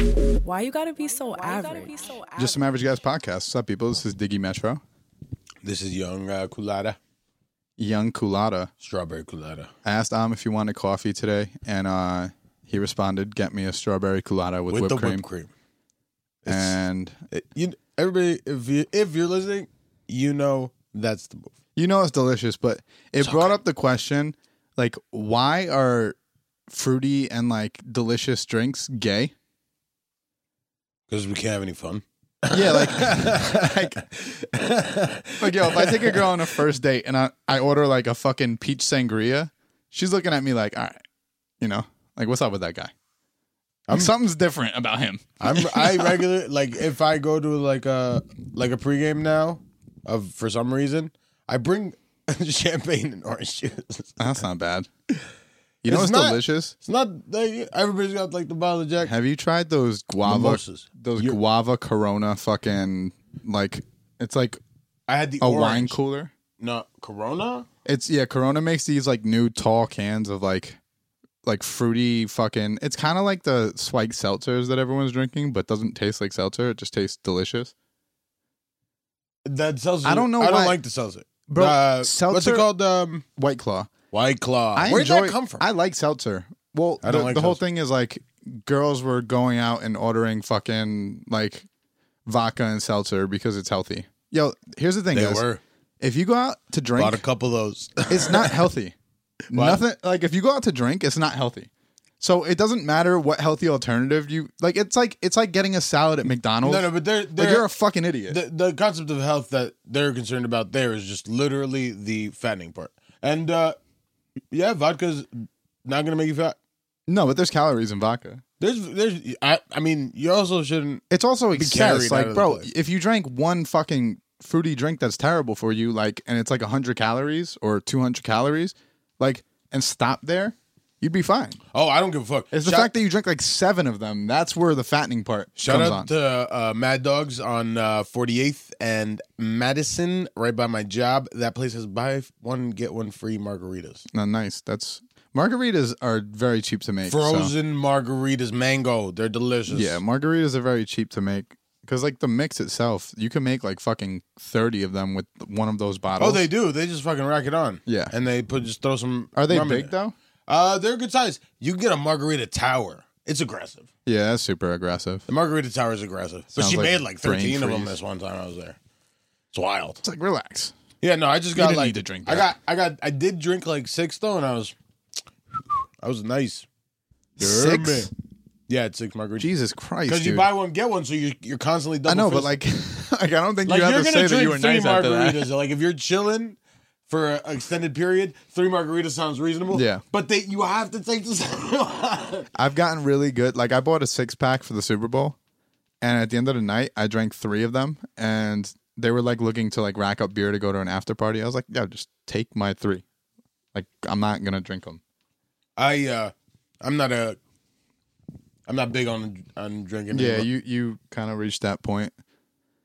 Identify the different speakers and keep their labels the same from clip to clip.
Speaker 1: you gotta be so average?
Speaker 2: Just some average guys podcast. What's up, people? This is Diggy Metro,
Speaker 3: This is young uh, culata,
Speaker 2: young culotta.
Speaker 3: strawberry culata.
Speaker 2: I asked Am if he wanted coffee today, and uh, he responded, "Get me a strawberry culotta with, whipped,
Speaker 3: the
Speaker 2: cream.
Speaker 3: whipped cream.
Speaker 2: And
Speaker 3: It- you, everybody, if you if you're listening, you know that's the move.
Speaker 2: you know it's delicious, but it brought up the question, like, why are fruity and like delicious drinks gay?
Speaker 3: Because we can't have any fun.
Speaker 2: Yeah, like, like, like, yo, if I take a girl on a first date and I, I order like a fucking peach sangria, she's looking at me like, all right, you know, like, what's up with that guy? Like, something's different about him.
Speaker 3: I'm I regular like if I go to like a like a pregame now, of for some reason I bring champagne and orange juice. It's
Speaker 2: That's not bad. You know
Speaker 3: It's
Speaker 2: what's
Speaker 3: not-
Speaker 2: delicious?
Speaker 3: not like everybody's got like the bottle of Jack.
Speaker 2: Have you tried those guava,
Speaker 3: Mimosas.
Speaker 2: those
Speaker 3: You're-
Speaker 2: guava Corona fucking like, it's like
Speaker 3: I had the
Speaker 2: a
Speaker 3: orange.
Speaker 2: wine cooler.
Speaker 3: no Corona.
Speaker 2: It's yeah, Corona makes these like new tall cans of like like fruity fucking it's kind of like the swag seltzers that everyone's drinking but doesn't taste like seltzer it just tastes delicious
Speaker 3: That seltzer.
Speaker 2: I don't know
Speaker 3: I
Speaker 2: why-
Speaker 3: don't like the seltzer.
Speaker 2: Bro,
Speaker 3: Uh, What's
Speaker 2: seltzer-
Speaker 3: it called? Um,
Speaker 2: white claw
Speaker 3: White Claw.
Speaker 2: I
Speaker 3: Where'd
Speaker 2: enjoy-
Speaker 3: that come from?
Speaker 2: i like seltzer well
Speaker 3: I
Speaker 2: the,
Speaker 3: don't like
Speaker 2: the whole
Speaker 3: seltzer.
Speaker 2: thing is like girls were going out and ordering fucking like vodka and seltzer because it's healthy yo here's the thing
Speaker 3: they
Speaker 2: guys.
Speaker 3: were
Speaker 2: if you go out to drink
Speaker 3: bought a couple of those.
Speaker 2: it's not healthy. Nothing like if you go out to drink, it's not healthy. So it doesn't matter what healthy alternative you like. It's like it's like getting a salad at McDonald's.
Speaker 3: no, no, but they're,
Speaker 2: like
Speaker 3: they're
Speaker 2: you're a fucking idiot.
Speaker 3: the, the concept of health that they're concerned about there is just literally the fattening part. And uh yeah, vodka's not gonna make you fat.
Speaker 2: no, but there's calories in vodka.
Speaker 3: There's there's I I mean, you also shouldn't
Speaker 2: It's also
Speaker 3: carried
Speaker 2: excess.
Speaker 3: out
Speaker 2: Like,
Speaker 3: of the
Speaker 2: bro,
Speaker 3: place.
Speaker 2: if you drank one fucking fruity drink that's terrible for you, like, and it's like 100 calories or 200 calories, like, and stop there, you'd be fine.
Speaker 3: Oh, I don't give a fuck.
Speaker 2: It's the
Speaker 3: Shout-
Speaker 2: fact that you drink like seven of them that's where the fattening part
Speaker 3: Shout
Speaker 2: comes
Speaker 3: out
Speaker 2: on.
Speaker 3: to uh, Mad Dogs on uh, 48th and Madison, right by my job. That place has buy one get one free margaritas.
Speaker 2: No, nice. That's margaritas are very cheap to make. so-
Speaker 3: Frozen margaritas, mango. They're delicious.
Speaker 2: Yeah, margaritas are very cheap to make because like the mix itself, you can make like fucking thirty of them with one of those bottles.
Speaker 3: Oh, they do. They just fucking rack it on.
Speaker 2: Yeah.
Speaker 3: And they put just throw some.
Speaker 2: are they
Speaker 3: rum in
Speaker 2: big
Speaker 3: it.
Speaker 2: though?
Speaker 3: Uh, they're a good size. You can get a margarita tower. It's aggressive.
Speaker 2: Yeah, that's super aggressive.
Speaker 3: The margarita tower is aggressive. But
Speaker 2: Sounds
Speaker 3: she
Speaker 2: like
Speaker 3: made like
Speaker 2: brain
Speaker 3: 13 of them
Speaker 2: freeze.
Speaker 3: this one time I was there. It's wild.
Speaker 2: It's like relax.
Speaker 3: Yeah, no, I just got
Speaker 2: didn't
Speaker 3: like
Speaker 2: need to drink
Speaker 3: I got
Speaker 2: that.
Speaker 3: I got I did drink like 6 though and I was I was nice. Yeah,
Speaker 2: Six.
Speaker 3: man. Yeah, it's 6 margaritas.
Speaker 2: Jesus Christ,
Speaker 3: Cuz you
Speaker 2: dude.
Speaker 3: buy one get one so you you're constantly double
Speaker 2: I know, but
Speaker 3: fist-
Speaker 2: like, like I don't think
Speaker 3: like
Speaker 2: you
Speaker 3: are
Speaker 2: have to say
Speaker 3: gonna
Speaker 2: that you
Speaker 3: drink
Speaker 2: were
Speaker 3: three
Speaker 2: nice after that.
Speaker 3: margaritas. Like if you're chilling for an extended period, three margaritas sounds reasonable.
Speaker 2: Yeah.
Speaker 3: but they you have to take this.
Speaker 2: I've gotten really good. Like I bought a six pack for the Super Bowl, and at the end of the night, I drank three of them, and they were like looking to like rack up beer to go to an after party. I was like, yeah, just take my three. Like I'm not gonna drink them.
Speaker 3: I uh I'm not a I'm not big on on drinking.
Speaker 2: Yeah,
Speaker 3: anymore.
Speaker 2: you you kind of reached that point.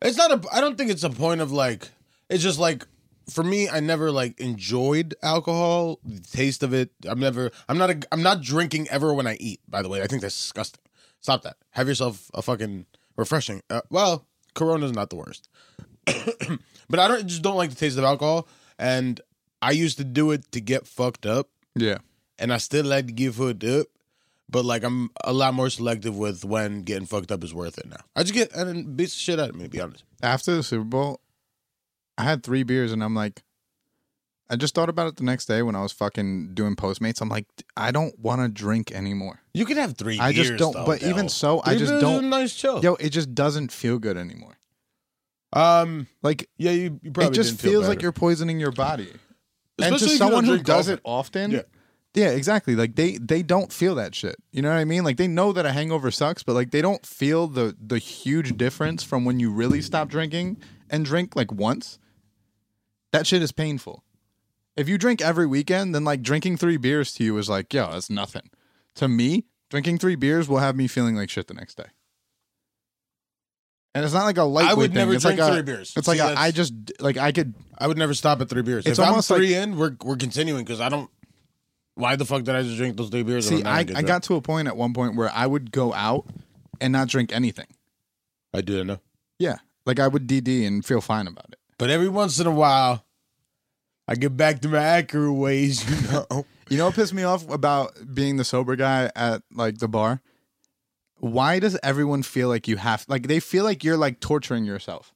Speaker 3: it's not a I don't think it's a point of like it's just like for me I never like enjoyed alcohol, the taste of it. I'm never I'm not a I'm not drinking ever when I eat, by the way. I think that's disgusting. Stop that. Have yourself a fucking refreshing. Uh, well, Corona's not the worst. but I don't just don't like the taste of alcohol and I used to do it to get fucked up
Speaker 2: Yeah.
Speaker 3: and I still like to get fucked up, but like I'm a lot more selective with when getting fucked up is worth it now. I just get and it beats the shit out of me, to be honest.
Speaker 2: After the Super Bowl, I had three beers and I'm like, I just thought about it the next day when I was fucking doing Postmates. I'm like, I don't want to drink anymore.
Speaker 3: You can have three.
Speaker 2: I just
Speaker 3: beers,
Speaker 2: don't-
Speaker 3: though,
Speaker 2: but even
Speaker 3: though.
Speaker 2: so, I
Speaker 3: Three
Speaker 2: just
Speaker 3: beers
Speaker 2: don't-
Speaker 3: Is a nice chill.
Speaker 2: Yo, it just doesn't feel good anymore.
Speaker 3: Um.
Speaker 2: Like,
Speaker 3: Yeah, you, you probably
Speaker 2: it just
Speaker 3: didn't feel
Speaker 2: feels
Speaker 3: better.
Speaker 2: like you're poisoning your body. and
Speaker 3: Especially
Speaker 2: to
Speaker 3: if you don't
Speaker 2: someone who
Speaker 3: drink
Speaker 2: does
Speaker 3: often.
Speaker 2: it often,
Speaker 3: Yeah.
Speaker 2: yeah, exactly. Like they they don't feel that shit. You know what I mean? Like they know that a hangover sucks, but like they don't feel the the huge difference from when you really stop drinking and drink like once. That shit is painful. If you drink every weekend, then like drinking three beers to you is like, yo, that's nothing. To me, drinking three beers will have me feeling like shit the next day. And it's not like a lightweight
Speaker 3: would
Speaker 2: thing.
Speaker 3: never
Speaker 2: it's
Speaker 3: drink
Speaker 2: like a-
Speaker 3: three beers.
Speaker 2: It's like
Speaker 3: See,
Speaker 2: a-
Speaker 3: that's-
Speaker 2: I just like I could
Speaker 3: I would never stop at three beers.
Speaker 2: It's
Speaker 3: if I'm
Speaker 2: almost like-
Speaker 3: three in, we're we're continuing because I don't. Why the fuck did I just drink those three beers?
Speaker 2: See,
Speaker 3: and
Speaker 2: I,
Speaker 3: I'm not gonna get
Speaker 2: I
Speaker 3: drunk?
Speaker 2: got to a point at one point where I would go out and not drink anything.
Speaker 3: I do know.
Speaker 2: Yeah. Like I would DD and feel fine about it.
Speaker 3: But every once in a while, I get back to my accurate ways, you know.
Speaker 2: You know what pissed me off about being the sober guy at like the bar? Why does everyone feel like you have like they feel like you're like torturing yourself?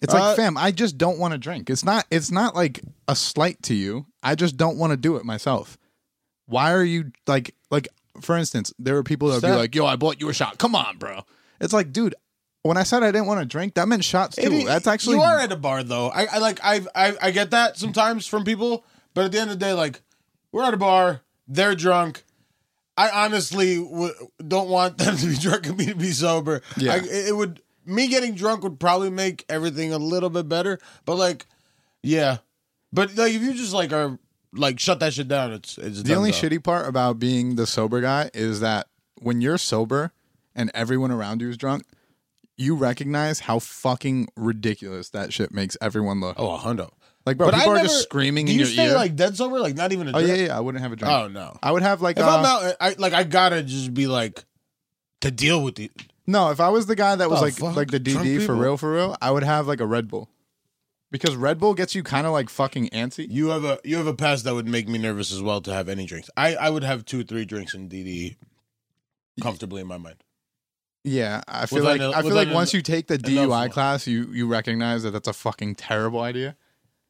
Speaker 2: It's like,
Speaker 3: Uh,
Speaker 2: fam, I just don't want to drink. It's not it's not like a slight to you. I just don't want to do it myself. Why are you like like for instance, there were people that would be
Speaker 3: Stop.
Speaker 2: like, "Yo, I bought you a shot. Come on, bro." It's like, dude, when I said I didn't want to drink, that meant shots too.
Speaker 3: Maybe-
Speaker 2: That's actually
Speaker 3: you are at a bar though. I, I like I, I I get that sometimes from people, but at the end of the day, like we're at a bar, they're drunk. I honestly w- don't want them to be drunk and me to be sober.
Speaker 2: Yeah.
Speaker 3: I, it it would me getting drunk would probably make everything a little bit better, but like yeah, but like if you just like are like shut that shit down, it's it's
Speaker 2: The only shitty part about being the sober guy is that when you're sober and everyone around you is drunk, you recognize how fucking ridiculous that shit makes everyone look.
Speaker 3: Oh, a hundo.
Speaker 2: Like, bro,
Speaker 3: But I
Speaker 2: people are
Speaker 3: never-
Speaker 2: just screaming
Speaker 3: Do
Speaker 2: in
Speaker 3: you
Speaker 2: your
Speaker 3: stay
Speaker 2: ear.
Speaker 3: like dead sober? Like not even a
Speaker 2: oh
Speaker 3: drink?
Speaker 2: yeah, yeah. I wouldn't have a drink.
Speaker 3: Oh no.
Speaker 2: I would have like
Speaker 3: If
Speaker 2: uh,
Speaker 3: I'm out, I like I gotta just be like to deal with it.
Speaker 2: no. If I was the guy that was
Speaker 3: Oh,
Speaker 2: like
Speaker 3: fuck.
Speaker 2: like the
Speaker 3: Drunk
Speaker 2: DD for
Speaker 3: people.
Speaker 2: real for real, I would have like a Red Bull because Red Bull gets you kind of like fucking antsy.
Speaker 3: You have a you have a pass that would make me nervous as well to have any drinks. I I would have two three drinks in DD comfortably in my mind.
Speaker 2: Yeah, I feel
Speaker 3: Without
Speaker 2: like
Speaker 3: a-
Speaker 2: I feel
Speaker 3: without
Speaker 2: like
Speaker 3: an-
Speaker 2: once you take the DUI
Speaker 3: one.
Speaker 2: class, you you recognize that that's a fucking terrible idea.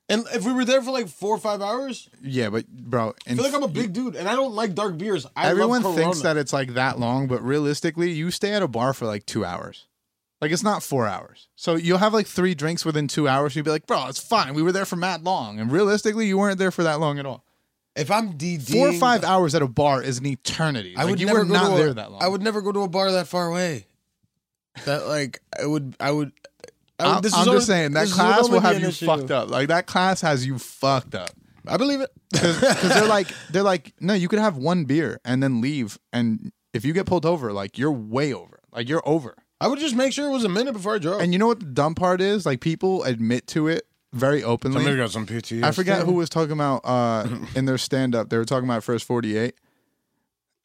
Speaker 3: And if we were there for like four or five hours,
Speaker 2: Yeah, but bro,
Speaker 3: I
Speaker 2: and
Speaker 3: feel like I'm a big dude and I don't like dark beers. I love
Speaker 2: Everyone thinks
Speaker 3: Corona.
Speaker 2: that it's like that long, but realistically, you stay at a bar for like two hours. Like it's not four hours. So you'll have like three drinks within two hours. You'd be like, bro, it's fine. We were there for mad long. And realistically, you weren't there for that long at all.
Speaker 3: if I'm DD
Speaker 2: Four or five hours at a bar is an eternity.
Speaker 3: I would
Speaker 2: you
Speaker 3: never
Speaker 2: were
Speaker 3: go
Speaker 2: not
Speaker 3: to a-
Speaker 2: there that long.
Speaker 3: I would never go to a bar that far away. That like I would I would. I would
Speaker 2: I'm,
Speaker 3: this
Speaker 2: I'm
Speaker 3: is only-
Speaker 2: just saying that
Speaker 3: this would
Speaker 2: class
Speaker 3: only
Speaker 2: will
Speaker 3: be
Speaker 2: have
Speaker 3: an
Speaker 2: you
Speaker 3: issue.
Speaker 2: fucked up. Like that class has you fucked up.
Speaker 3: I believe it.
Speaker 2: because they're like they're like no you could have one beer and then leave and if you get pulled over like you're way over like you're over
Speaker 3: I would just make sure it was a minute before I drove.
Speaker 2: and you know what the dumb part is like people admit to it very openly
Speaker 3: got some PTSD.
Speaker 2: i forget who was talking about uh in their stand-up they were talking about first 48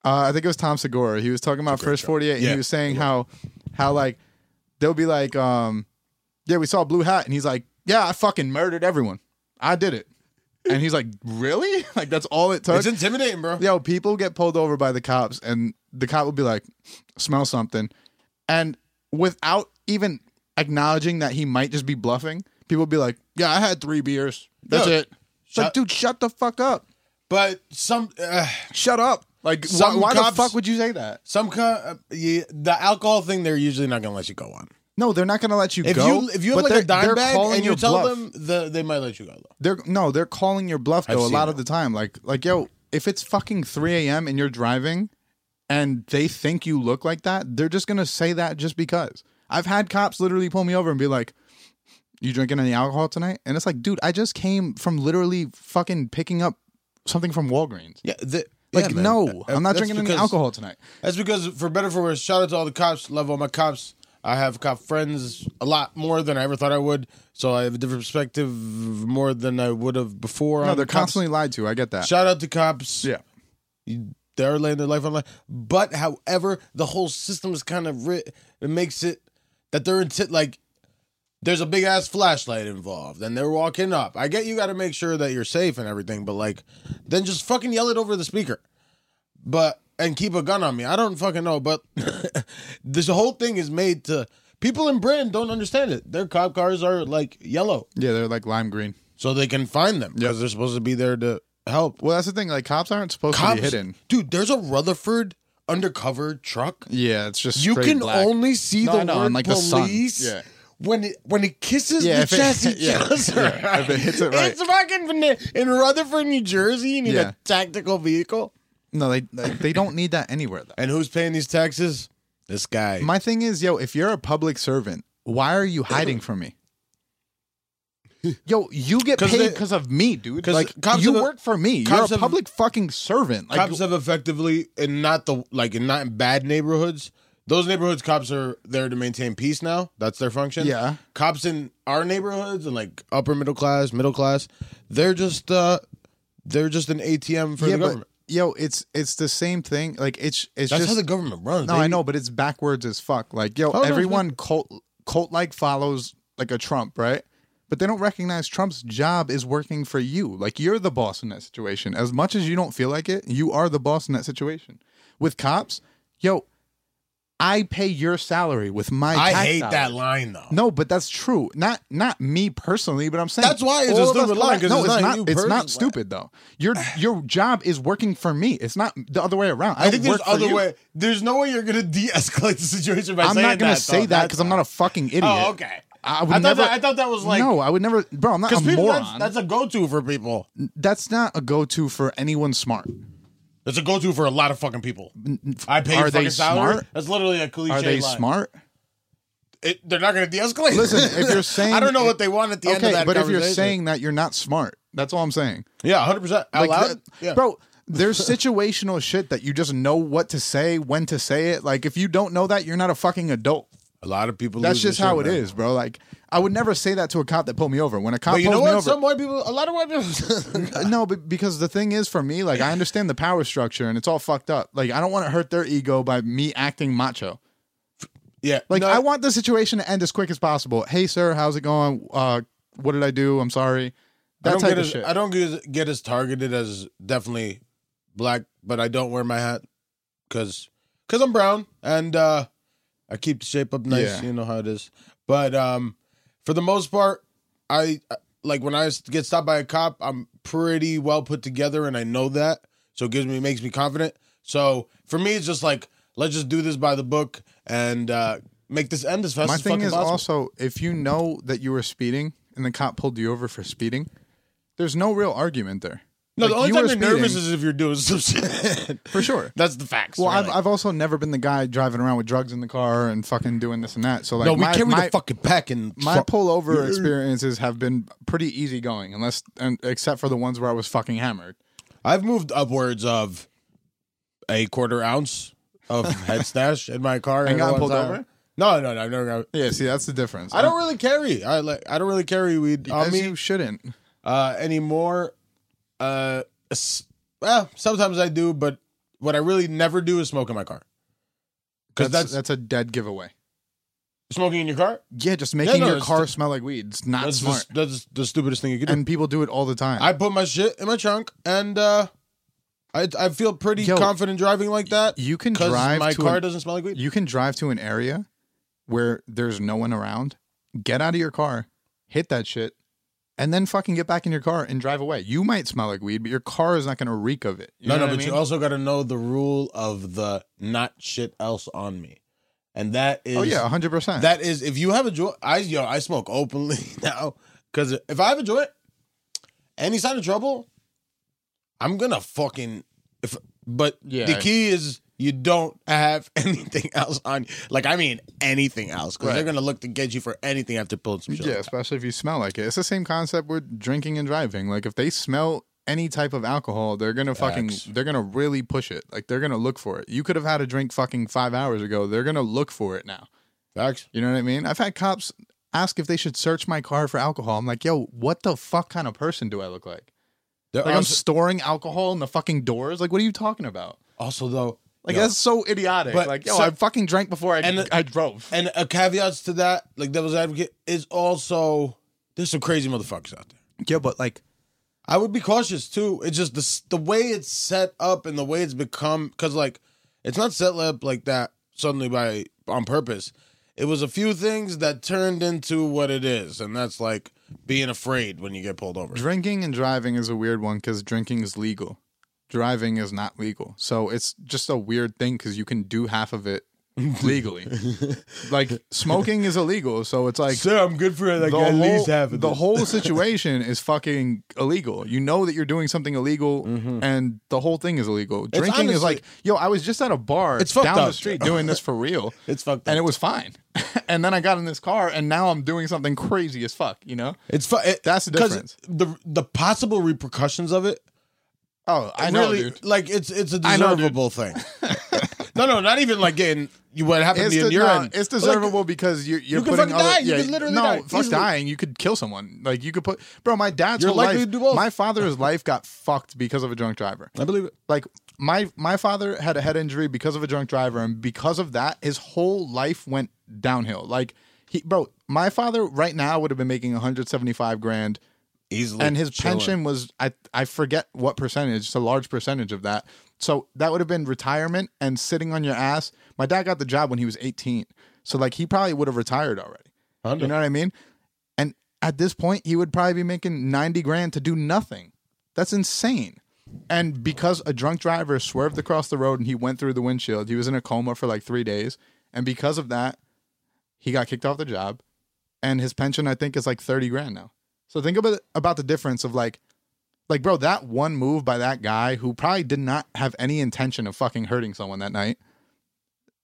Speaker 2: uh, I think it was Tom Segura. He was talking about first 48 and
Speaker 3: Yeah.
Speaker 2: he was saying how how like they'll be like um yeah, we saw a blue hat and he's like, "Yeah, I fucking murdered everyone. I did it." And he's like, "Really? Like that's all it took?"
Speaker 3: It's intimidating, bro.
Speaker 2: yo, people get pulled over by the cops, and the cop will be like, smell something. And without even acknowledging that he might just be bluffing, people will be like, yeah, I had three beers. That's
Speaker 3: Yeah.
Speaker 2: it. It's like,
Speaker 3: Shut-
Speaker 2: dude, shut the fuck up.
Speaker 3: But some uh,
Speaker 2: Shut up. Like, why,
Speaker 3: Some
Speaker 2: why the
Speaker 3: cops-
Speaker 2: fuck would you say that?
Speaker 3: some co- uh, yeah, the alcohol thing they're usually not gonna let you go on.
Speaker 2: No, they're not going to let you
Speaker 3: If
Speaker 2: go.
Speaker 3: you if you have
Speaker 2: but
Speaker 3: like
Speaker 2: they're-
Speaker 3: a dime
Speaker 2: they're
Speaker 3: bag
Speaker 2: calling
Speaker 3: and you
Speaker 2: your
Speaker 3: tell
Speaker 2: bluff.
Speaker 3: them, the, they might let you go though.
Speaker 2: They're no, they're calling your bluff though a
Speaker 3: seen
Speaker 2: lot of the time. Like like yo, if it's fucking three a.m. and you're driving, and they think you look like that, they're just gonna say that just because. I've had cops literally pull me over and be like, "You drinking any alcohol tonight?" And it's like, dude, I just came from literally fucking picking up something from Walgreens.
Speaker 3: Yeah, the,
Speaker 2: Like
Speaker 3: yeah, man.
Speaker 2: no,
Speaker 3: Uh,
Speaker 2: I'm not
Speaker 3: that's
Speaker 2: drinking any
Speaker 3: because-
Speaker 2: alcohol tonight.
Speaker 3: That's because for better or for worse. Shout out to all the cops. Love all my cops. I have cop friends a lot more than I ever thought I would. So I have a different perspective more than I would have before.
Speaker 2: No,
Speaker 3: on
Speaker 2: they're
Speaker 3: cops.
Speaker 2: constantly lied to. I get that.
Speaker 3: Shout out to cops.
Speaker 2: yeah.
Speaker 3: you, they're laying their life on the line. But however, the whole system is kind of writ. It makes it that they're intent like there's a big ass flashlight involved, and they're walking up. I get you got to make sure that you're safe and everything, but like, then just fucking yell it over the speaker. But and keep a gun on me. I don't fucking know. But this whole thing is made to people in Britain don't understand it. Their cop cars are like yellow,
Speaker 2: Yeah, they're like lime green.
Speaker 3: so they can find them because they're supposed to be there to help
Speaker 2: Well, that's the thing. Like cops aren't supposed to
Speaker 3: cops,
Speaker 2: be hidden.
Speaker 3: dude. There's a Rutherford undercover truck.
Speaker 2: Yeah, it's just
Speaker 3: You
Speaker 2: straight
Speaker 3: can
Speaker 2: black.
Speaker 3: only see
Speaker 2: No, I
Speaker 3: the
Speaker 2: know,
Speaker 3: word
Speaker 2: and, like, the sun.
Speaker 3: police
Speaker 2: Yeah.
Speaker 3: when it when it kisses
Speaker 2: Yeah,
Speaker 3: the
Speaker 2: if it-
Speaker 3: chassis. It,
Speaker 2: yeah, yeah, if it hits it right.
Speaker 3: It's fucking bana- in Rutherford, New Jersey. You need
Speaker 2: Yeah.
Speaker 3: a tactical vehicle.
Speaker 2: No, they they they don't need that anywhere though.
Speaker 3: And who's paying these taxes? This guy.
Speaker 2: My thing is, yo, if you're a public servant, why are you hiding from me? Yo, you get
Speaker 3: 'Cause
Speaker 2: paid
Speaker 3: they-
Speaker 2: because of me, dude.
Speaker 3: 'cause
Speaker 2: Like
Speaker 3: cops
Speaker 2: you
Speaker 3: have a-
Speaker 2: work for me. You're a
Speaker 3: cops have-
Speaker 2: public fucking servant. Like
Speaker 3: cops have effectively and not the like in not in bad neighborhoods. Those neighborhoods, cops are there to maintain peace. Now that's their function.
Speaker 2: Yeah.
Speaker 3: cops in our neighborhoods and like upper middle class, middle class, they're just uh they're just an ATM for
Speaker 2: yeah,
Speaker 3: the
Speaker 2: but
Speaker 3: government.
Speaker 2: yo, it's it's the same thing. Like it's it's
Speaker 3: That's
Speaker 2: just
Speaker 3: how the government runs.
Speaker 2: no,
Speaker 3: They- Oh,
Speaker 2: I know, but it's backwards as fuck. Like yo,
Speaker 3: no, it's
Speaker 2: everyone cult cult like follows like a Trump, right? But they don't recognize Trump's job is working for you. Like you're the boss in that situation. As much as you don't feel like it, you are the boss in that situation. With cops, yo, I pay your salary with my.
Speaker 3: I
Speaker 2: tax
Speaker 3: hate
Speaker 2: dollars.
Speaker 3: that line though.
Speaker 2: No, but that's true. Not not me personally, but I'm saying
Speaker 3: That's why it's
Speaker 2: all
Speaker 3: a
Speaker 2: of us
Speaker 3: stupid
Speaker 2: collect-
Speaker 3: line, 'cause
Speaker 2: No,
Speaker 3: it's
Speaker 2: it's
Speaker 3: not
Speaker 2: not.
Speaker 3: you
Speaker 2: it's
Speaker 3: personally.
Speaker 2: not stupid though. Your your job is working for me. It's not the other way around. I,
Speaker 3: I think
Speaker 2: don't
Speaker 3: there's
Speaker 2: work for
Speaker 3: other
Speaker 2: you.
Speaker 3: way. There's no way you're gonna de-escalate the situation by
Speaker 2: I'm
Speaker 3: saying
Speaker 2: not gonna
Speaker 3: that,
Speaker 2: say
Speaker 3: though.
Speaker 2: that
Speaker 3: That's
Speaker 2: because I'm not a fucking idiot.
Speaker 3: Oh, okay.
Speaker 2: I
Speaker 3: I
Speaker 2: would
Speaker 3: thought
Speaker 2: never.
Speaker 3: that, I thought that was like
Speaker 2: no, I would never, bro. I'm not a
Speaker 3: because people
Speaker 2: moron.
Speaker 3: that's, that's a go-to for people.
Speaker 2: That's not a go-to for anyone smart.
Speaker 3: That's a go-to for a lot of fucking people. I pay
Speaker 2: Are
Speaker 3: fucking
Speaker 2: they
Speaker 3: salary.
Speaker 2: smart?
Speaker 3: That's literally a cliche.
Speaker 2: Are they
Speaker 3: line.
Speaker 2: smart?
Speaker 3: It- they're not gonna de-escalate.
Speaker 2: Listen, if you're saying-
Speaker 3: I don't know what they want at the end of
Speaker 2: Okay,
Speaker 3: that.
Speaker 2: but if you're
Speaker 3: conversation.
Speaker 2: saying that, you're not smart. That's all I'm saying.
Speaker 3: yeah, 100 percent out
Speaker 2: Like,
Speaker 3: loud,
Speaker 2: the-
Speaker 3: yeah.
Speaker 2: bro. There's situational shit that you just know what to say, when to say it. Like if you don't know that, you're not a fucking adult.
Speaker 3: A lot of people.
Speaker 2: That's
Speaker 3: lose their
Speaker 2: just how
Speaker 3: shit,
Speaker 2: it
Speaker 3: man.
Speaker 2: is, bro. Like I would never say that to a cop that pulled me over. When a cop
Speaker 3: But you
Speaker 2: pulls
Speaker 3: know
Speaker 2: me
Speaker 3: what?
Speaker 2: over,
Speaker 3: Some white people, a lot of white people.
Speaker 2: Uh, no, but because the thing is for me, like I understand the power structure and it's all fucked up. Like I don't want to hurt their ego by me acting macho.
Speaker 3: yeah,
Speaker 2: Like
Speaker 3: no,
Speaker 2: I want the situation to end as quick as possible. Hey sir, how's it going? Uh what did I do? I'm sorry.
Speaker 3: I
Speaker 2: That
Speaker 3: don't
Speaker 2: type
Speaker 3: get
Speaker 2: of
Speaker 3: as,
Speaker 2: shit.
Speaker 3: I don't get as, get as targeted as definitely black, but I don't wear my hat because because I'm brown and uh, I keep the shape up nice.
Speaker 2: Yeah.
Speaker 3: You know how it is. But um, for the most part, I I- like when I s- get stopped by a cop, I'm pretty well put together, and I know that, so it gives me makes me confident. So for me, it's just like let's just do this by the book and uh, make this end as fast
Speaker 2: My
Speaker 3: as
Speaker 2: thing
Speaker 3: fucking
Speaker 2: is
Speaker 3: possible.
Speaker 2: also if you know that you were speeding and the cop pulled you over for speeding, there's no real argument there.
Speaker 3: no, the
Speaker 2: Like,
Speaker 3: only
Speaker 2: you
Speaker 3: time
Speaker 2: were
Speaker 3: you're nervous
Speaker 2: speeding-
Speaker 3: is if you're doing some shit.
Speaker 2: for sure.
Speaker 3: That's the facts.
Speaker 2: Well,
Speaker 3: right?
Speaker 2: I've, I've also never been the guy driving around with drugs in the car and fucking doing this and that. So like,
Speaker 3: No, we
Speaker 2: my,
Speaker 3: carry
Speaker 2: my,
Speaker 3: the fucking pack and
Speaker 2: my pullover experiences have been pretty easygoing, unless and except for the ones where I was fucking hammered.
Speaker 3: I've moved upwards of a quarter ounce of head stash in my car. at
Speaker 2: gotten
Speaker 3: one
Speaker 2: pulled
Speaker 3: time.
Speaker 2: over?
Speaker 3: No, no, no. I've never got.
Speaker 2: Yeah, see, that's the difference.
Speaker 3: I don't really carry. I like. I don't really carry weed on
Speaker 2: As
Speaker 3: me
Speaker 2: you shouldn't.
Speaker 3: uh, anymore. Uh, s- well, sometimes I do, but what I really never do is smoke in my car.
Speaker 2: Because
Speaker 3: Because
Speaker 2: that's, that's
Speaker 3: that's,
Speaker 2: a dead giveaway.
Speaker 3: smoking in your car.
Speaker 2: Yeah, just making
Speaker 3: no,
Speaker 2: your
Speaker 3: it's
Speaker 2: car
Speaker 3: the-
Speaker 2: smell like weed. It's not
Speaker 3: That's
Speaker 2: smart.
Speaker 3: the, that's the stupidest thing you could do.
Speaker 2: and people do it all the time.
Speaker 3: I put my shit in my trunk, and uh, I I feel pretty
Speaker 2: Yo,
Speaker 3: confident driving like that.
Speaker 2: you can
Speaker 3: because
Speaker 2: drive
Speaker 3: my
Speaker 2: to
Speaker 3: car
Speaker 2: an-
Speaker 3: doesn't smell like weed.
Speaker 2: you can drive to an area where there's no one around, get out of your car, hit that shit, and then fucking get back in your car and drive away. You might smell like weed, but your car is not going to reek of it. You
Speaker 3: no,
Speaker 2: know
Speaker 3: no,
Speaker 2: what
Speaker 3: but
Speaker 2: I
Speaker 3: you
Speaker 2: mean?
Speaker 3: also got to know the rule of the not shit else on me, and that is
Speaker 2: oh yeah, hundred percent.
Speaker 3: that is if you have a joint. I yo, I smoke openly now because if I have a joint, any sign of trouble, I'm gonna fucking if. But
Speaker 2: Yeah.
Speaker 3: the key is you don't have anything else on. you. Like I mean anything else because
Speaker 2: Right.
Speaker 3: they're gonna look to get you for anything after pulling some shit.
Speaker 2: Yeah, especially if you smell like it. It's the same concept with drinking and driving. Like if they smell any type of alcohol, they're gonna fucking
Speaker 3: Facts.
Speaker 2: they're gonna really push it. Like they're gonna look for it. You could have had a drink fucking five hours ago. They're gonna look for it now.
Speaker 3: Facts.
Speaker 2: You know what I mean? I've had cops ask if they should search my car for alcohol. I'm like, yo, what the fuck kind of person do I look like?
Speaker 3: There
Speaker 2: Like
Speaker 3: are
Speaker 2: I'm
Speaker 3: s-
Speaker 2: storing alcohol in the fucking doors. Like what are you talking about?
Speaker 3: also though,
Speaker 2: Like
Speaker 3: yo,
Speaker 2: that's so idiotic.
Speaker 3: But
Speaker 2: like yo,
Speaker 3: so-
Speaker 2: I fucking drank before I
Speaker 3: And the-
Speaker 2: I drove.
Speaker 3: and a caveats to that, like devil's advocate, is also there's some crazy motherfuckers out there.
Speaker 2: Yeah, but like
Speaker 3: I would be cautious too. It's just the s- the way it's set up and the way it's become because like it's not set up like that suddenly by on purpose. It was a few things that turned into what it is, and that's like being afraid when you get pulled over.
Speaker 2: Drinking and driving is a weird one because drinking is legal. Driving is not legal. So it's just a weird thing because you can do half of it legally. like smoking is illegal. So it's like
Speaker 3: Sir, I'm good for like
Speaker 2: the, whole,
Speaker 3: of
Speaker 2: the
Speaker 3: this.
Speaker 2: whole situation is fucking illegal. You know that you're doing something illegal and the whole thing is illegal. Drinking is
Speaker 3: Mm-hmm. honestly-
Speaker 2: like, yo, I was just at a bar
Speaker 3: It's fucked
Speaker 2: down the
Speaker 3: up.
Speaker 2: street doing this for real.
Speaker 3: It's fucked
Speaker 2: and
Speaker 3: up.
Speaker 2: it was fine. and then I got in this car and now I'm doing something crazy as fuck, you know?
Speaker 3: It's fu- it,
Speaker 2: That's the
Speaker 3: 'cause
Speaker 2: difference.
Speaker 3: The the possible repercussions of it
Speaker 2: Oh, I know,
Speaker 3: really
Speaker 2: dude.
Speaker 3: like it's it's a
Speaker 2: I know,
Speaker 3: deservable thing. No, no, not even like getting you. What happened
Speaker 2: It's,
Speaker 3: to you
Speaker 2: de-
Speaker 3: in your
Speaker 2: no,
Speaker 3: urine?
Speaker 2: it's
Speaker 3: But, like,
Speaker 2: deservable because you're you're
Speaker 3: you can
Speaker 2: putting
Speaker 3: fucking
Speaker 2: other,
Speaker 3: die. You
Speaker 2: yeah,
Speaker 3: can literally
Speaker 2: no,
Speaker 3: die
Speaker 2: fuck
Speaker 3: easily.
Speaker 2: dying. You could kill someone. Like you could put bro. My dad's
Speaker 3: You're
Speaker 2: whole
Speaker 3: likely
Speaker 2: life.
Speaker 3: to do both.
Speaker 2: My father's life got fucked because of a drunk driver.
Speaker 3: I believe it.
Speaker 2: Like my my father had a head injury because of a drunk driver, and because of that, his whole life went downhill. Like he, bro, my father right now would have been making 175 grand
Speaker 3: easily.
Speaker 2: and his
Speaker 3: chilling.
Speaker 2: pension was I I forget what percentage, it's a large percentage of that. So that would have been retirement and sitting on your ass. My dad got the job when he was 18. So like he probably would have retired already.
Speaker 3: Hundred.
Speaker 2: You know what I mean? And at this point he would probably be making 90 grand to do nothing. That's insane. And because a drunk driver swerved across the road and he went through the windshield, he was in a coma for like 3 days and because of that he got kicked off the job and his pension I think is like 30 grand now. So think about about the difference of like like bro, that one move by that guy who probably did not have any intention of fucking hurting someone that night.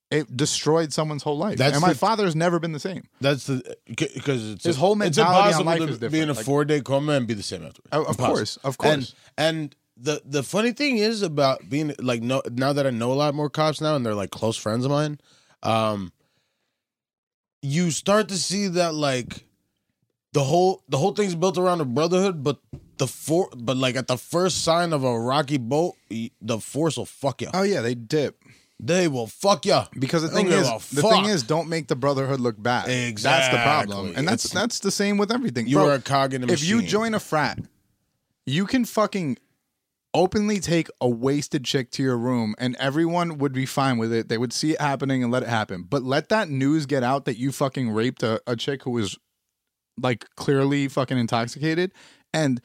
Speaker 2: It destroyed someone's whole life.
Speaker 3: That's
Speaker 2: and my
Speaker 3: the-
Speaker 2: father's never been the same.
Speaker 3: That's the because it's
Speaker 2: His whole mentality on
Speaker 3: it's impossible
Speaker 2: life
Speaker 3: to
Speaker 2: is
Speaker 3: be in
Speaker 2: different.
Speaker 3: a
Speaker 2: Like-
Speaker 3: four day coma and be the same afterwards.
Speaker 2: Oh, of
Speaker 3: Impossible.
Speaker 2: course, of course.
Speaker 3: And, and the the funny thing is about being like no now that I know a lot more cops now and they're like close friends of mine, um, you start to see that like the whole the whole thing's built around a brotherhood, but the four but like at the first sign of a rocky boat, y- the force will fuck you.
Speaker 2: Oh yeah, they dip.
Speaker 3: They will fuck you.
Speaker 2: Because the
Speaker 3: I don't
Speaker 2: thing
Speaker 3: give
Speaker 2: is,
Speaker 3: a
Speaker 2: the thing
Speaker 3: Oh, fuck.
Speaker 2: is, don't make the brotherhood look bad. That's the problem,
Speaker 3: Exactly.
Speaker 2: and that's
Speaker 3: It's-
Speaker 2: that's the same with everything.
Speaker 3: You
Speaker 2: Bro,
Speaker 3: are a cog in a
Speaker 2: if
Speaker 3: machine.
Speaker 2: you join a frat, you can fucking openly take a wasted chick to your room, and everyone would be fine with it. They would see it happening and let it happen. But let that news get out that you fucking raped a, a chick who was like clearly fucking intoxicated, and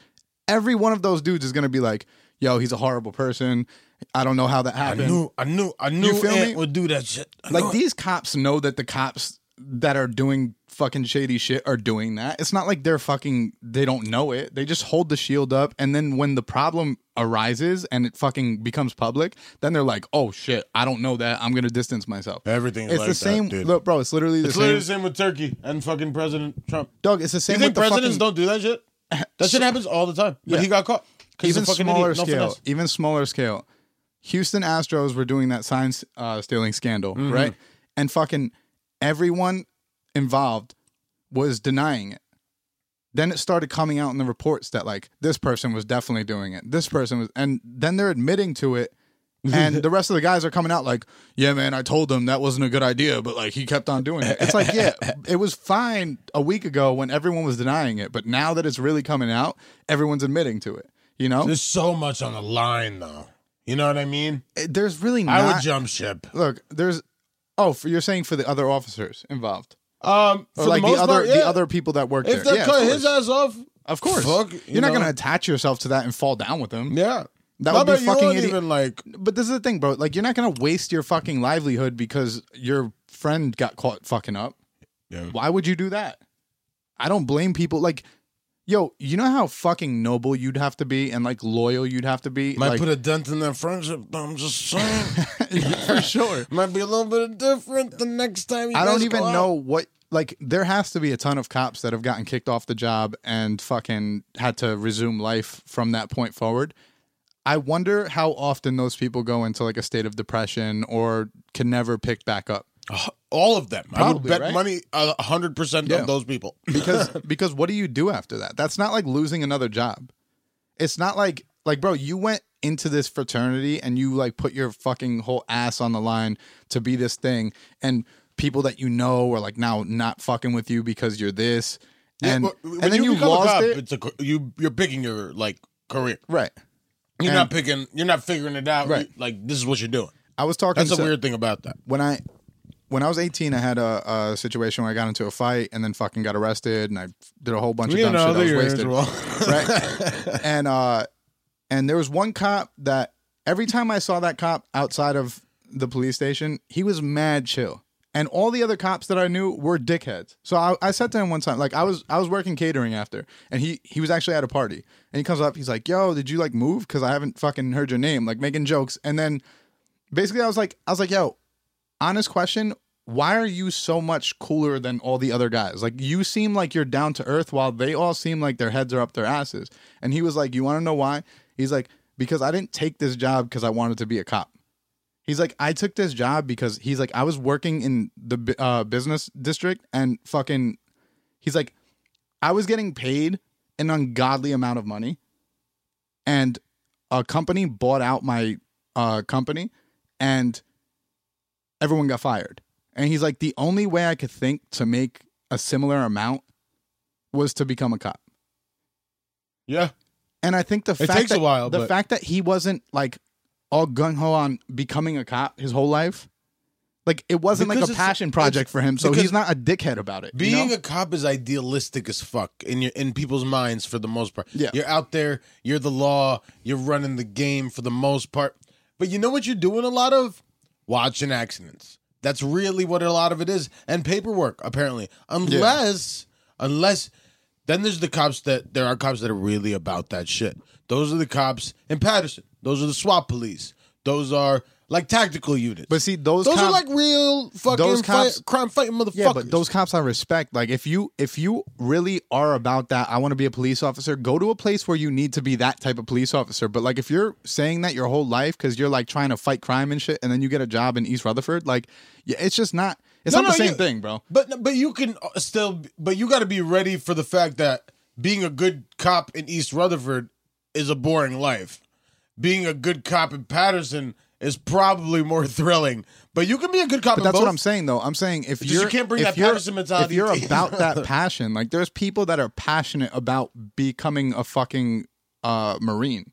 Speaker 2: every one of those dudes is gonna be like, "Yo, he's a horrible person. I don't know how that
Speaker 3: I
Speaker 2: happened."
Speaker 3: knew, I knew, I knew
Speaker 2: feel
Speaker 3: Ant
Speaker 2: me?
Speaker 3: would do that shit. I
Speaker 2: Like
Speaker 3: knew it.
Speaker 2: these cops know that the cops that are doing fucking shady shit are doing that. It's not like they're fucking they don't know it. They just hold the shield up and then when the problem arises and it fucking becomes public, then they're like, "Oh shit, I don't know that. I'm going to distance myself."
Speaker 3: Everything's
Speaker 2: It's
Speaker 3: like
Speaker 2: the
Speaker 3: that,
Speaker 2: same
Speaker 3: dude.
Speaker 2: look, bro, it's literally the
Speaker 3: it's
Speaker 2: same.
Speaker 3: literally the same with Turkey and fucking President Trump.
Speaker 2: dog, it's the same
Speaker 3: you think
Speaker 2: with the
Speaker 3: presidents
Speaker 2: fucking,
Speaker 3: don't do that shit? That shit happens all the time. But
Speaker 2: Yeah.
Speaker 3: he got caught. 'Cause he's a
Speaker 2: even
Speaker 3: fucking
Speaker 2: smaller
Speaker 3: idiot. No
Speaker 2: scale,
Speaker 3: finesse.
Speaker 2: even smaller scale. Houston Astros were doing that sign uh, stealing scandal,
Speaker 3: Mm-hmm.
Speaker 2: right? And fucking everyone involved was denying it. Then it started coming out in the reports that like this person was definitely doing it. This person was, and then they're admitting to it. And the rest of the guys are coming out like, yeah, man, I told him that wasn't a good idea, but like he kept on doing it. It's like, yeah, it was fine a week ago when everyone was denying it, but now that it's really coming out, everyone's admitting to it. You know,
Speaker 3: There's so much on the line, though. You know what I mean?
Speaker 2: it- Eh, there's really not.
Speaker 3: I would jump ship.
Speaker 2: look, there's. Oh, for, you're saying for the other officers involved,
Speaker 3: Um,
Speaker 2: or
Speaker 3: for
Speaker 2: like
Speaker 3: the,
Speaker 2: the,
Speaker 3: most
Speaker 2: other
Speaker 3: part, yeah.
Speaker 2: the other people that worked
Speaker 3: If
Speaker 2: there.
Speaker 3: they
Speaker 2: Yeah,
Speaker 3: cut
Speaker 2: of
Speaker 3: his
Speaker 2: course.
Speaker 3: ass off,
Speaker 2: Of course.
Speaker 3: fuck, you
Speaker 2: you're not
Speaker 3: know.
Speaker 2: gonna attach yourself to that and fall down with them.
Speaker 3: yeah,
Speaker 2: That
Speaker 3: How
Speaker 2: would be
Speaker 3: about you
Speaker 2: fucking
Speaker 3: won't
Speaker 2: idiot-
Speaker 3: even like
Speaker 2: But this is the thing, bro. Like, you're not gonna waste your fucking livelihood because your friend got caught fucking up.
Speaker 3: Yeah.
Speaker 2: Why would you do that? I don't blame people. Like, yo, you know how fucking noble you'd have to be and like loyal you'd have to be.
Speaker 3: might
Speaker 2: like,
Speaker 3: put a dent in that friendship. but I'm just saying,
Speaker 2: for sure.
Speaker 3: might be a little bit different the next time. You
Speaker 2: I don't
Speaker 3: guys
Speaker 2: even
Speaker 3: go out.
Speaker 2: know what. Like, there has to be a ton of cops that have gotten kicked off the job and fucking had to resume life from that point forward. I wonder how often those people go into like a state of depression or can never pick back up.
Speaker 3: All of them. I would
Speaker 2: Probably,
Speaker 3: bet
Speaker 2: right?
Speaker 3: money a hundred percent
Speaker 2: Yeah.
Speaker 3: of those people.
Speaker 2: because because what do you do after that? That's not like losing another job. It's not like like bro, you went into this fraternity and you like put your fucking whole ass on the line to be this thing and people that you know are like now not fucking with you because you're this and
Speaker 3: Well, when
Speaker 2: and then you,
Speaker 3: become a
Speaker 2: lost
Speaker 3: cop,
Speaker 2: it.
Speaker 3: It's a, ca- you you're picking your like career.
Speaker 2: Right.
Speaker 3: You're
Speaker 2: And-
Speaker 3: not picking. You're not figuring it out.
Speaker 2: Right.
Speaker 3: You- like this is what you're doing.
Speaker 2: I was talking
Speaker 3: That's
Speaker 2: to
Speaker 3: a weird thing about that.
Speaker 2: when I when I was 18 I had a, a situation where I got into a fight and then fucking got arrested and I did a whole bunch of dumb shit. I was wasted. right? and uh, and there was one cop that every time I saw that cop outside of the police station, he was mad chill. And all the other cops that I knew were dickheads. So I, I said to him one time, like I was I was working catering after, and he he was actually at a party, and he comes up, he's like, "Yo, did you like move? Because I haven't fucking heard your name." Like making jokes, and then basically I was like, I was like, "Yo, honest question." Why are you so much cooler than all the other guys? Like you seem like you're down to earth while they all seem like their heads are up their asses. And he was like, "You want to know why?" He's like, "Because I didn't take this job because I wanted to be a cop." He's like, I took this job because he's like, I was working in the bu- uh, business district and fucking, he's like, I was getting paid an ungodly amount of money, and a company bought out my uh, company, and everyone got fired. And he's like, the only way I could think to make a similar amount was to become a cop.
Speaker 3: Yeah.
Speaker 2: And I think the fact
Speaker 3: takes a
Speaker 2: that,
Speaker 3: while,
Speaker 2: the
Speaker 3: but-
Speaker 2: fact that he wasn't like all gung ho on becoming a cop his whole life, like it wasn't
Speaker 3: Because
Speaker 2: like a
Speaker 3: it's-
Speaker 2: passion project for him. So
Speaker 3: because
Speaker 2: he's not a dickhead about it.
Speaker 3: Being
Speaker 2: you know?
Speaker 3: a cop is idealistic as fuck in your in people's minds for the most part.
Speaker 2: Yeah.
Speaker 3: You're out there, you're the law, you're running the game for the most part. But you know what you're doing a lot of? Watching accidents. That's really what a lot of it is. And paperwork, apparently. Unless unless then there's the cops that there are cops that are really about that shit. Those are the cops in Patterson. Those are the SWAT police. Those are like tactical units.
Speaker 2: but see, those
Speaker 3: those
Speaker 2: cop-
Speaker 3: are like real fucking
Speaker 2: those
Speaker 3: fi-
Speaker 2: cops-
Speaker 3: crime fighting motherfuckers.
Speaker 2: yeah, but those cops I respect. Like if you if you really are about that, I want to be a police officer. Go to a place where you need to be that type of police officer. But like if you're saying that your whole life because you're like trying to fight crime and shit, and then you get a job in East Rutherford, like yeah, it's just not. It's
Speaker 3: No,
Speaker 2: not the
Speaker 3: no,
Speaker 2: same
Speaker 3: you-
Speaker 2: thing, bro.
Speaker 3: But but you can uh, still, but you got to be ready for the fact that being a good cop in East Rutherford is a boring life. Being a good cop in Patterson is probably more thrilling. But you can be a good cop. in
Speaker 2: But that's
Speaker 3: both.
Speaker 2: what I'm saying, though. I'm saying if
Speaker 3: you
Speaker 2: you're
Speaker 3: can't bring
Speaker 2: if
Speaker 3: that
Speaker 2: you're-
Speaker 3: Patterson mentality
Speaker 2: if
Speaker 3: to-
Speaker 2: you're about that passion, like there's people that are passionate about becoming a fucking uh, marine.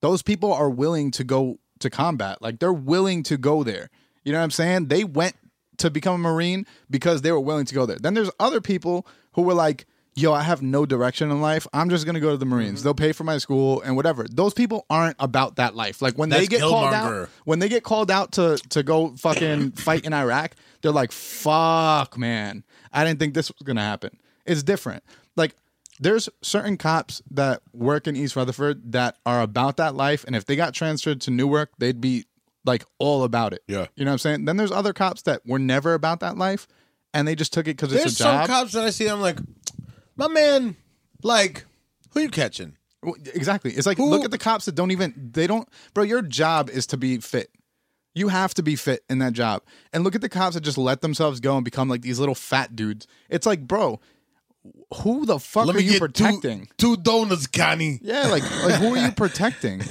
Speaker 2: Those people are willing to go to combat. Like they're willing to go there. You know what I'm saying? They went to become a marine because they were willing to go there. Then there's other people who were like. Yo, I have no direction in life. I'm just gonna go to the Marines.
Speaker 3: Mm-hmm.
Speaker 2: They'll pay for my school and whatever. Those people aren't about that life. Like when they
Speaker 3: That's
Speaker 2: get called out,
Speaker 3: Killmonger.
Speaker 2: when they get called out to to go fucking fight in Iraq, they're like, "Fuck, man, I didn't think this was gonna happen." It's different. Like, there's certain cops that work in East Rutherford that are about that life, and if they got transferred to Newark, they'd be like all about it.
Speaker 3: Yeah.
Speaker 2: you know what I'm saying. Then there's other cops that were never about that life, and they just took it because it's
Speaker 3: There's
Speaker 2: a
Speaker 3: some
Speaker 2: job.
Speaker 3: cops that I see. I'm like, my man, like, who you catching?
Speaker 2: Well, e, Exactly. It's like look at the cops that don't even they don't bro, your job is to be fit. You have to be fit in that job. And look at the cops that just let themselves go and become like these little fat dudes. It's like, bro, who the fuck
Speaker 3: Let
Speaker 2: are
Speaker 3: me
Speaker 2: you
Speaker 3: get
Speaker 2: protecting?
Speaker 3: two, two donuts, Connie.
Speaker 2: Yeah, like like who are you protecting?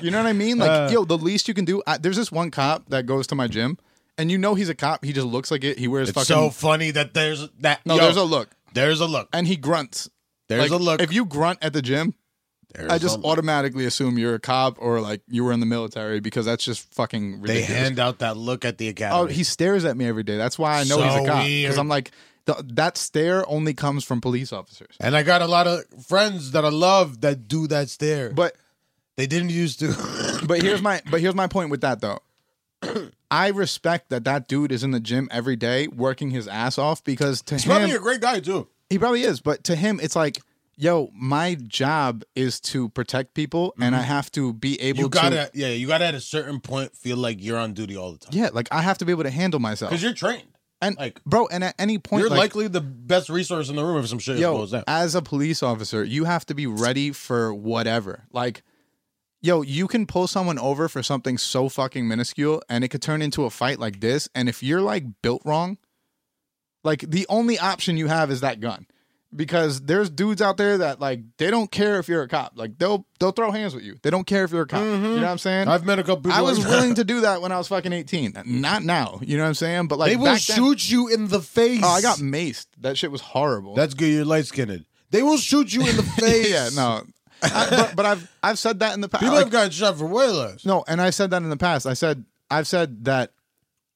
Speaker 2: You know what I mean? Like,
Speaker 3: Uh.
Speaker 2: yo, the least you can do. I, there's this one cop that goes to my gym, and you know he's a cop. He just looks like it. He wears fucking
Speaker 3: So funny that there's that.
Speaker 2: no.
Speaker 3: yo,
Speaker 2: there's a look,
Speaker 3: There's a look.
Speaker 2: and he grunts.
Speaker 3: There's
Speaker 2: Like,
Speaker 3: a look.
Speaker 2: If you grunt at the gym,
Speaker 3: There's
Speaker 2: I
Speaker 3: a
Speaker 2: just
Speaker 3: look.
Speaker 2: automatically assume you're a cop or like you were in the military because that's just fucking
Speaker 3: they
Speaker 2: ridiculous.
Speaker 3: hand out that look at the academy.
Speaker 2: oh, he stares at me every day. That's why I know he's
Speaker 3: So
Speaker 2: a cop because
Speaker 3: weird.
Speaker 2: I'm like th- that stare only comes from police officers.
Speaker 3: And I got a lot of friends that I love that do that stare. But
Speaker 2: But
Speaker 3: they didn't used to.
Speaker 2: but here's my but here's my point with that though. I respect that that dude is in the gym every day working his ass off because to him
Speaker 3: Probably a great guy too.
Speaker 2: He probably is, but to him, it's like, yo, my job is to protect people, and I have to be able
Speaker 3: Mm-hmm. You gotta,
Speaker 2: to.
Speaker 3: yeah, you gotta at a certain point feel like you're on duty all the time
Speaker 2: Yeah, like I have to be able to handle myself.
Speaker 3: because you're trained.
Speaker 2: and
Speaker 3: like-
Speaker 2: bro, and at any point,
Speaker 3: You're
Speaker 2: like,
Speaker 3: likely the best resource in the room if some shit
Speaker 2: yo,
Speaker 3: goes down.
Speaker 2: as a police officer, you have to be ready for whatever. Like, yo, you can pull someone over for something so fucking minuscule, and it could turn into a fight like this. And if you're like built wrong, like the only option you have is that gun, because there's dudes out there that like they don't care if you're a cop. Like they'll they'll throw hands with you. They don't care if you're a cop. You know what I'm saying?
Speaker 3: Mm-hmm. I've met a couple. people
Speaker 2: I was
Speaker 3: like that.
Speaker 2: willing to do that when I was fucking 18. Not now. You know what I'm saying? But like
Speaker 3: They will
Speaker 2: back then-
Speaker 3: shoot you in the face.
Speaker 2: Oh, I got maced. That shit was horrible.
Speaker 3: That's good. You're light skinned. They will shoot you in the face.
Speaker 2: yeah, no. I, but, but I've I've said that in the past.
Speaker 3: People have gotten shot for way less.
Speaker 2: no, and I said that in the past. I said I've said that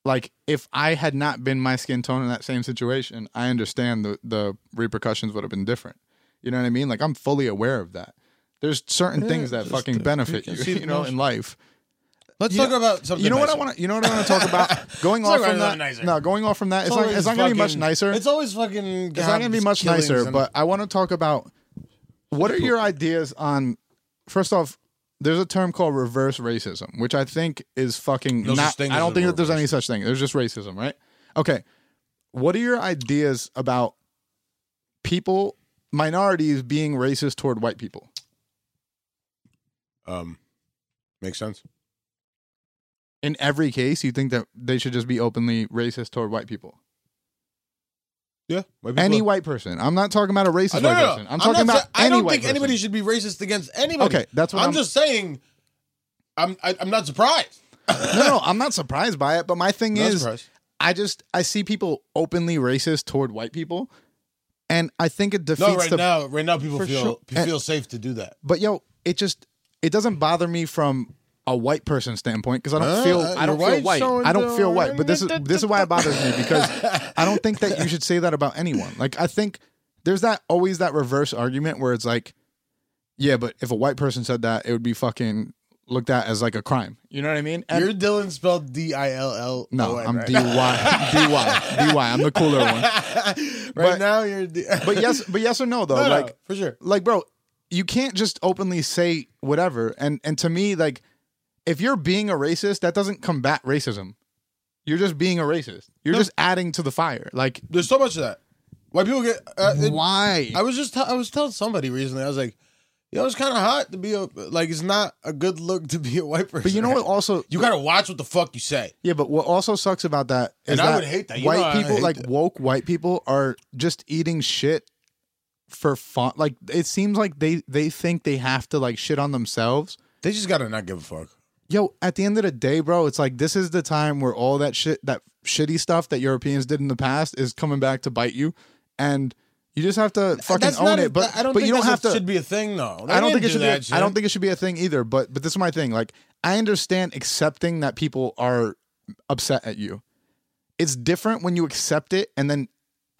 Speaker 2: like if I had not been my skin tone in that same situation, I understand the the repercussions would have been different. You know what I mean? Like I'm fully aware of that. There's certain things that
Speaker 3: just
Speaker 2: fucking
Speaker 3: the-
Speaker 2: benefit
Speaker 3: you
Speaker 2: you,
Speaker 3: can see the
Speaker 2: you know, in life.
Speaker 3: Let's
Speaker 2: You
Speaker 3: talk
Speaker 2: know-
Speaker 3: about something.
Speaker 2: You know what I
Speaker 3: nicer.
Speaker 2: want to. You know what I want to talk about. Going
Speaker 3: Let's
Speaker 2: off
Speaker 3: talk
Speaker 2: from
Speaker 3: about
Speaker 2: that.
Speaker 3: something nicer.
Speaker 2: No, going off from that. It's, not. It's not going to be much
Speaker 3: fucking-
Speaker 2: nicer.
Speaker 3: It's always fucking.
Speaker 2: It's not gonna be much nicer, but I want to talk about what are your ideas on. First off, there's a term called reverse racism, which I think is fucking
Speaker 3: No such
Speaker 2: not.
Speaker 3: thing
Speaker 2: I
Speaker 3: as
Speaker 2: don't think that
Speaker 3: reverse
Speaker 2: there's any such thing. There's just racism, right? Okay, what are your ideas about people minorities being racist toward white people?
Speaker 3: um, makes sense.
Speaker 2: in every case, you think that they should just be openly racist toward white people.
Speaker 3: Yeah. White people
Speaker 2: Any
Speaker 3: are- Uh,
Speaker 2: white person. I'm not talking about a racist
Speaker 3: no, no,
Speaker 2: white
Speaker 3: no.
Speaker 2: person. I'm,
Speaker 3: not
Speaker 2: talking about
Speaker 3: sa- I
Speaker 2: any
Speaker 3: don't
Speaker 2: white
Speaker 3: think
Speaker 2: person.
Speaker 3: anybody should be racist against anybody.
Speaker 2: Okay, that's what
Speaker 3: I'm,
Speaker 2: I'm-
Speaker 3: just saying. I'm I, I'm not surprised.
Speaker 2: no, no, I'm not surprised by it. But my thing
Speaker 3: Not
Speaker 2: is,
Speaker 3: surprised.
Speaker 2: I just I see people openly racist toward white people, and I think it defeats
Speaker 3: No, right
Speaker 2: the.
Speaker 3: now, right now, people
Speaker 2: for
Speaker 3: feel
Speaker 2: sure.
Speaker 3: people feel safe to do that.
Speaker 2: But yo, it just it doesn't bother me from a white person standpoint because I don't
Speaker 3: Huh?
Speaker 2: feel
Speaker 3: Uh,
Speaker 2: I don't
Speaker 3: you're
Speaker 2: feel
Speaker 3: white,
Speaker 2: white.
Speaker 3: so
Speaker 2: I don't feel
Speaker 3: don't-
Speaker 2: white. But this is this is why it bothers me because I don't think that you should say that about anyone. Like I think there's that always that reverse argument where it's like, yeah, but if a white person said that, it would be fucking looked at as like a crime. You know what I mean? And-
Speaker 3: Your Dylan spelled D I L L.
Speaker 2: no,
Speaker 3: right?
Speaker 2: I'm D Y D Y D Y. I'm the cooler one.
Speaker 3: right
Speaker 2: But-
Speaker 3: now, you're. D-
Speaker 2: But yes, but yes or no though.
Speaker 3: No, no,
Speaker 2: like
Speaker 3: for sure.
Speaker 2: like bro you can't just openly say whatever and and to me like if you're being a racist that doesn't combat racism you're just being a racist you're just adding to the fire like
Speaker 3: There's so much of that. Why people get? Uh, it-
Speaker 2: why
Speaker 3: I was just t- I was telling somebody recently. I was like, yo, it's kind of hot to be a like. It's not a good look to be a white person.
Speaker 2: but you know what also
Speaker 3: You gotta watch what the fuck you say.
Speaker 2: yeah but what also sucks about that is
Speaker 3: And I
Speaker 2: that
Speaker 3: would hate that. You know I
Speaker 2: white people
Speaker 3: hate
Speaker 2: like
Speaker 3: that.
Speaker 2: woke white people are just eating shit for fun like it seems like they they think they have to like shit on themselves
Speaker 3: They just gotta not give a fuck.
Speaker 2: yo, at the end of the day, bro, it's like this is the time where all that shit, that shitty stuff that Europeans did in the past is coming back to bite you, and you just have to fucking
Speaker 3: That's
Speaker 2: own
Speaker 3: not a-
Speaker 2: it. But
Speaker 3: I don't
Speaker 2: but
Speaker 3: think
Speaker 2: you don't
Speaker 3: that's
Speaker 2: have to.
Speaker 3: a- Should be a thing though. They
Speaker 2: I don't
Speaker 3: didn't
Speaker 2: think it
Speaker 3: do
Speaker 2: should be.
Speaker 3: that
Speaker 2: A, I don't think it should be a thing either. But but this is my thing. Like I understand accepting that people are upset at you. It's different when you accept it and then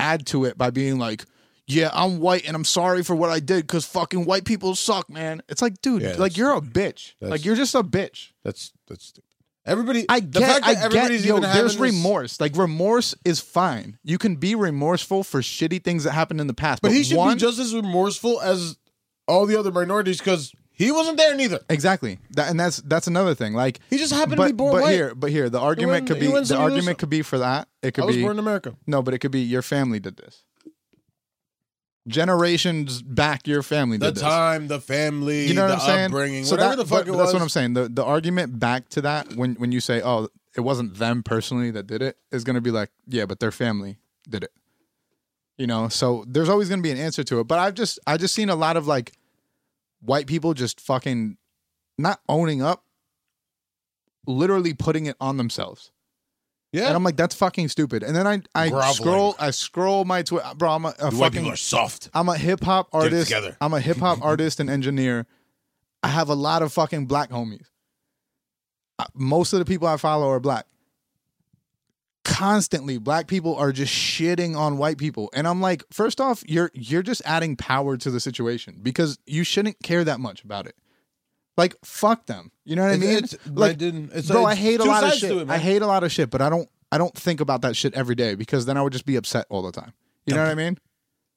Speaker 2: add to it by being like. Yeah, I'm white and I'm sorry for what I did because fucking white people suck, man. It's like, dude,
Speaker 3: Yeah, that's-
Speaker 2: like you're a bitch. Like
Speaker 3: that's-
Speaker 2: you're just a bitch.
Speaker 3: That's that's stupid. Everybody,
Speaker 2: I
Speaker 3: the
Speaker 2: get,
Speaker 3: fact that
Speaker 2: I get,
Speaker 3: everybody's
Speaker 2: yo,
Speaker 3: even having
Speaker 2: there's
Speaker 3: this-
Speaker 2: remorse. Like remorse is fine. You can be remorseful for shitty things that happened in the past. But,
Speaker 3: But he should
Speaker 2: one,
Speaker 3: be just as remorseful as all the other minorities because he wasn't there neither.
Speaker 2: exactly that, and that's that's another thing. Like
Speaker 3: He just happened
Speaker 2: but,
Speaker 3: to be born
Speaker 2: but
Speaker 3: white.
Speaker 2: here, but here, the argument
Speaker 3: wasn't-
Speaker 2: could
Speaker 3: he
Speaker 2: be
Speaker 3: wasn't
Speaker 2: the
Speaker 3: somebody who was-
Speaker 2: argument could be for that. It
Speaker 3: I
Speaker 2: could
Speaker 3: was
Speaker 2: be
Speaker 3: born in America.
Speaker 2: no, but it could be your family did this. Generations back, your family
Speaker 3: The
Speaker 2: did this.
Speaker 3: time, the family,
Speaker 2: you know what
Speaker 3: the
Speaker 2: I'm saying?
Speaker 3: upbringing,
Speaker 2: So
Speaker 3: whatever
Speaker 2: that-
Speaker 3: the fuck
Speaker 2: but
Speaker 3: it was.
Speaker 2: That's what I'm saying. The the argument back to that when when you say, "Oh, it wasn't them personally that did it," is going to be like, "Yeah, but their family did it." You know, so there's always going to be an answer to it. But I've just I just seen a lot of like white people just fucking not owning up, literally putting it on themselves. And
Speaker 3: yeah,
Speaker 2: I'm like, that's fucking stupid. And then I I
Speaker 3: Groveling.
Speaker 2: scroll I scroll my Twitter, bro. I'm a, a
Speaker 3: The white
Speaker 2: fucking
Speaker 3: people are soft.
Speaker 2: I'm a hip hop
Speaker 3: it
Speaker 2: artist.
Speaker 3: together.
Speaker 2: I'm a hip hop artist and engineer. I have a lot of fucking black homies. Uh, Most of the people I follow are black. Constantly, black people are just shitting on white people, and I'm like, first off, you're you're just adding power to the situation because you shouldn't care that much about it. Like, fuck them. You know what I mean?
Speaker 3: It's- it's-
Speaker 2: like,
Speaker 3: I didn't- it's-
Speaker 2: bro,
Speaker 3: it's
Speaker 2: I hate a
Speaker 3: two
Speaker 2: lot of
Speaker 3: sides to
Speaker 2: shit.
Speaker 3: it, man.
Speaker 2: I hate a lot of shit, but I don't I don't think about that shit every day because then I would just be upset all the time. You know what I mean?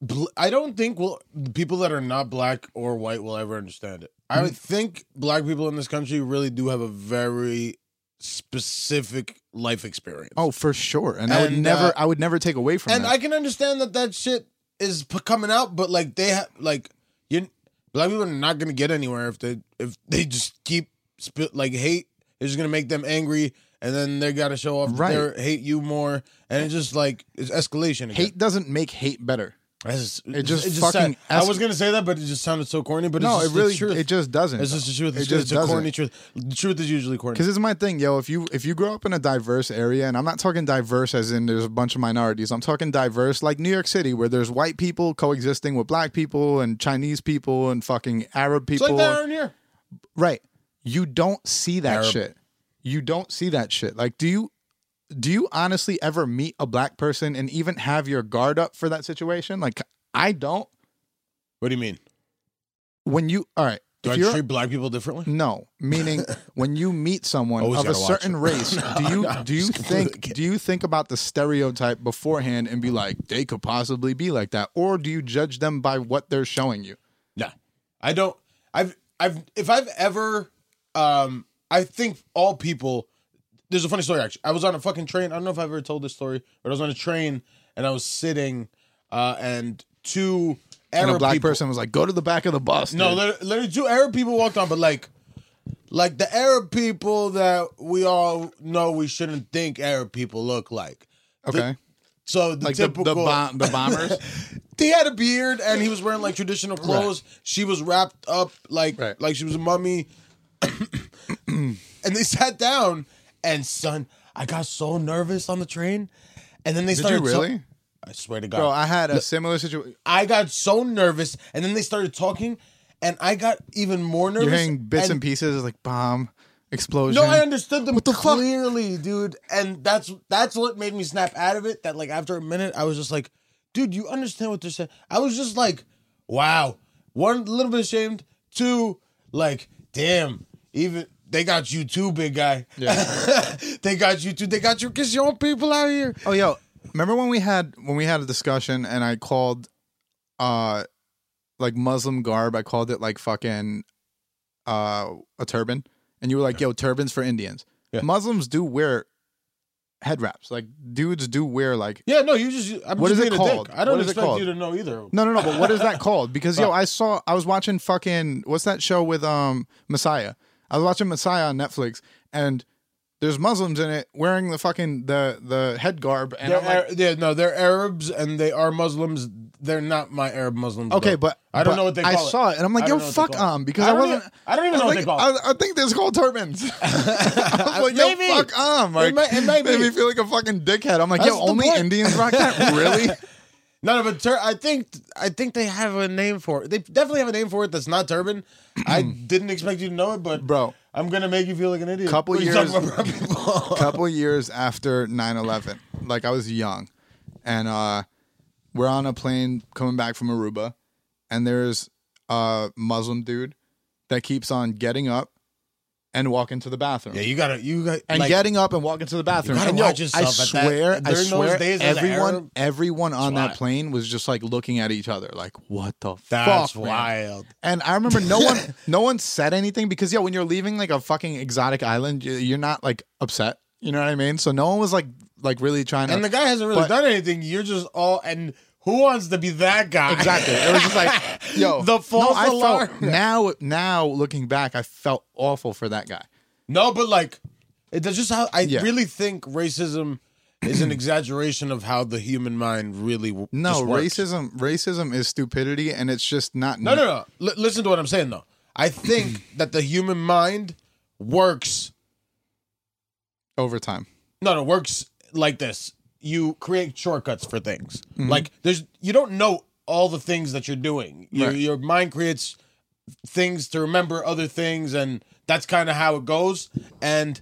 Speaker 3: Bl- I don't think will people that are not black or white will ever understand it. I
Speaker 2: Mm.
Speaker 3: would think black people in this country really do have a very specific life experience.
Speaker 2: Oh, for sure. And, I would
Speaker 3: And,
Speaker 2: never,
Speaker 3: uh,
Speaker 2: I would never take away from
Speaker 3: and
Speaker 2: that.
Speaker 3: I can understand that that shit is p- coming out, but like they have like you black people are not gonna get anywhere if they if they just keep spit like hate is just gonna make them angry, and then they gotta show off
Speaker 2: Right.
Speaker 3: their hate you more, and it's just like it's escalation. Again.
Speaker 2: hate doesn't make hate better.
Speaker 3: That's just-
Speaker 2: It just
Speaker 3: sound-
Speaker 2: fucking
Speaker 3: I
Speaker 2: es-
Speaker 3: was gonna say that, but it just sounded so corny. But
Speaker 2: No,
Speaker 3: it's
Speaker 2: it
Speaker 3: just,
Speaker 2: really,
Speaker 3: it's truth.
Speaker 2: it just doesn't.
Speaker 3: it's just the truth.
Speaker 2: It
Speaker 3: It's,
Speaker 2: just
Speaker 3: it's a
Speaker 2: doesn't.
Speaker 3: corny truth. The truth is usually corny.
Speaker 2: Because it's my thing, yo. If you if you grow up in a diverse area, and I'm not talking diverse as in there's a bunch of minorities. I'm talking diverse like New York City, where there's white people coexisting with black people and Chinese people and fucking Arab
Speaker 3: It's
Speaker 2: people.
Speaker 3: like that around here.
Speaker 2: Right. You don't see that
Speaker 3: Arab.
Speaker 2: shit. You don't see that shit. Like, do you do you honestly ever meet a black person and even have your guard up for that situation? Like, I don't.
Speaker 3: What do you mean?
Speaker 2: When you all right,
Speaker 3: Do
Speaker 2: if
Speaker 3: I
Speaker 2: you're
Speaker 3: treat black people differently?
Speaker 2: no, meaning when you meet someone
Speaker 3: Always
Speaker 2: of a
Speaker 3: gotta watch
Speaker 2: certain
Speaker 3: it.
Speaker 2: race,
Speaker 3: No,
Speaker 2: do you
Speaker 3: no, I'm
Speaker 2: do you
Speaker 3: just kidding.
Speaker 2: think do you think about the stereotype beforehand and be like they could possibly be like that, or do you judge them by what they're showing you?
Speaker 3: No, I don't. I've I've if I've ever um I think all people. There's a funny story actually. I was on a fucking train. I don't know if I've ever told this story, but I was on a train and I was sitting, uh, and two Arab
Speaker 2: And a black
Speaker 3: people,
Speaker 2: person was like, "Go to the back of the bus."
Speaker 3: No,
Speaker 2: dude."
Speaker 3: literally, literally two Arab people walked on, but like, like the Arab people that we all know we shouldn't think Arab people look like.
Speaker 2: Okay.
Speaker 3: So the
Speaker 2: like
Speaker 3: typical
Speaker 2: the the, bom- the bombers.
Speaker 3: he had a beard and he was wearing like traditional clothes. She was wrapped up like
Speaker 2: Right.
Speaker 3: like she was a mummy. and they sat down and son, I got so nervous on the train. And then they
Speaker 2: Did you
Speaker 3: started ta-
Speaker 2: really?
Speaker 3: I swear to God.
Speaker 2: Bro, I had a similar situation.
Speaker 3: I got so nervous and then they started talking and I got even more nervous.
Speaker 2: You're hearing bits and, pieces like bomb, explosion.
Speaker 3: No, I understood them
Speaker 2: What the fuck?
Speaker 3: clearly, dude. And that's that's what made me snap out of it. That like after a minute, I was just like, dude, you understand what they're saying? I was just like, wow. One, a little bit ashamed. Two, like, damn, even they got you too, big guy. Yeah. they got you too. They got you because your own people out here.
Speaker 2: Oh, yo, remember when we had when we had a discussion and I called, uh, like Muslim garb. I called it like fucking, uh, a turban, and you were like, "Yo, turbans for Indians."
Speaker 3: Yeah.
Speaker 2: Muslims do wear head wraps. Like dudes do wear like
Speaker 3: Yeah, no, you just I'm
Speaker 2: What
Speaker 3: just
Speaker 2: is it
Speaker 3: being a dick.
Speaker 2: called?
Speaker 3: I don't
Speaker 2: What is it
Speaker 3: expect
Speaker 2: called?
Speaker 3: you to know either.
Speaker 2: No, no, no. But what is that called? Because
Speaker 3: Oh.
Speaker 2: yo, I saw I was watching fucking what's that show with um Messiah? I was watching Messiah on Netflix, and there's Muslims in it wearing the fucking the the head garb, and
Speaker 3: They're
Speaker 2: I'm like,
Speaker 3: Ar- yeah, no, they're Arabs and they are Muslims. They're not my Arab Muslims.
Speaker 2: okay,
Speaker 3: though.
Speaker 2: but
Speaker 3: I don't
Speaker 2: but
Speaker 3: know what they
Speaker 2: I
Speaker 3: call it.
Speaker 2: saw it, and I'm like,
Speaker 3: I
Speaker 2: yo,
Speaker 3: don't know what they
Speaker 2: fuck
Speaker 3: call it.
Speaker 2: um, because I
Speaker 3: I don't
Speaker 2: wasn't.
Speaker 3: even- I don't even know what they
Speaker 2: like, "Um"
Speaker 3: call
Speaker 2: I, I think there's called turbans. I was like,
Speaker 3: Maybe.
Speaker 2: yo, fuck um, like,
Speaker 3: It might- it might
Speaker 2: made
Speaker 3: be.
Speaker 2: me feel like a fucking dickhead. I'm like,
Speaker 3: That's
Speaker 2: yo,
Speaker 3: the
Speaker 2: only
Speaker 3: point.
Speaker 2: Indians rock that, really?
Speaker 3: No, no, but tur- I think I think they have a name for it. They definitely have a name for it that's not turban. I didn't expect you to know it, but
Speaker 2: Hmm. Bro.
Speaker 3: I'm gonna make you feel like an idiot.
Speaker 2: Couple
Speaker 3: When you talk
Speaker 2: years-
Speaker 3: about brown people.
Speaker 2: couple years after 9-11 like i was young and uh we're on a plane coming back from aruba and there's a muslim dude that keeps on getting up and walking to the bathroom
Speaker 3: yeah, you gotta, you got,
Speaker 2: and
Speaker 3: like,
Speaker 2: getting up and walking to the bathroom.
Speaker 3: gotta
Speaker 2: And yo,
Speaker 3: watch yourself
Speaker 2: I
Speaker 3: at that-
Speaker 2: swear, I
Speaker 3: during those
Speaker 2: swear,
Speaker 3: days as an Arab,
Speaker 2: everyone, everyone on
Speaker 3: wild.
Speaker 2: that plane was just like looking at each other, like, "What the
Speaker 3: That's
Speaker 2: fuck?" man?"
Speaker 3: wild.
Speaker 2: And I remember no one no one said anything because yeah, when you're leaving like a fucking exotic island, you- you're not like upset. You know what I mean? So no one was like like really trying to
Speaker 3: And the guy hasn't really
Speaker 2: But-
Speaker 3: done anything. You're just all and who wants to be that guy?
Speaker 2: Exactly. It was just like, yo,
Speaker 3: The
Speaker 2: no,
Speaker 3: false
Speaker 2: I
Speaker 3: alarm.
Speaker 2: Felt, now, now looking back, I felt awful for that guy.
Speaker 3: No, but like, it- that's just how I
Speaker 2: Yeah.
Speaker 3: really think racism is an exaggeration of how the human mind really w-
Speaker 2: No,
Speaker 3: just works.
Speaker 2: racism, racism is stupidity, and it's just not.
Speaker 3: No, no, no. L- listen to what I'm saying though. I think that the human mind works.
Speaker 2: Over time,
Speaker 3: No, no, works like this. You create shortcuts for things. Like there's, you don't know all the things that you're doing. Your
Speaker 2: Right.
Speaker 3: your mind creates things to remember other things, and that's kind of how it goes. And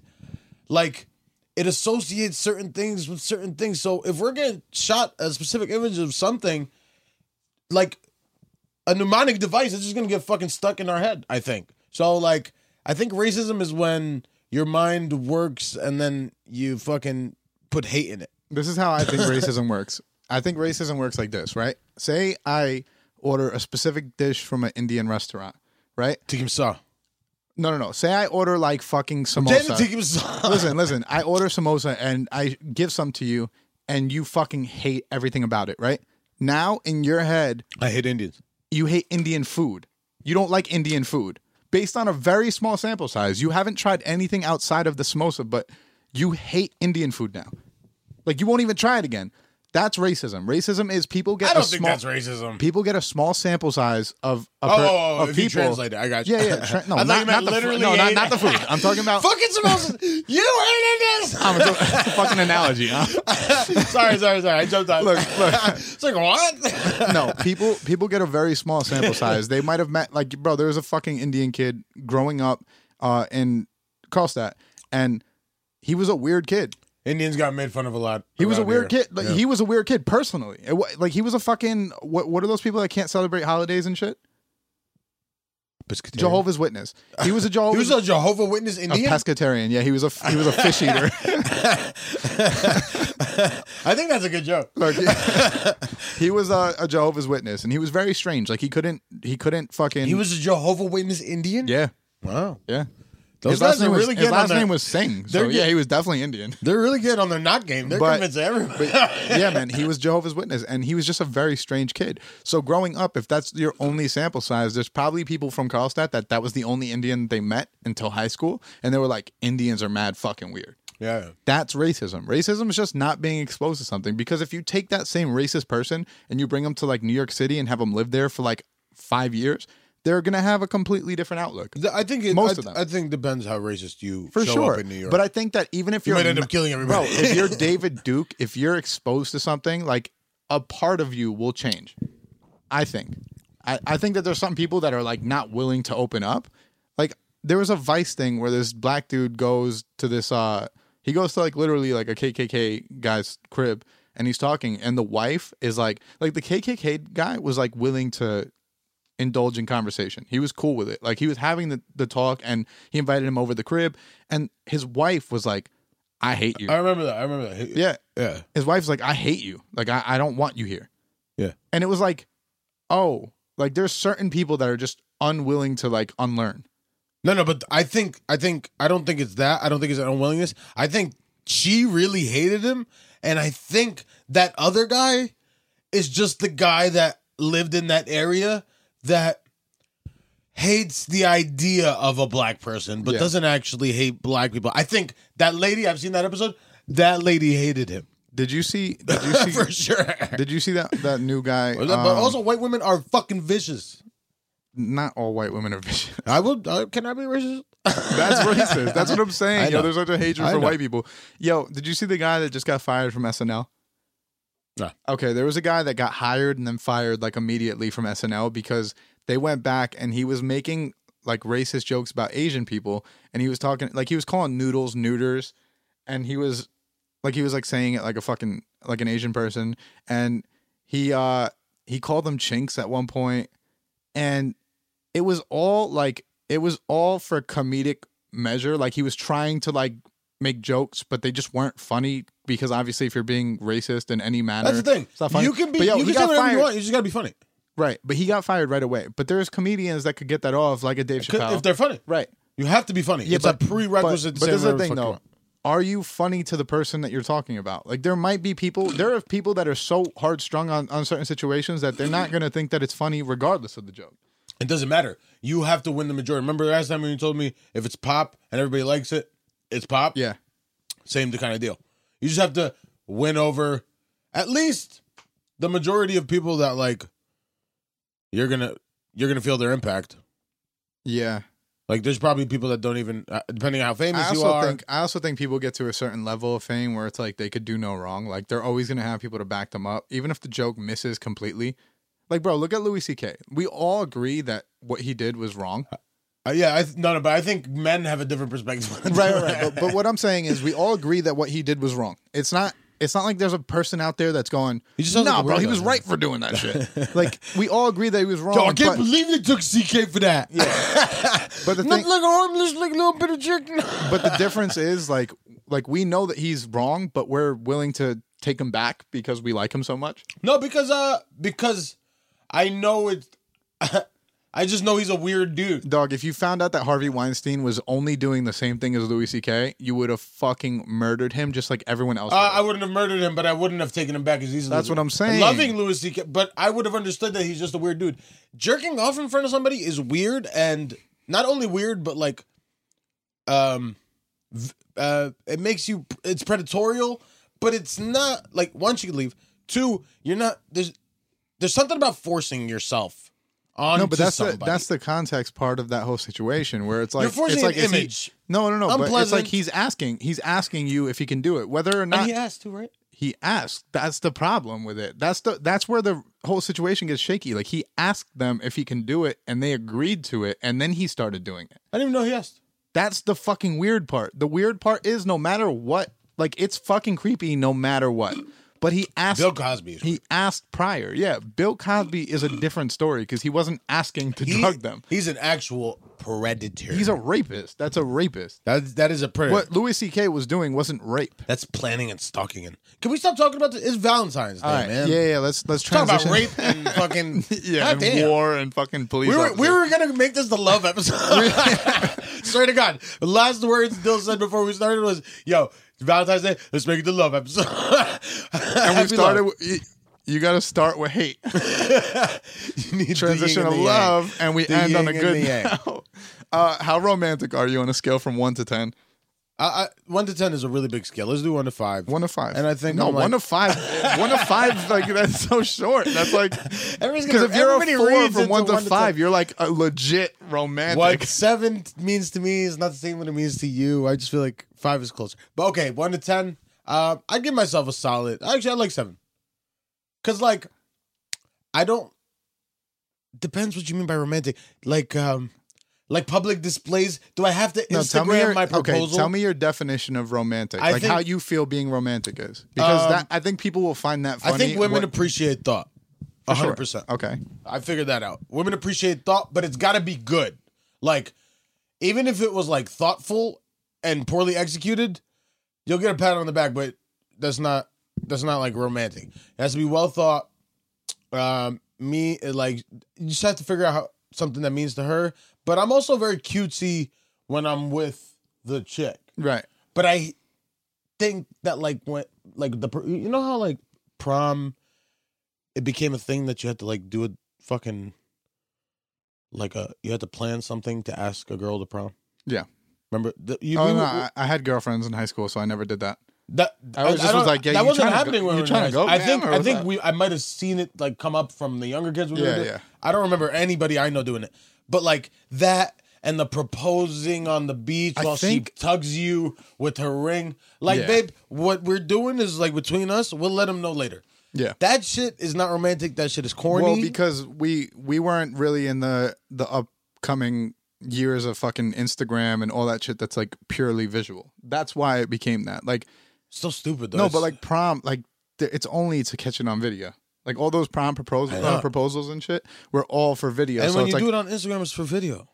Speaker 3: like it associates certain things with certain things. So if we're getting shot a specific image of something, like a mnemonic device, it's just gonna get fucking stuck in our head. I think so. Like I think racism is when your mind works and then you fucking put hate in it.
Speaker 2: this is how I think racism works. I think racism works like this, right? Say I order a specific dish from an Indian restaurant, right?
Speaker 3: Tikim saw.
Speaker 2: No, no, no. Say I order like fucking
Speaker 3: Damn
Speaker 2: samosa.
Speaker 3: it, Tikim saw.
Speaker 2: listen, listen. I order samosa and I give some to you, and you fucking hate everything about it, right? Now in your head,
Speaker 3: I hate Indians.
Speaker 2: you hate Indian food. You don't like Indian food. Based on a very small sample size, you haven't tried anything outside of the samosa, but you hate Indian food now. Like you won't even try it again. That's racism. Racism is people get
Speaker 3: I don't
Speaker 2: a
Speaker 3: think
Speaker 2: small,
Speaker 3: that's racism.
Speaker 2: people get a small sample size of a
Speaker 3: Oh,
Speaker 2: per-
Speaker 3: oh, oh,
Speaker 2: of
Speaker 3: if you
Speaker 2: people.
Speaker 3: translate it, I got you.
Speaker 2: Yeah, yeah. Tra- no,
Speaker 3: I thought
Speaker 2: not,
Speaker 3: you meant
Speaker 2: not the
Speaker 3: literally
Speaker 2: food. No, not,
Speaker 3: hate-
Speaker 2: not the food. I'm talking about.
Speaker 3: Fucking Samosa. you hate Indians.
Speaker 2: I'm doing- fucking analogy. Huh?
Speaker 3: sorry, sorry, sorry. I jumped out.
Speaker 2: Look, look.
Speaker 3: it's like what?
Speaker 2: no, people people get a very small sample size. They might have met like bro, there was a fucking Indian kid growing up uh in Karlstadt and he was a weird kid.
Speaker 3: Indians got made fun of a lot.
Speaker 2: He was a
Speaker 3: around
Speaker 2: weird
Speaker 3: here.
Speaker 2: kid. Like,
Speaker 3: Yeah.
Speaker 2: He was a weird kid personally. It wa- like he was a fucking what what are those people that can't celebrate holidays and shit?
Speaker 3: Pescatarian.
Speaker 2: Jehovah's Witness. He was a
Speaker 3: He
Speaker 2: Jehovah's
Speaker 3: was a Jehovah Witness
Speaker 2: a
Speaker 3: Indian.
Speaker 2: pescatarian. Yeah, he was a f- he was a fish eater.
Speaker 3: I think that's a good joke.
Speaker 2: Like, he was uh, a, a Jehovah's Witness and he was very strange. Like he couldn't he couldn't fucking
Speaker 3: He was a Jehovah Witness Indian.
Speaker 2: Yeah.
Speaker 3: Wow.
Speaker 2: Yeah.
Speaker 3: Those
Speaker 2: his
Speaker 3: guys
Speaker 2: last
Speaker 3: are
Speaker 2: name was,
Speaker 3: really
Speaker 2: his
Speaker 3: getting
Speaker 2: last
Speaker 3: on their-
Speaker 2: name was Singh. So
Speaker 3: they're
Speaker 2: yeah,
Speaker 3: get-
Speaker 2: he was definitely Indian.
Speaker 3: They're really good on their not game. They're
Speaker 2: But-
Speaker 3: convincing everybody.
Speaker 2: yeah, man, he was Jehovah's Witness, and he was just a very strange kid. So growing up, if that's your only sample size, there's probably people from Karlstadt that that was the only Indian they met until high school, and they were like, Indians are mad fucking weird.
Speaker 3: yeah.
Speaker 2: That's racism. Racism is just not being exposed to something because if you take that same racist person and you bring them to like New York City and have them live there for like five years, they're gonna have a completely different outlook.
Speaker 3: Th- I think it,
Speaker 2: Most
Speaker 3: I,
Speaker 2: of them.
Speaker 3: I think depends how racist you
Speaker 2: for
Speaker 3: show
Speaker 2: sure.
Speaker 3: up in New York.
Speaker 2: But I think that even if
Speaker 3: you
Speaker 2: are
Speaker 3: might end up killing
Speaker 2: Bro,
Speaker 3: everybody.
Speaker 2: if you're David Duke, if you're exposed to something, like a part of you will change. I think. I, I think that there's some people that are like not willing to open up. Like there was a Vice thing where this black dude goes to this uh he goes to like literally like a KKK guy's crib and he's talking and the wife is like like the KKK guy was like willing to indulge in conversation. He was cool with it. Like he was having the, the talk and he invited him over to the crib and his wife was like, I hate you.
Speaker 3: I remember that. I remember that. He-
Speaker 2: Yeah.
Speaker 3: Yeah.
Speaker 2: His wife's like, I hate you. Like, I, I don't want you here.
Speaker 3: Yeah.
Speaker 2: And it was like, oh, like there's certain people that are just unwilling to like unlearn.
Speaker 3: No, no, but I think I think I don't think it's that. I don't think it's an unwillingness. I think she really hated him, and I think that other guy is just the guy that lived in that area that hates the idea of a black person, but
Speaker 2: Yeah.
Speaker 3: doesn't actually hate black people. I think that lady. I've seen that episode. That lady hated him
Speaker 2: Did you see did you see
Speaker 3: for sure.
Speaker 2: did you see that that new guy?
Speaker 3: But
Speaker 2: um,
Speaker 3: also, white women are fucking vicious.
Speaker 2: not all white women are vicious.
Speaker 3: I will. Uh, can I be racist?
Speaker 2: That's racist. That's what I'm
Speaker 3: I
Speaker 2: saying. Yo,
Speaker 3: know.
Speaker 2: there's such a hatred
Speaker 3: I
Speaker 2: for
Speaker 3: know.
Speaker 2: white people. Yo, did you see the guy that just got fired from SNL?
Speaker 3: No.
Speaker 2: Okay, there was a guy that got hired and then fired like immediately from SNL because they went back and he was making like racist jokes about Asian people and he was talking like he was calling noodles neuters and he was like he was like saying it like a fucking like an Asian person and he uh he called them chinks at one point and it was all like it was all for comedic measure like he was trying to like make jokes but they just weren't funny because obviously if you're being racist in any manner
Speaker 3: That's the thing.
Speaker 2: it's not funny.
Speaker 3: You can be.
Speaker 2: But, yo, he
Speaker 3: you can say
Speaker 2: got
Speaker 3: whatever
Speaker 2: fired.
Speaker 3: you want. You just gotta be funny.
Speaker 2: right but he got fired right away but there's comedians that could get that off like a Dave Chappelle
Speaker 3: If they're funny,
Speaker 2: right
Speaker 3: you have to be funny. it's a
Speaker 2: But,
Speaker 3: prerequisite. to
Speaker 2: but
Speaker 3: say
Speaker 2: this is the
Speaker 3: whatever
Speaker 2: thing,
Speaker 3: fuck you
Speaker 2: though.
Speaker 3: want.
Speaker 2: Are you funny to the person that you're talking about? Like, there might be people. There are people that are so hard strung on, on certain situations that they're not going to think that it's funny regardless of the joke.
Speaker 3: It doesn't matter. You have to win the majority. Remember last time when you told me if it's pop and everybody likes it, it's pop.
Speaker 2: Yeah,
Speaker 3: same kind of deal. You just have to win over at least the majority of people that like. You're gonna you're gonna feel their impact.
Speaker 2: yeah.
Speaker 3: Like there's probably people that don't even uh, depending on how famous
Speaker 2: I
Speaker 3: you
Speaker 2: also
Speaker 3: are.
Speaker 2: think I also think people get to a certain level of fame where it's like they could do no wrong. Like they're always going to have people to back them up, even if the joke misses completely. Like, bro, look at Louis C.K. We all agree that what he did was wrong.
Speaker 3: Uh, yeah, I th- no, no, but I think men have a different perspective. on it.
Speaker 2: right, right. right. But, but what I'm saying is, we all agree that what he did was wrong. It's not. It's not like there's a person out there that's going,
Speaker 3: He just
Speaker 2: "No,
Speaker 3: sounds like a
Speaker 2: bro, he
Speaker 3: weirdo."
Speaker 2: was right for doing that shit." like we all agree that he was wrong.
Speaker 3: Yo, I can't
Speaker 2: but,
Speaker 3: believe they took CK for that.
Speaker 2: but the
Speaker 3: Not
Speaker 2: thing,
Speaker 3: like a harmless, like little bit of chicken.
Speaker 2: but the difference is like, like we know that he's wrong, but we're willing to take him back because we like him so much.
Speaker 3: no, because uh, because I know it. I just know he's a weird dude.
Speaker 2: Dog, if you found out that Harvey Weinstein was only doing the same thing as Louis C.K., you would have fucking murdered him, just like everyone else.
Speaker 3: Uh,
Speaker 2: would.
Speaker 3: I wouldn't have murdered him, but I wouldn't have taken him back as easily.
Speaker 2: That's what I'm saying.
Speaker 3: Loving Louis C.K., but I would have understood that he's just a weird dude. Jerking off in front of somebody is weird, and not only weird, but like, um, v- uh, it makes you. It's predatorial, but it's not like once you leave. Two, you're not. There's there's something about forcing yourself on.
Speaker 2: No, but that's
Speaker 3: somebody.
Speaker 2: the that's the context part of that whole situation where it's like
Speaker 3: You're forcing
Speaker 2: it's like
Speaker 3: an
Speaker 2: is he-
Speaker 3: image.
Speaker 2: no, no, no. But it's
Speaker 3: Unpleasant.
Speaker 2: like he's asking. He's asking you if he can do it, whether or not
Speaker 3: and he
Speaker 2: he,
Speaker 3: asked too, right?
Speaker 2: asked. That's the problem with it. That's the that's where the whole situation gets shaky. Like he asked them if he can do it, and they agreed to it, and then he started doing it.
Speaker 3: I didn't even know he asked.
Speaker 2: That's the fucking weird part. The weird part is no matter what, like it's fucking creepy no matter what. But he asked.
Speaker 3: Bill Cosby. Is
Speaker 2: he asked prior. Yeah, Bill Cosby is a different story because he wasn't asking to drug them.
Speaker 3: He's an actual predator.
Speaker 2: He's a rapist. That's a rapist.
Speaker 3: that, that is a predator.
Speaker 2: What Louis C.K. was doing wasn't rape.
Speaker 3: That's planning and stalking. And can we stop talking about this? It's Valentine's Day, man.
Speaker 2: Yeah, yeah. Let's let's
Speaker 3: Talk
Speaker 2: transition.
Speaker 3: about rape and fucking
Speaker 2: yeah,
Speaker 3: God
Speaker 2: and
Speaker 3: damn.
Speaker 2: war and fucking police.
Speaker 3: We were,
Speaker 2: officers.
Speaker 3: we were gonna make this the love episode. Swear to God, the last words Dill said before we started was, "Yo, it's Valentine's Day, let's make it the love episode."
Speaker 2: and we started. With, you- you got to start with hate, transition to love, and we
Speaker 3: The
Speaker 2: end on a
Speaker 3: yin and
Speaker 2: good
Speaker 3: the yang.
Speaker 2: note. Uh, how romantic are you on a scale from one to ten?
Speaker 3: I, I, one to ten is a really big scale. Let's do one to five.
Speaker 2: One to five.
Speaker 3: And I think
Speaker 2: no,
Speaker 3: I'm
Speaker 2: one
Speaker 3: like-
Speaker 2: to five, one to five. Like that's so short. That's like
Speaker 3: Everybody's
Speaker 2: because
Speaker 3: gonna-
Speaker 2: if you're
Speaker 3: everybody
Speaker 2: a four
Speaker 3: reads
Speaker 2: from
Speaker 3: into
Speaker 2: one to
Speaker 3: one to
Speaker 2: five,
Speaker 3: ten.
Speaker 2: you're like a legit romantic.
Speaker 3: What seven means to me is not the same what it means to you. I just feel like five is closer. But okay, one to ten. Uh, I give myself a solid. Actually, I like seven. Cause like, I don't. Depends what you mean by romantic. Like, um, like public displays. Do I have to
Speaker 2: No,
Speaker 3: Instagram
Speaker 2: tell me your,
Speaker 3: my proposal?
Speaker 2: Okay, tell me your definition of romantic.
Speaker 3: I
Speaker 2: like
Speaker 3: think-
Speaker 2: how you feel being romantic is. Because
Speaker 3: Um,
Speaker 2: that I think people will find that funny.
Speaker 3: I think women
Speaker 2: What-
Speaker 3: appreciate thought.
Speaker 2: for
Speaker 3: A
Speaker 2: sure.
Speaker 3: hundred percent.
Speaker 2: Okay.
Speaker 3: I figured that out. Women appreciate thought, but it's got to be good. Like, even if it was like thoughtful and poorly executed, you'll get a pat on the back. But that's not that's not like romantic. It has to be well thought. Um, me it, like you just have to figure out how, something that means to her. But I'm also very cutesy when I'm with the chick.
Speaker 2: Right.
Speaker 3: But I think that like when like the pr- you know how like prom it became a thing that you had to like do a fucking like a you had to plan something to ask a girl to prom.
Speaker 2: Yeah.
Speaker 3: Remember the, you
Speaker 2: oh
Speaker 3: we-
Speaker 2: no, I, I had girlfriends in high school, so I never did that.
Speaker 3: that
Speaker 2: I was just
Speaker 3: don't-
Speaker 2: was like, yeah,
Speaker 3: that
Speaker 2: you
Speaker 3: wasn't
Speaker 2: tryna go-
Speaker 3: happening when
Speaker 2: you
Speaker 3: we were
Speaker 2: tryna
Speaker 3: in
Speaker 2: go,
Speaker 3: high- I
Speaker 2: ma'am,
Speaker 3: think
Speaker 2: or
Speaker 3: I
Speaker 2: was
Speaker 3: think
Speaker 2: that-
Speaker 3: we I might have seen it like come up from the younger kids. when we
Speaker 2: Yeah,
Speaker 3: were there.
Speaker 2: yeah.
Speaker 3: I don't remember anybody I know doing it, but like that and the proposing on the beach
Speaker 2: I
Speaker 3: while
Speaker 2: think-
Speaker 3: she tugs you with her ring. Like,
Speaker 2: Yeah.
Speaker 3: babe, what we're doing is like between us. We'll let them know later.
Speaker 2: Yeah.
Speaker 3: That shit is not romantic. That shit is corny.
Speaker 2: Well, because we we weren't really in the the upcoming years of fucking Instagram and all that shit that's like purely visual. That's why it became that. Like
Speaker 3: so stupid. Though.
Speaker 2: no,
Speaker 3: It's-
Speaker 2: but like prom, like th- it's only to catch it on video. Like all those prom proposals, uh,
Speaker 3: know.
Speaker 2: proposals and shit, were all for video.
Speaker 3: and
Speaker 2: so
Speaker 3: when
Speaker 2: it's
Speaker 3: you
Speaker 2: like
Speaker 3: do it on Instagram, it's for video.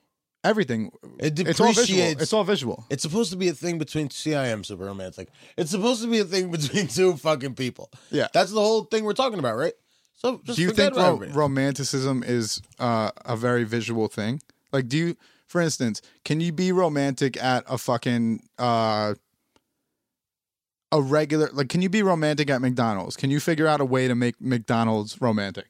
Speaker 2: everything.
Speaker 3: It
Speaker 2: It's all visual.
Speaker 3: depreciates-
Speaker 2: It's all visual.
Speaker 3: It's supposed to be a thing between see, I am super romantic. It's supposed to be a thing between two fucking people.
Speaker 2: Yeah.
Speaker 3: That's the whole thing we're talking about, right? So just
Speaker 2: do you
Speaker 3: forget
Speaker 2: think
Speaker 3: about
Speaker 2: ro-
Speaker 3: it.
Speaker 2: romanticism is uh, a very visual thing? Like, do you, for instance, can you be romantic at a fucking uh, a regular? Like, can you be romantic at McDonald's? Can you figure out a way to make McDonald's romantic?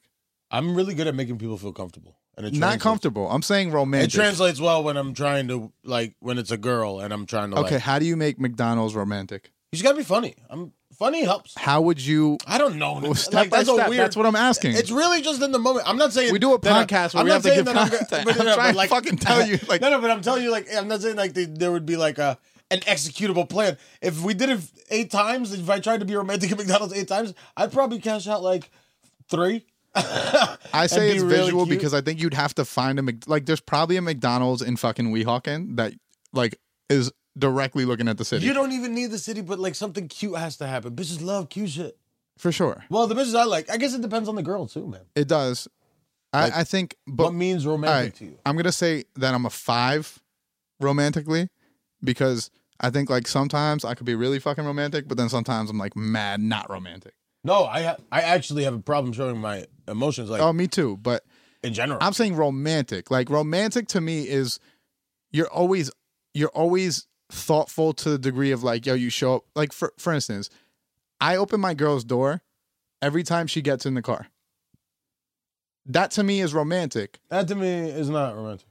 Speaker 3: I'm really good at making people feel comfortable. And it
Speaker 2: Not
Speaker 3: translates-
Speaker 2: comfortable. I'm saying
Speaker 3: It
Speaker 2: romantic.
Speaker 3: translates well when I'm trying to like when it's a girl and I'm trying to
Speaker 2: okay,
Speaker 3: like
Speaker 2: how do you make McDonald's romantic?
Speaker 3: you just gotta be funny. I'm funny helps.
Speaker 2: How would you
Speaker 3: I don't know.
Speaker 2: well, step
Speaker 3: like
Speaker 2: by
Speaker 3: that's a
Speaker 2: step?
Speaker 3: weird
Speaker 2: That's what I'm asking.
Speaker 3: It's really just in the moment. I'm not saying
Speaker 2: We do a
Speaker 3: that I-
Speaker 2: podcast where
Speaker 3: I'm
Speaker 2: we
Speaker 3: not
Speaker 2: have to
Speaker 3: saying
Speaker 2: give
Speaker 3: that I'm go-
Speaker 2: content.
Speaker 3: but
Speaker 2: I'm
Speaker 3: no,
Speaker 2: trying
Speaker 3: but
Speaker 2: to
Speaker 3: like-
Speaker 2: fucking tell you, like-
Speaker 3: no, no, but I'm telling you, like, I'm not saying like the, there would be like a an executable plan. If we did it eight times, if I tried to be romantic at McDonald's eight times, I'd probably cash out like three.
Speaker 2: I say
Speaker 3: be
Speaker 2: it's
Speaker 3: really
Speaker 2: visual
Speaker 3: cute.
Speaker 2: because I think you'd have to find a Mc, like. There's probably a McDonald's in fucking Weehawken that like is directly looking at the city
Speaker 3: You don't even need the city, but like something cute has to happen. Bitches love cute shit.
Speaker 2: for sure.
Speaker 3: Well, the bitches I like, I guess it depends on the girl too, man.
Speaker 2: It does. I, I think, but
Speaker 3: What means
Speaker 2: all
Speaker 3: romantic
Speaker 2: right,
Speaker 3: to you?
Speaker 2: I'm gonna say that I'm a five romantically because I think like sometimes I could be really fucking romantic, but then sometimes I'm like mad not romantic.
Speaker 3: No, I ha- I actually have a problem showing my emotions, like
Speaker 2: Oh, me too. But
Speaker 3: in general.
Speaker 2: I'm saying romantic. Like romantic to me is you're always you're always thoughtful to the degree of like yo you show up like for for instance, I open my girl's door every time she gets in the car. That to me is romantic.
Speaker 3: That to me is not romantic.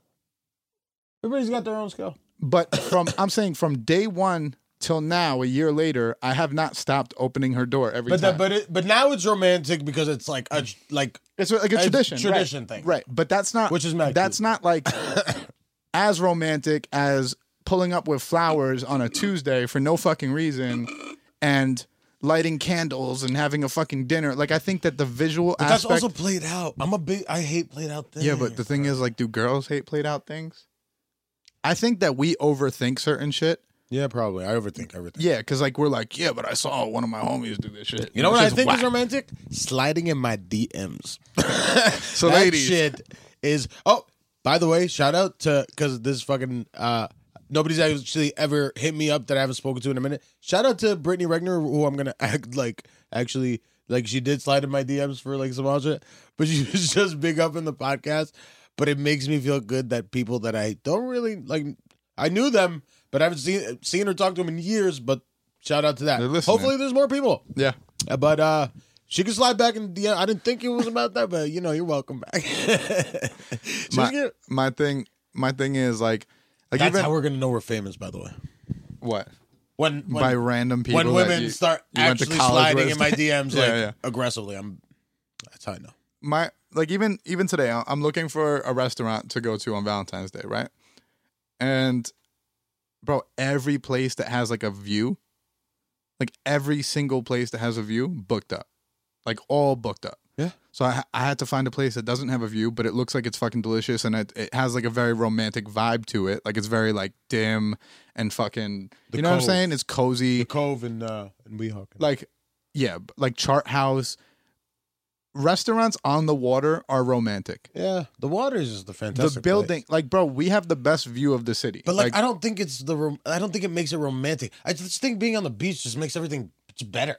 Speaker 3: Everybody's got their own scale.
Speaker 2: But from I'm saying from day 1 till now a year later, I have not stopped opening her door every
Speaker 3: But
Speaker 2: time.
Speaker 3: that, but it, but now it's romantic because it's like a like
Speaker 2: It's like a
Speaker 3: It's
Speaker 2: tradition, right.
Speaker 3: tradition thing.
Speaker 2: right? But that's not
Speaker 3: Which is mad
Speaker 2: That's
Speaker 3: cute.
Speaker 2: not like as romantic as pulling up with flowers on a Tuesday for no fucking reason and lighting candles and having a fucking dinner. Like I think that the visual
Speaker 3: that's
Speaker 2: aspect.
Speaker 3: also played out. I'm a big I hate played out things.
Speaker 2: yeah, but the thing is, like, do girls hate played out things? I think that we overthink certain shit.
Speaker 3: yeah, probably I overthink everything.
Speaker 2: Yeah, because like we're like, yeah, but I saw one of my homies do this shit.
Speaker 3: You know what
Speaker 2: It's
Speaker 3: I
Speaker 2: just
Speaker 3: think
Speaker 2: whack.
Speaker 3: is romantic? Sliding in my DMs.
Speaker 2: So,
Speaker 3: that
Speaker 2: ladies,
Speaker 3: shit is. Oh, by the way, shout out to because this fucking uh nobody's actually ever hit me up that I haven't spoken to in a minute. Shout out to Brittany Regner, who I'm gonna act like actually like she did slide in my DMs for like some odd shit, but she was just big up in the podcast. But it makes me feel good that people that I don't really like. I knew them, but I haven't seen seen or talked to them in years. But shout out to that.
Speaker 2: They're listening.
Speaker 3: Hopefully, there's more people.
Speaker 2: Yeah.
Speaker 3: Uh, But uh, she can slide back in the DM. I didn't think it was about that, but you know, you're welcome back. She's
Speaker 2: My,
Speaker 3: gonna-
Speaker 2: my thing my thing is like like
Speaker 3: that's
Speaker 2: even
Speaker 3: how we're gonna know we're famous, by the way.
Speaker 2: what?
Speaker 3: When, when
Speaker 2: By random people
Speaker 3: when
Speaker 2: that
Speaker 3: women
Speaker 2: you-
Speaker 3: start
Speaker 2: you went to
Speaker 3: actually
Speaker 2: college
Speaker 3: sliding
Speaker 2: with.
Speaker 3: in my DMs
Speaker 2: Yeah,
Speaker 3: like
Speaker 2: yeah.
Speaker 3: aggressively, I'm that's how I know.
Speaker 2: my like even even today I- I'm looking for a restaurant to go to on Valentine's Day, right? And bro, every place that has like a view, like every single place that has a view, booked up. Like all booked up.
Speaker 3: Yeah.
Speaker 2: So I I had to find a place that doesn't have a view, but it looks like it's fucking delicious and it, it has like a very romantic vibe to it. Like it's very like dim and fucking
Speaker 3: The
Speaker 2: You know what I'm
Speaker 3: Cove.
Speaker 2: saying? It's cozy.
Speaker 3: Cove and uh and Weehawken.
Speaker 2: Like, yeah, b- like Chart House. Restaurants on the water are romantic.
Speaker 3: yeah, the water is just the
Speaker 2: the
Speaker 3: fantastic. place.
Speaker 2: building, like, bro, we have the best view of the city.
Speaker 3: But like, I don't think it's the rom- I don't think it makes it romantic. I just think being on the beach just makes everything just better.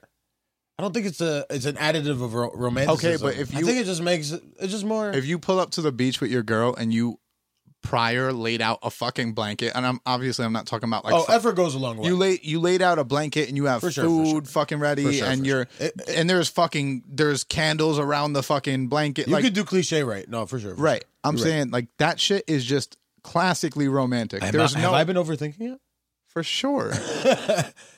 Speaker 3: I don't think it's a it's an additive of ro- romanticism.
Speaker 2: if
Speaker 3: I
Speaker 2: you-
Speaker 3: think it just makes it it's just more
Speaker 2: if you pull up to the beach with your girl and you prior laid out a fucking blanket, and I'm obviously I'm not talking about like
Speaker 3: oh
Speaker 2: fu-
Speaker 3: effort goes a long way.
Speaker 2: you laid you laid out a blanket and you have
Speaker 3: For sure, for
Speaker 2: food
Speaker 3: sure.
Speaker 2: fucking ready
Speaker 3: For sure,
Speaker 2: and
Speaker 3: for
Speaker 2: you're
Speaker 3: sure. It-
Speaker 2: and there's fucking there's candles around the fucking blanket
Speaker 3: you
Speaker 2: like
Speaker 3: could do cliche right. No, for sure. for
Speaker 2: right. I'm
Speaker 3: Right.
Speaker 2: saying like that shit is just classically romantic.
Speaker 3: sure. Am I-
Speaker 2: there's no
Speaker 3: have I been overthinking it?
Speaker 2: for sure.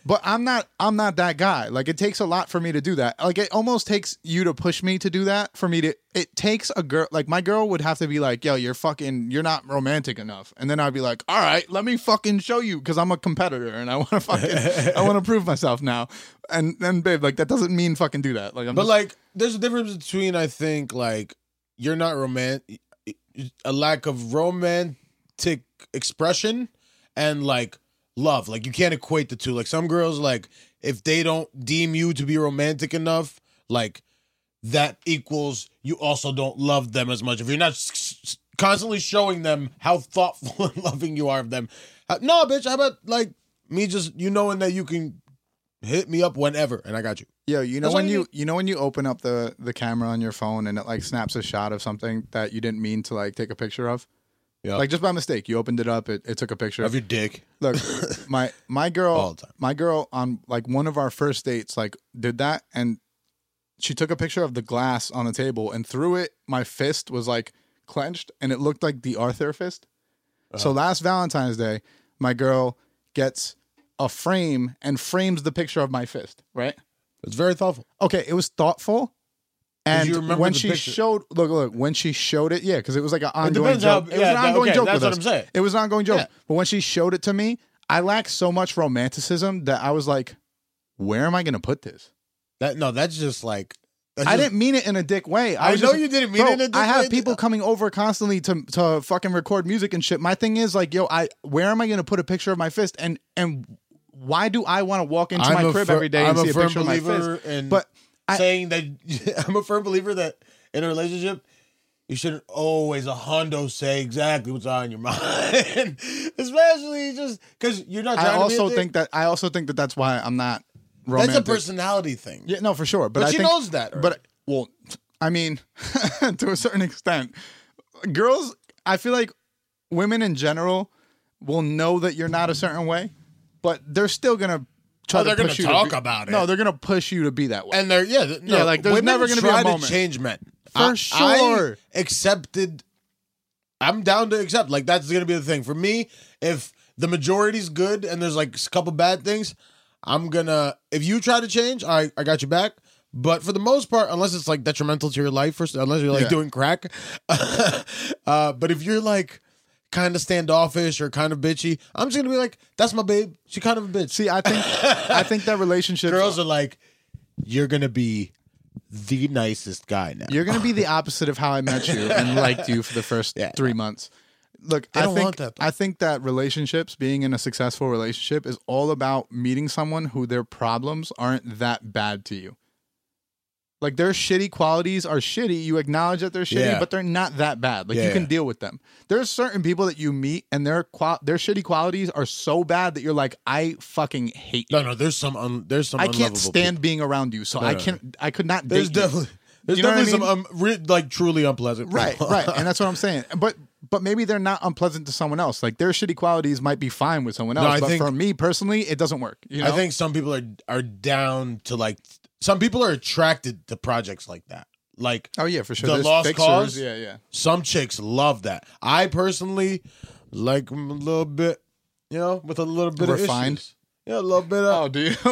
Speaker 2: but I'm not I'm not that guy. Like it takes a lot for me to do that. Like it almost takes you to push me to do that for me to it takes a girl like my girl would have to be like, "Yo, you're fucking you're not romantic enough." And then I'd be like, "All right, let me fucking show you cuz I'm a competitor and I want to fucking I want to prove myself now." And then babe, like that doesn't mean fucking do that. Like I'm
Speaker 3: But
Speaker 2: just-
Speaker 3: like, there's a difference between I think like you're not romantic, a lack of romantic expression, and like love. Like you can't equate the two. Like some girls, like if they don't deem you to be romantic enough, like that equals you also don't love them as much. If you're not s- s- constantly showing them how thoughtful and loving you are of them, Uh, no, bitch. How about like me just you knowing that you can hit me up whenever and I got you.
Speaker 2: Yo, you know
Speaker 3: That's
Speaker 2: when
Speaker 3: what I
Speaker 2: you
Speaker 3: mean.
Speaker 2: you know when you open up the the camera on your phone and it like snaps a shot of something that you didn't mean to like take a picture of.
Speaker 3: Yeah.
Speaker 2: Like just by mistake, you opened it up. It, it took a picture.
Speaker 3: Of your dick.
Speaker 2: Look, my my girl,
Speaker 3: All the time.
Speaker 2: my girl on like one of our first dates, like did that, and she took a picture of the glass on the table, and through it, my fist was like clenched, and it looked like the Arthur fist. So
Speaker 3: Uh-huh.
Speaker 2: last Valentine's Day, my girl gets a frame and frames the picture of my fist. Right?
Speaker 3: It's very thoughtful.
Speaker 2: Okay, it was thoughtful. And
Speaker 3: you remember
Speaker 2: when
Speaker 3: the
Speaker 2: she
Speaker 3: picture?
Speaker 2: showed, look, look, when she showed it, yeah, because it was like an ongoing
Speaker 3: depends how-
Speaker 2: joke. it was
Speaker 3: yeah,
Speaker 2: an
Speaker 3: that-
Speaker 2: ongoing
Speaker 3: okay,
Speaker 2: joke.
Speaker 3: that's
Speaker 2: with
Speaker 3: what
Speaker 2: us.
Speaker 3: I'm saying.
Speaker 2: It was an ongoing joke.
Speaker 3: Yeah.
Speaker 2: But when she showed it to me, I lacked so much romanticism that I was like, where am I going to put this?
Speaker 3: That no, that's just like that's
Speaker 2: I
Speaker 3: just-
Speaker 2: didn't mean it in a dick way. I,
Speaker 3: I
Speaker 2: was
Speaker 3: know
Speaker 2: just-
Speaker 3: you didn't mean
Speaker 2: Bro,
Speaker 3: it in a dick
Speaker 2: I have
Speaker 3: way.
Speaker 2: people coming over constantly to to fucking record music and shit. My thing is like, yo, I where am I going to put a picture of my fist? And and why do I want to walk into
Speaker 3: I'm
Speaker 2: my
Speaker 3: a
Speaker 2: crib
Speaker 3: fir-
Speaker 2: every day
Speaker 3: I'm
Speaker 2: and
Speaker 3: a
Speaker 2: see a
Speaker 3: firm
Speaker 2: picture of my
Speaker 3: believer
Speaker 2: fist?
Speaker 3: in-
Speaker 2: but I-
Speaker 3: saying that I'm a firm believer that in a relationship you shouldn't always a hondo say exactly what's on your mind, especially just because you're not. Trying
Speaker 2: I
Speaker 3: to be a
Speaker 2: also
Speaker 3: dick.
Speaker 2: think that I also think that that's why I'm not romantic.
Speaker 3: that's a personality thing.
Speaker 2: Yeah, no, for sure. But,
Speaker 3: But
Speaker 2: I
Speaker 3: she
Speaker 2: think,
Speaker 3: knows that already.
Speaker 2: But well, I mean, to a certain extent, girls. I feel like women in general will know that you're not a certain way, but they're still gonna try
Speaker 3: Oh, they're
Speaker 2: to
Speaker 3: gonna
Speaker 2: push you
Speaker 3: talk
Speaker 2: to be,
Speaker 3: about it.
Speaker 2: No, they're gonna push you to be that way.
Speaker 3: And they're yeah, th- no,
Speaker 2: Yeah, like, there's
Speaker 3: women
Speaker 2: never gonna be a
Speaker 3: try
Speaker 2: moment.
Speaker 3: to change men
Speaker 2: For
Speaker 3: I-
Speaker 2: sure.
Speaker 3: I accepted. I'm down to accept. Like that's gonna be the thing for me. If the majority's good and there's like a couple bad things, I'm gonna. If you try to change, I I got you back. But for the most part, unless it's like detrimental to your life, or s- unless you're like
Speaker 2: Yeah.
Speaker 3: doing crack, uh, but if you're like kind of standoffish or kind of bitchy, I'm just gonna be like, "That's my babe. She kind of a bitch."
Speaker 2: See, I think I think that relationship
Speaker 3: girls are like, you're gonna be the nicest guy now.
Speaker 2: You're gonna be the opposite of how I met you and liked you for the first
Speaker 3: Yeah.
Speaker 2: three months. Look,
Speaker 3: They
Speaker 2: I
Speaker 3: don't
Speaker 2: think
Speaker 3: want that, though.
Speaker 2: I think that relationships, being in a successful relationship, is all about meeting someone who their problems aren't that bad to you. Like their shitty qualities are shitty. You acknowledge that they're shitty,
Speaker 3: Yeah.
Speaker 2: but they're not that bad. Like you
Speaker 3: Yeah,
Speaker 2: can
Speaker 3: yeah.
Speaker 2: deal with them. There's certain people that you meet and their qual- their shitty qualities are so bad that you're like, I fucking hate you.
Speaker 3: no, no. There's some. Un- there's some.
Speaker 2: I can't
Speaker 3: unlovable
Speaker 2: stand being around you, so I
Speaker 3: no, no.
Speaker 2: can't. I could not.
Speaker 3: people. There's
Speaker 2: date you.
Speaker 3: definitely. There's
Speaker 2: You know what I
Speaker 3: definitely some um, re- like truly unpleasant.
Speaker 2: Right,
Speaker 3: people.
Speaker 2: right. And that's what I'm saying. But but maybe they're not unpleasant to someone else. Like their shitty qualities might be fine with someone
Speaker 3: No,
Speaker 2: else,
Speaker 3: I
Speaker 2: but
Speaker 3: think-
Speaker 2: for me personally, it doesn't work. You know?
Speaker 3: I think some people are are down to like some people are attracted to projects like that. Like
Speaker 2: Oh yeah, for sure.
Speaker 3: The
Speaker 2: There's
Speaker 3: Lost
Speaker 2: fixers.
Speaker 3: Cause?
Speaker 2: Yeah, yeah.
Speaker 3: some chicks love that. I personally like 'em a little bit, you know, with a little bit
Speaker 2: Refined?
Speaker 3: of issues. Yeah, a little bit
Speaker 2: Oh,
Speaker 3: of.
Speaker 2: do you?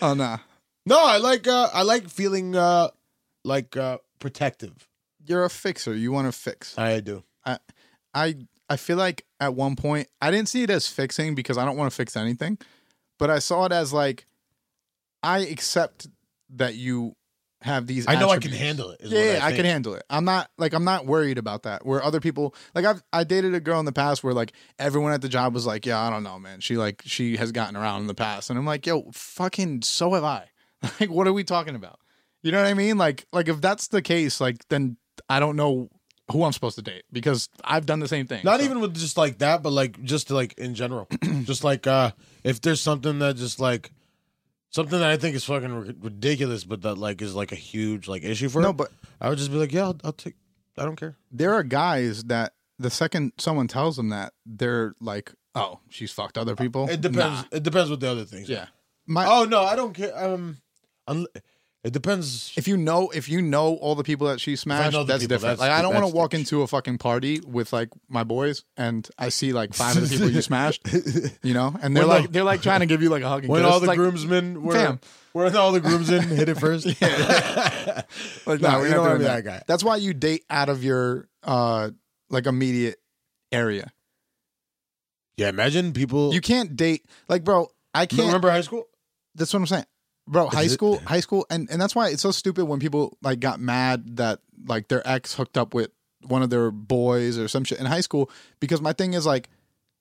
Speaker 2: oh nah.
Speaker 3: no, I like uh I like feeling uh like uh protective.
Speaker 2: You're a fixer. You want to fix.
Speaker 3: I do.
Speaker 2: I I feel like at one point I didn't see it as fixing because I don't want to fix anything, but I saw it as like I accept that you have these.
Speaker 3: I know I can
Speaker 2: attributes.
Speaker 3: handle it. is
Speaker 2: Yeah,
Speaker 3: what
Speaker 2: yeah, I, can
Speaker 3: think.
Speaker 2: handle it. I'm not like I'm not worried about that. Where other people like I've I dated a girl in the past where like everyone at the job was like, yeah, I don't know, man. She like she has gotten around in the past, and I'm like, yo, fucking, so have I. Like, what are we talking about? You know what I mean? Like, like if that's the case, like then I don't know who I'm supposed to date because I've done the same thing.
Speaker 3: Not
Speaker 2: so-
Speaker 3: even with just like that, but like just like in general, just like uh if there's something that just like something that I think is fucking ri- ridiculous, but that like is like a huge like issue for
Speaker 2: no,
Speaker 3: her,
Speaker 2: but
Speaker 3: I would just be like, yeah, I'll, I'll take, I don't care.
Speaker 2: there are guys that the second someone tells them that they're like, oh, she's fucked other people.
Speaker 3: It depends.
Speaker 2: Nah.
Speaker 3: It depends what the other things. are.
Speaker 2: Yeah, my
Speaker 3: Oh no, I don't care. Um, un- it depends.
Speaker 2: if you know if you know all the people that she smashed,
Speaker 3: know the
Speaker 2: that's
Speaker 3: people,
Speaker 2: different.
Speaker 3: that's
Speaker 2: like I
Speaker 3: the-
Speaker 2: don't want to
Speaker 3: that's
Speaker 2: walk
Speaker 3: different.
Speaker 2: into a fucking party with like my boys and I see like five of the people you smashed, you know, and they're
Speaker 3: When the-
Speaker 2: like they're like trying to give you like a hug. And
Speaker 3: When
Speaker 2: kiss.
Speaker 3: all the
Speaker 2: like,
Speaker 3: groomsmen were,
Speaker 2: fam.
Speaker 3: when all the groomsmen hit it first.
Speaker 2: like,
Speaker 3: Nah,
Speaker 2: we're not
Speaker 3: you don't wanna
Speaker 2: doing
Speaker 3: be that guy.
Speaker 2: That's why you date out of your uh like immediate area.
Speaker 3: Yeah, imagine people.
Speaker 2: You
Speaker 3: You
Speaker 2: can't date like bro. I
Speaker 3: can't
Speaker 2: can't.
Speaker 3: remember high school.
Speaker 2: That's what I'm saying, bro. High
Speaker 3: it-
Speaker 2: school, high school, and and that's why it's so stupid when people like got mad that like their ex hooked up with one of their boys or some shit in high school. Because my thing is like,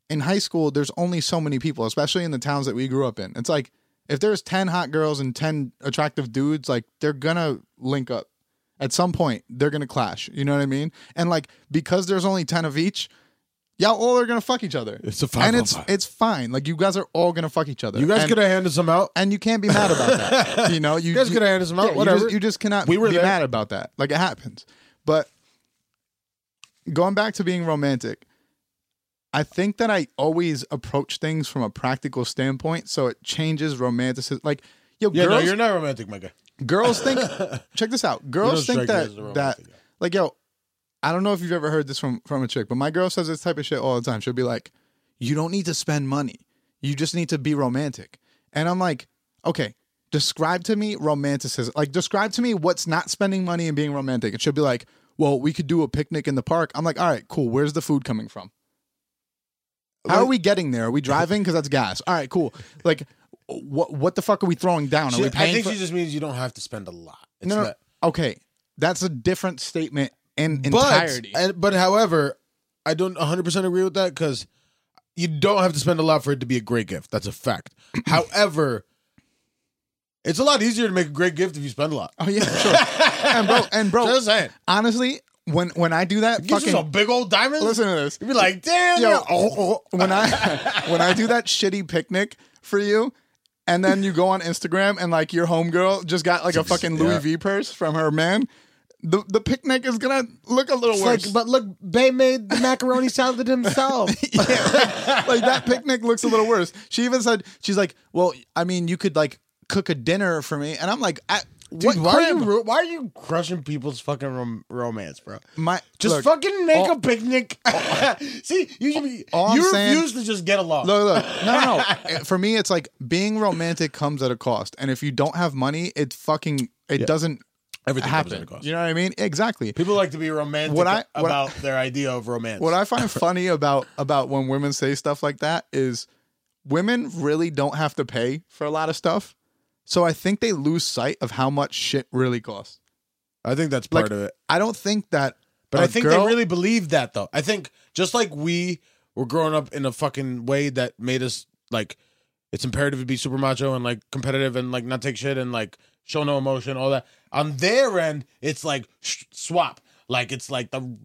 Speaker 2: in high school, there's only so many people, especially in the towns that we grew up in. It's like if there's ten hot girls and ten attractive dudes, like they're gonna link up at some point. They're gonna clash. You know what I mean? And like because there's only ten of each. Y'all all are gonna fuck each other.
Speaker 3: It's a five
Speaker 2: and
Speaker 3: on
Speaker 2: it's
Speaker 3: five.
Speaker 2: it's fine. Like you guys are all gonna fuck each other.
Speaker 3: You guys
Speaker 2: And-
Speaker 3: could have handed some out.
Speaker 2: and you can't be mad about that. You know, you,
Speaker 3: You guys could have handed some out.
Speaker 2: yeah,
Speaker 3: whatever.
Speaker 2: You just, you just cannot
Speaker 3: We were
Speaker 2: be
Speaker 3: there.
Speaker 2: mad about that. Like it happens. But going back to being romantic, I think that I always approach things from a practical standpoint, so it changes romanticism. Like, yo,
Speaker 3: yeah,
Speaker 2: girls,
Speaker 3: no, you're not romantic, my guy.
Speaker 2: girls think. check this out. Girls
Speaker 3: don't
Speaker 2: think
Speaker 3: strike me
Speaker 2: that
Speaker 3: as a romantic
Speaker 2: that
Speaker 3: guy.
Speaker 2: like yo, I don't know if you've ever heard this from from a chick, but my girl says this type of shit all the time. She'll be like, "You don't need to spend money. You just need to be romantic." And I'm like, "Okay, describe to me romanticism. Like describe to me what's not spending money and being romantic." And she'll be like, "Well, we could do a picnic in the park." I'm like, "All right, cool. Where's the food coming from?" How are we getting there? Are we driving? Because that's gas. All right, cool. Like, what what the fuck are we throwing down? Are
Speaker 3: She-
Speaker 2: we
Speaker 3: I
Speaker 2: paying
Speaker 3: think
Speaker 2: for-
Speaker 3: she just means you don't have to spend a lot. It's
Speaker 2: no, no,
Speaker 3: not-
Speaker 2: okay, that's a different statement in
Speaker 3: but
Speaker 2: entirety.
Speaker 3: and, but however, I don't 100 percent agree with that because you don't have to spend a lot for it to be a great gift. That's a fact. however, it's a lot easier to make a great gift if you spend a lot.
Speaker 2: oh yeah, for sure. and bro, and bro,
Speaker 3: Just saying,
Speaker 2: honestly, when when I do that,
Speaker 3: you get you
Speaker 2: fucking
Speaker 3: some big old diamonds.
Speaker 2: listen to this.
Speaker 3: you'd be like, damn,
Speaker 2: Yo,
Speaker 3: yeah, oh, oh.
Speaker 2: When I when I do that shitty picnic for you. And then you go on Instagram and like your homegirl just got like a fucking Louis
Speaker 3: Yeah.
Speaker 2: V purse from her man. The the picnic is gonna look a little worse.
Speaker 3: but look, Bay made the macaroni salad himself.
Speaker 2: Yeah, like that picnic looks a little worse. She even said she's like, "Well, I mean, you could like cook a dinner for me," and I'm like, I, "What?
Speaker 3: Dude, why are, you,
Speaker 2: crib?
Speaker 3: ru- why are you crushing people's fucking rom- romance, bro?
Speaker 2: My
Speaker 3: Just
Speaker 2: look,
Speaker 3: fucking make
Speaker 2: all-
Speaker 3: a picnic. See, you should be,
Speaker 2: all I'm
Speaker 3: you
Speaker 2: saying-
Speaker 3: refuse to just get along.
Speaker 2: Look, look, no, no, no. For me, it's like being romantic comes at a cost, and if you don't have money, it fucking it doesn't
Speaker 3: Everything comes at
Speaker 2: happen.
Speaker 3: a cost.
Speaker 2: You know what I mean? Exactly.
Speaker 3: People like to be romantic
Speaker 2: What I- what I-
Speaker 3: about their idea of romance.
Speaker 2: What I find funny about about when women say stuff like that is women really don't have to pay for a lot of stuff. So I think they lose sight of how much shit really costs.
Speaker 3: I think that's
Speaker 2: Like, I don't think that.
Speaker 3: But
Speaker 2: I
Speaker 3: I think they really believe that though. I think just like we were growing up in a fucking way that made us like it's imperative to be super macho and like competitive and like not take shit and like show no emotion, all that. On their end, it's like sh- swap. Like it's like the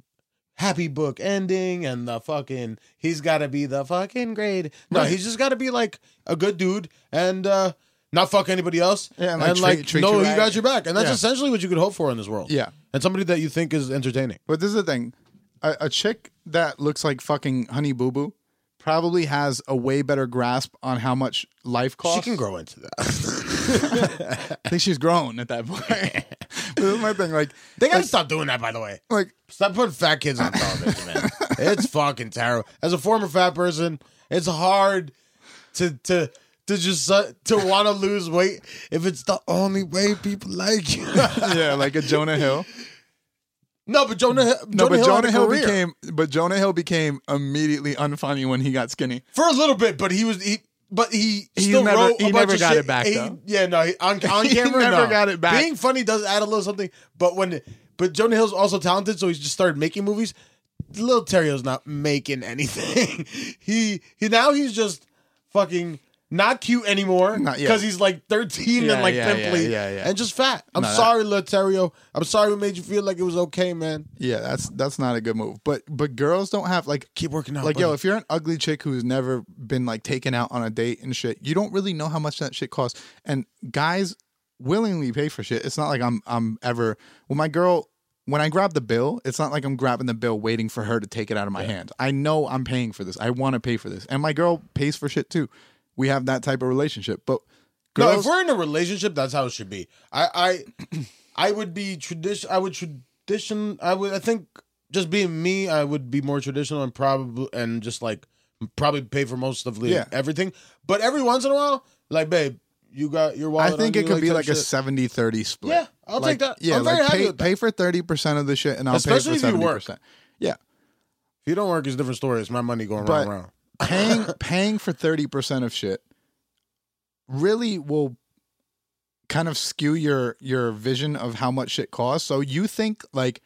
Speaker 3: happy book ending and the fucking he's got to be the fucking grade. No,
Speaker 2: Right.
Speaker 3: he's just got to be like a good dude and uh not fuck anybody else.
Speaker 2: Yeah, and,
Speaker 3: and
Speaker 2: like,
Speaker 3: like,
Speaker 2: treat- treat
Speaker 3: no,
Speaker 2: you
Speaker 3: he
Speaker 2: right.
Speaker 3: got your back, and that's
Speaker 2: Yeah.
Speaker 3: essentially what you could hope for in this world.
Speaker 2: Yeah.
Speaker 3: and somebody that you think is entertaining.
Speaker 2: But this is the thing. a, a chick that looks like fucking Honey Boo Boo probably has a way better grasp on how much life costs.
Speaker 3: She can grow into that.
Speaker 2: I think she's grown at that point. but this is my thing. Like,
Speaker 3: they gotta stop doing that, by the way.
Speaker 2: like
Speaker 3: Stop putting fat kids on television, man. It's fucking terrible. As a former fat person, it's hard to to to just uh, to want to lose weight if it's the only way people like you.
Speaker 2: yeah, like a Jonah Hill.
Speaker 3: no, but Jonah, Hill-
Speaker 2: No,
Speaker 3: Jonah
Speaker 2: but
Speaker 3: Hill, had
Speaker 2: Jonah
Speaker 3: a
Speaker 2: Hill
Speaker 3: career.
Speaker 2: became but Jonah Hill became immediately unfunny when he got skinny.
Speaker 3: for a little bit, but he was he. But he,
Speaker 2: He
Speaker 3: still
Speaker 2: never-
Speaker 3: wrote.
Speaker 2: he
Speaker 3: a bunch
Speaker 2: never
Speaker 3: of
Speaker 2: got
Speaker 3: shit.
Speaker 2: it back,
Speaker 3: He-
Speaker 2: though.
Speaker 3: Yeah, no, he- on on
Speaker 2: He
Speaker 3: camera,
Speaker 2: never
Speaker 3: no.
Speaker 2: got it back.
Speaker 3: Being funny does add a little something, but when but Jonah Hill's also talented, so he's just started making movies. Little Terrio's not making anything. he he now he's just fucking not cute anymore
Speaker 2: Not yet.
Speaker 3: because he's like thirteen
Speaker 2: Yeah,
Speaker 3: and like
Speaker 2: yeah, yeah,
Speaker 3: pimply
Speaker 2: yeah, yeah.
Speaker 3: and just fat. I'm
Speaker 2: No, that-
Speaker 3: sorry, Little Terrio. I'm sorry we made you feel like it was okay, man.
Speaker 2: Yeah, that's that's not a good move. But but girls don't have like
Speaker 3: Keep working out.
Speaker 2: like
Speaker 3: buddy.
Speaker 2: yo, if you're an ugly chick who's never been like taken out on a date and shit, you don't really know how much that shit costs. And guys willingly pay for shit. It's not like I'm I'm ever well my girl when I grab the bill, it's not like I'm grabbing the bill waiting for her to take it out of my hand. I know I'm paying for this. I want to pay for this. And my girl pays for shit too. We have that type of relationship. But
Speaker 3: No,
Speaker 2: girls
Speaker 3: if we're in a relationship, that's how it should be. I I I would be tradition. I would tradition. I would. I think just being me, I would be more traditional and probably and just like probably pay for most of the
Speaker 2: Yeah.
Speaker 3: everything. But every once in a while, like babe, you got your
Speaker 2: I
Speaker 3: wallet.
Speaker 2: think
Speaker 3: on
Speaker 2: it
Speaker 3: you,
Speaker 2: could be
Speaker 3: type
Speaker 2: like a
Speaker 3: shit.
Speaker 2: 70 30 split.
Speaker 3: Yeah, I'll
Speaker 2: Like,
Speaker 3: take that.
Speaker 2: Yeah,
Speaker 3: I'm
Speaker 2: like
Speaker 3: very happy
Speaker 2: pay,
Speaker 3: with that.
Speaker 2: pay for 30% of the shit and I'll
Speaker 3: Especially
Speaker 2: pay
Speaker 3: if
Speaker 2: for
Speaker 3: you
Speaker 2: 70%.
Speaker 3: work.
Speaker 2: Yeah.
Speaker 3: If you don't work, it's a different story. It's my money going
Speaker 2: But-
Speaker 3: round round.
Speaker 2: Paying paying for 30% of shit really will kind of skew your your vision of how much shit costs. So you think like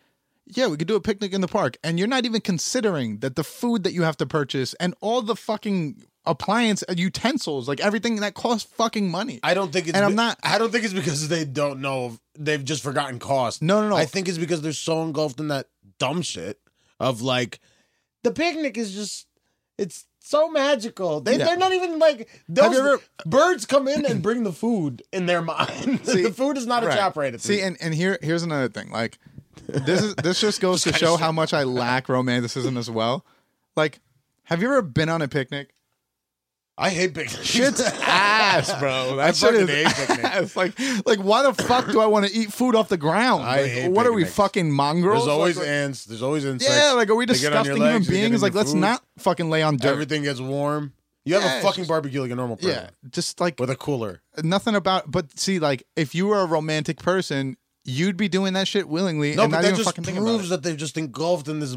Speaker 2: yeah, we could do a picnic in the park and you're not even considering that the food that you have to purchase and all the fucking appliance uh, utensils, like everything that costs fucking money.
Speaker 3: I don't think it's
Speaker 2: And I'm
Speaker 3: be-
Speaker 2: not-
Speaker 3: I don't think it's because they don't know. They've just forgotten cost.
Speaker 2: No, no, no.
Speaker 3: I think it's because they're so engulfed in that dumb shit of like the picnic is just it's so magical. They
Speaker 2: Yeah.
Speaker 3: they're not even like those
Speaker 2: you ever-
Speaker 3: birds come in and bring the food in their mind. the
Speaker 2: See,
Speaker 3: food is not a
Speaker 2: Right.
Speaker 3: chop rate. at
Speaker 2: See,
Speaker 3: the-
Speaker 2: and, and here here's another thing. Like this is this just goes to show how much I lack romanticism as well. Like, have you ever been on a picnic?
Speaker 3: I hate picnics.
Speaker 2: Shit's ass, bro. That
Speaker 3: I
Speaker 2: shit
Speaker 3: fucking
Speaker 2: is
Speaker 3: hate picnics.
Speaker 2: ass. Like, like why the fuck do I want to eat food off the ground?
Speaker 3: I
Speaker 2: Like,
Speaker 3: hate
Speaker 2: what are we
Speaker 3: picnics.
Speaker 2: fucking mongrels?
Speaker 3: There's always
Speaker 2: like,
Speaker 3: ants. There's always insects.
Speaker 2: yeah, like are we
Speaker 3: They get
Speaker 2: disgusting
Speaker 3: on your
Speaker 2: human
Speaker 3: legs, they get in
Speaker 2: beings? Like,
Speaker 3: your
Speaker 2: let's
Speaker 3: food.
Speaker 2: not fucking lay on dirt.
Speaker 3: Everything gets warm. You have
Speaker 2: Yeah,
Speaker 3: a
Speaker 2: it's
Speaker 3: fucking
Speaker 2: just-
Speaker 3: barbecue like a normal person
Speaker 2: yeah, just like
Speaker 3: with a cooler.
Speaker 2: nothing about. But see, like if you were a romantic person, you'd be doing that shit willingly
Speaker 3: No,
Speaker 2: and
Speaker 3: but
Speaker 2: not
Speaker 3: that
Speaker 2: even
Speaker 3: just
Speaker 2: fucking thinking about it.
Speaker 3: proves that they're just engulfed in this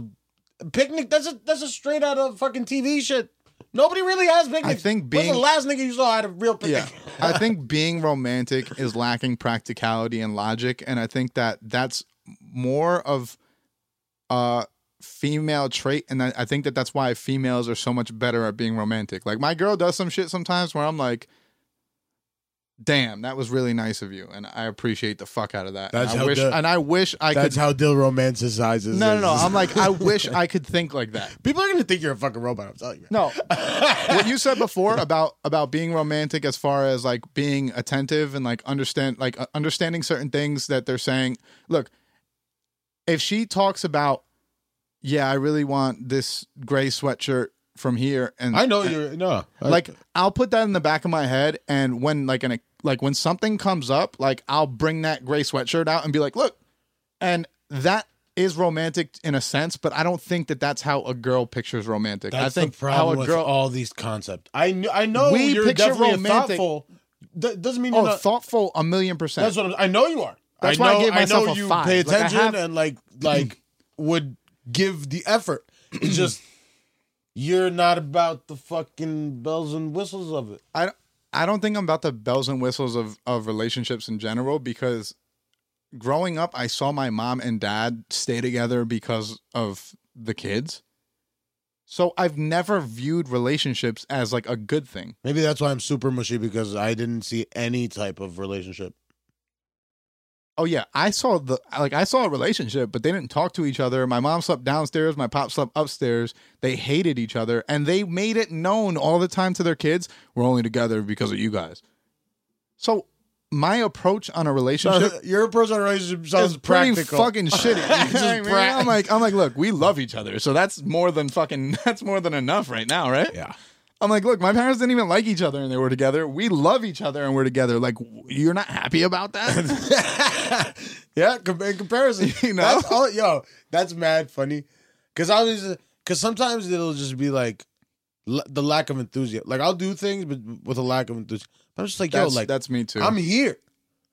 Speaker 3: picnic. That's a that's a straight out of fucking TV shit. Nobody really has picnics.
Speaker 2: think
Speaker 3: When's the
Speaker 2: being-
Speaker 3: last nigga you saw had a real picnic.
Speaker 2: Yeah. I think being romantic is lacking practicality and logic. And I think that that's more of a female trait. And I, I think that that's why females are so much better at being romantic. Like, my girl does some shit sometimes where I'm like, damn, that was really nice of you. And I appreciate the fuck out of that.
Speaker 3: That's
Speaker 2: and I
Speaker 3: how
Speaker 2: wish,
Speaker 3: the-
Speaker 2: and I wish I could.
Speaker 3: That's how Dill romanticizes.
Speaker 2: no, no, no.
Speaker 3: this.
Speaker 2: I'm like, I wish I could think like that.
Speaker 3: people are gonna think you're a fucking robot. I'm telling you. man.
Speaker 2: No. what you said before about about being romantic as far as like being attentive and like understand like uh, understanding certain things that they're saying. Look, if she talks about yeah, I really want this gray sweatshirt from here and
Speaker 3: I know you're no
Speaker 2: like I'll put that in the back of my head and when like an like when something comes up, like I'll bring that gray sweatshirt out and be like, "Look." And that is romantic in a sense, but I don't think that that's how a girl pictures romantic.
Speaker 3: That's
Speaker 2: I think
Speaker 3: the problem
Speaker 2: how a
Speaker 3: with
Speaker 2: girl
Speaker 3: all these concepts. I kn- I know
Speaker 2: We
Speaker 3: you're
Speaker 2: picture
Speaker 3: definitely a
Speaker 2: romantic-
Speaker 3: thoughtful. That doesn't mean
Speaker 2: Oh,
Speaker 3: you're not.
Speaker 2: thoughtful, a million percent.
Speaker 3: That's what I'm, I know you are.
Speaker 2: That's
Speaker 3: I
Speaker 2: why I
Speaker 3: know,
Speaker 2: gave myself
Speaker 3: know
Speaker 2: a
Speaker 3: you
Speaker 2: five.
Speaker 3: pay
Speaker 2: Like, I
Speaker 3: attention
Speaker 2: have-
Speaker 3: and like like would give the effort. It's just you're not about the fucking bells and whistles of it.
Speaker 2: I I don't think I'm about the bells and whistles of of relationships in general because growing up, I saw my mom and dad stay together because of the kids. So I've never viewed relationships as like a good thing.
Speaker 3: Maybe that's why I'm super mushy because I didn't see any type of relationship.
Speaker 2: Oh yeah, I saw the like I saw a relationship, but they didn't talk to each other. My mom slept downstairs, my pop slept upstairs. They hated each other, and they made it known all the time to their kids, "We're only together because of you guys." So my approach on a relationship
Speaker 3: Your approach on a relationship sounds
Speaker 2: is pretty
Speaker 3: practical.
Speaker 2: fucking shitty. You know what I
Speaker 3: Just
Speaker 2: mean?
Speaker 3: prac-
Speaker 2: I'm like, I'm like, look, we love each other, so that's more than fucking. That's more than enough right now, right?
Speaker 3: yeah.
Speaker 2: I'm like, look, my parents didn't even like each other, and they were together. We love each other, and we're together. Like, w- you're not happy about that?
Speaker 3: yeah, com- in comparison,
Speaker 2: You know?
Speaker 3: that's all, yo, that's mad funny. Cause I was, cause sometimes it'll just be like l- the lack of enthusiasm. Like I'll do things, but with a lack of enthusiasm. I'm just like,
Speaker 2: that's,
Speaker 3: yo, like
Speaker 2: that's me too.
Speaker 3: I'm here.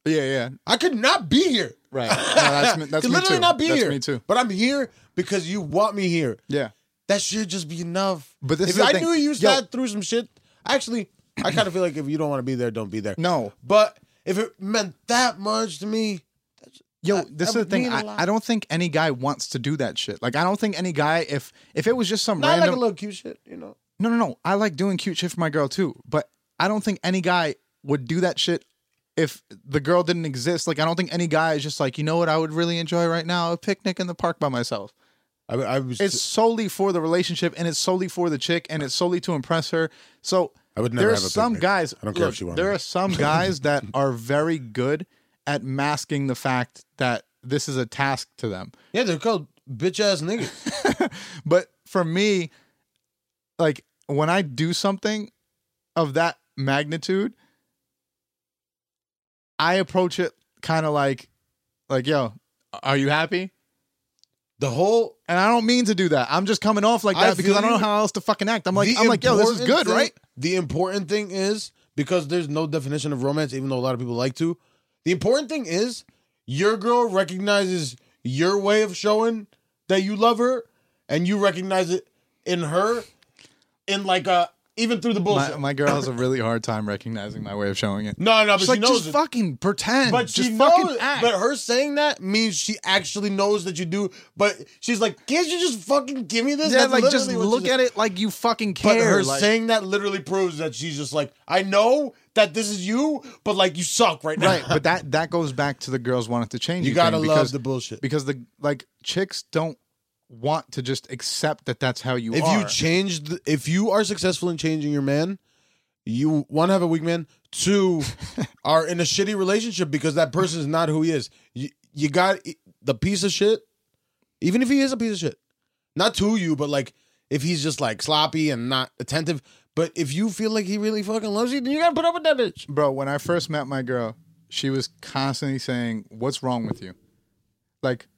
Speaker 2: yeah, yeah,
Speaker 3: I could not be here.
Speaker 2: right. No, that's me, that's
Speaker 3: could
Speaker 2: me
Speaker 3: literally
Speaker 2: too.
Speaker 3: not be
Speaker 2: that's
Speaker 3: here.
Speaker 2: Me too.
Speaker 3: But I'm here because you want me here.
Speaker 2: Yeah.
Speaker 3: That should just be enough.
Speaker 2: But this
Speaker 3: if
Speaker 2: is the
Speaker 3: I
Speaker 2: thing.
Speaker 3: knew you
Speaker 2: Yo.
Speaker 3: sat through some shit, actually, I kind of feel like if you don't want to be there, don't be there.
Speaker 2: No.
Speaker 3: But if it meant that much to me,
Speaker 2: Yo,
Speaker 3: I-
Speaker 2: this
Speaker 3: I
Speaker 2: is the
Speaker 3: would
Speaker 2: thing.
Speaker 3: mean a
Speaker 2: I,
Speaker 3: lot.
Speaker 2: I don't think any guy wants to do that shit. Like, I don't think any guy, if if it was just some
Speaker 3: not like
Speaker 2: random,
Speaker 3: a little cute shit, you know.
Speaker 2: No, no, no. I like doing cute shit for my girl too, but I don't think any guy would do that shit if the girl didn't exist. Like, I don't think any guy is just like, you know what, I would really enjoy right now a picnic in the park by myself.
Speaker 3: I, I was.
Speaker 2: It's solely for the relationship, and it's solely for the chick, and it's solely to impress her. So
Speaker 3: I would never
Speaker 2: there are
Speaker 3: have a
Speaker 2: some
Speaker 3: picnic.
Speaker 2: guys.
Speaker 3: I don't care if
Speaker 2: look,
Speaker 3: she wanted
Speaker 2: There
Speaker 3: me.
Speaker 2: are some guys that are very good at masking the fact that this is a task to them.
Speaker 3: yeah, they're called bitch ass niggas.
Speaker 2: But for me, like when I do something of that magnitude, I approach it kind of like, like, yo, are you happy?
Speaker 3: The whole
Speaker 2: And I don't mean to do that. I'm just coming off like
Speaker 3: I
Speaker 2: that because
Speaker 3: feel
Speaker 2: I don't know
Speaker 3: you.
Speaker 2: how else to fucking act. I'm like,
Speaker 3: the
Speaker 2: I'm like, yo, this is
Speaker 3: important
Speaker 2: good,
Speaker 3: thing-
Speaker 2: right?
Speaker 3: The important thing is because there's no definition of romance, even though a lot of people like to. The important thing is your girl recognizes your way of showing that you love her, and you recognize it in her, in like a even through the bullshit.
Speaker 2: My, my girl has a really hard time recognizing my way of showing it.
Speaker 3: no, no, but
Speaker 2: She's
Speaker 3: she
Speaker 2: like,
Speaker 3: knows
Speaker 2: just
Speaker 3: it.
Speaker 2: fucking pretend.
Speaker 3: But
Speaker 2: just
Speaker 3: she
Speaker 2: fucking
Speaker 3: knows.
Speaker 2: act.
Speaker 3: But her saying that means she actually knows that you do. But she's like, can't you just fucking give me this?
Speaker 2: yeah,
Speaker 3: That's
Speaker 2: like just
Speaker 3: literally what she
Speaker 2: look
Speaker 3: said.
Speaker 2: at it like you fucking care.
Speaker 3: But her
Speaker 2: like-
Speaker 3: saying that literally proves that she's just like, I know that this is you, but like you suck right now.
Speaker 2: right but that that goes back to the girls wanted to change
Speaker 3: you
Speaker 2: thing
Speaker 3: gotta
Speaker 2: because,
Speaker 3: love the bullshit.
Speaker 2: because the like chicks don't want to just accept that that's how you
Speaker 3: If
Speaker 2: are
Speaker 3: you change, the, if you are successful in changing your man, you one have a weak man. Two are in a shitty relationship because that person is not who he is. You, you got e, the piece of shit. Even if he is a piece of shit, not to you, but like if he's just like sloppy and not attentive. But if you feel like he really fucking loves you, then you gotta put up with that bitch.
Speaker 2: bro when i first met my girl she was constantly saying what's wrong with you like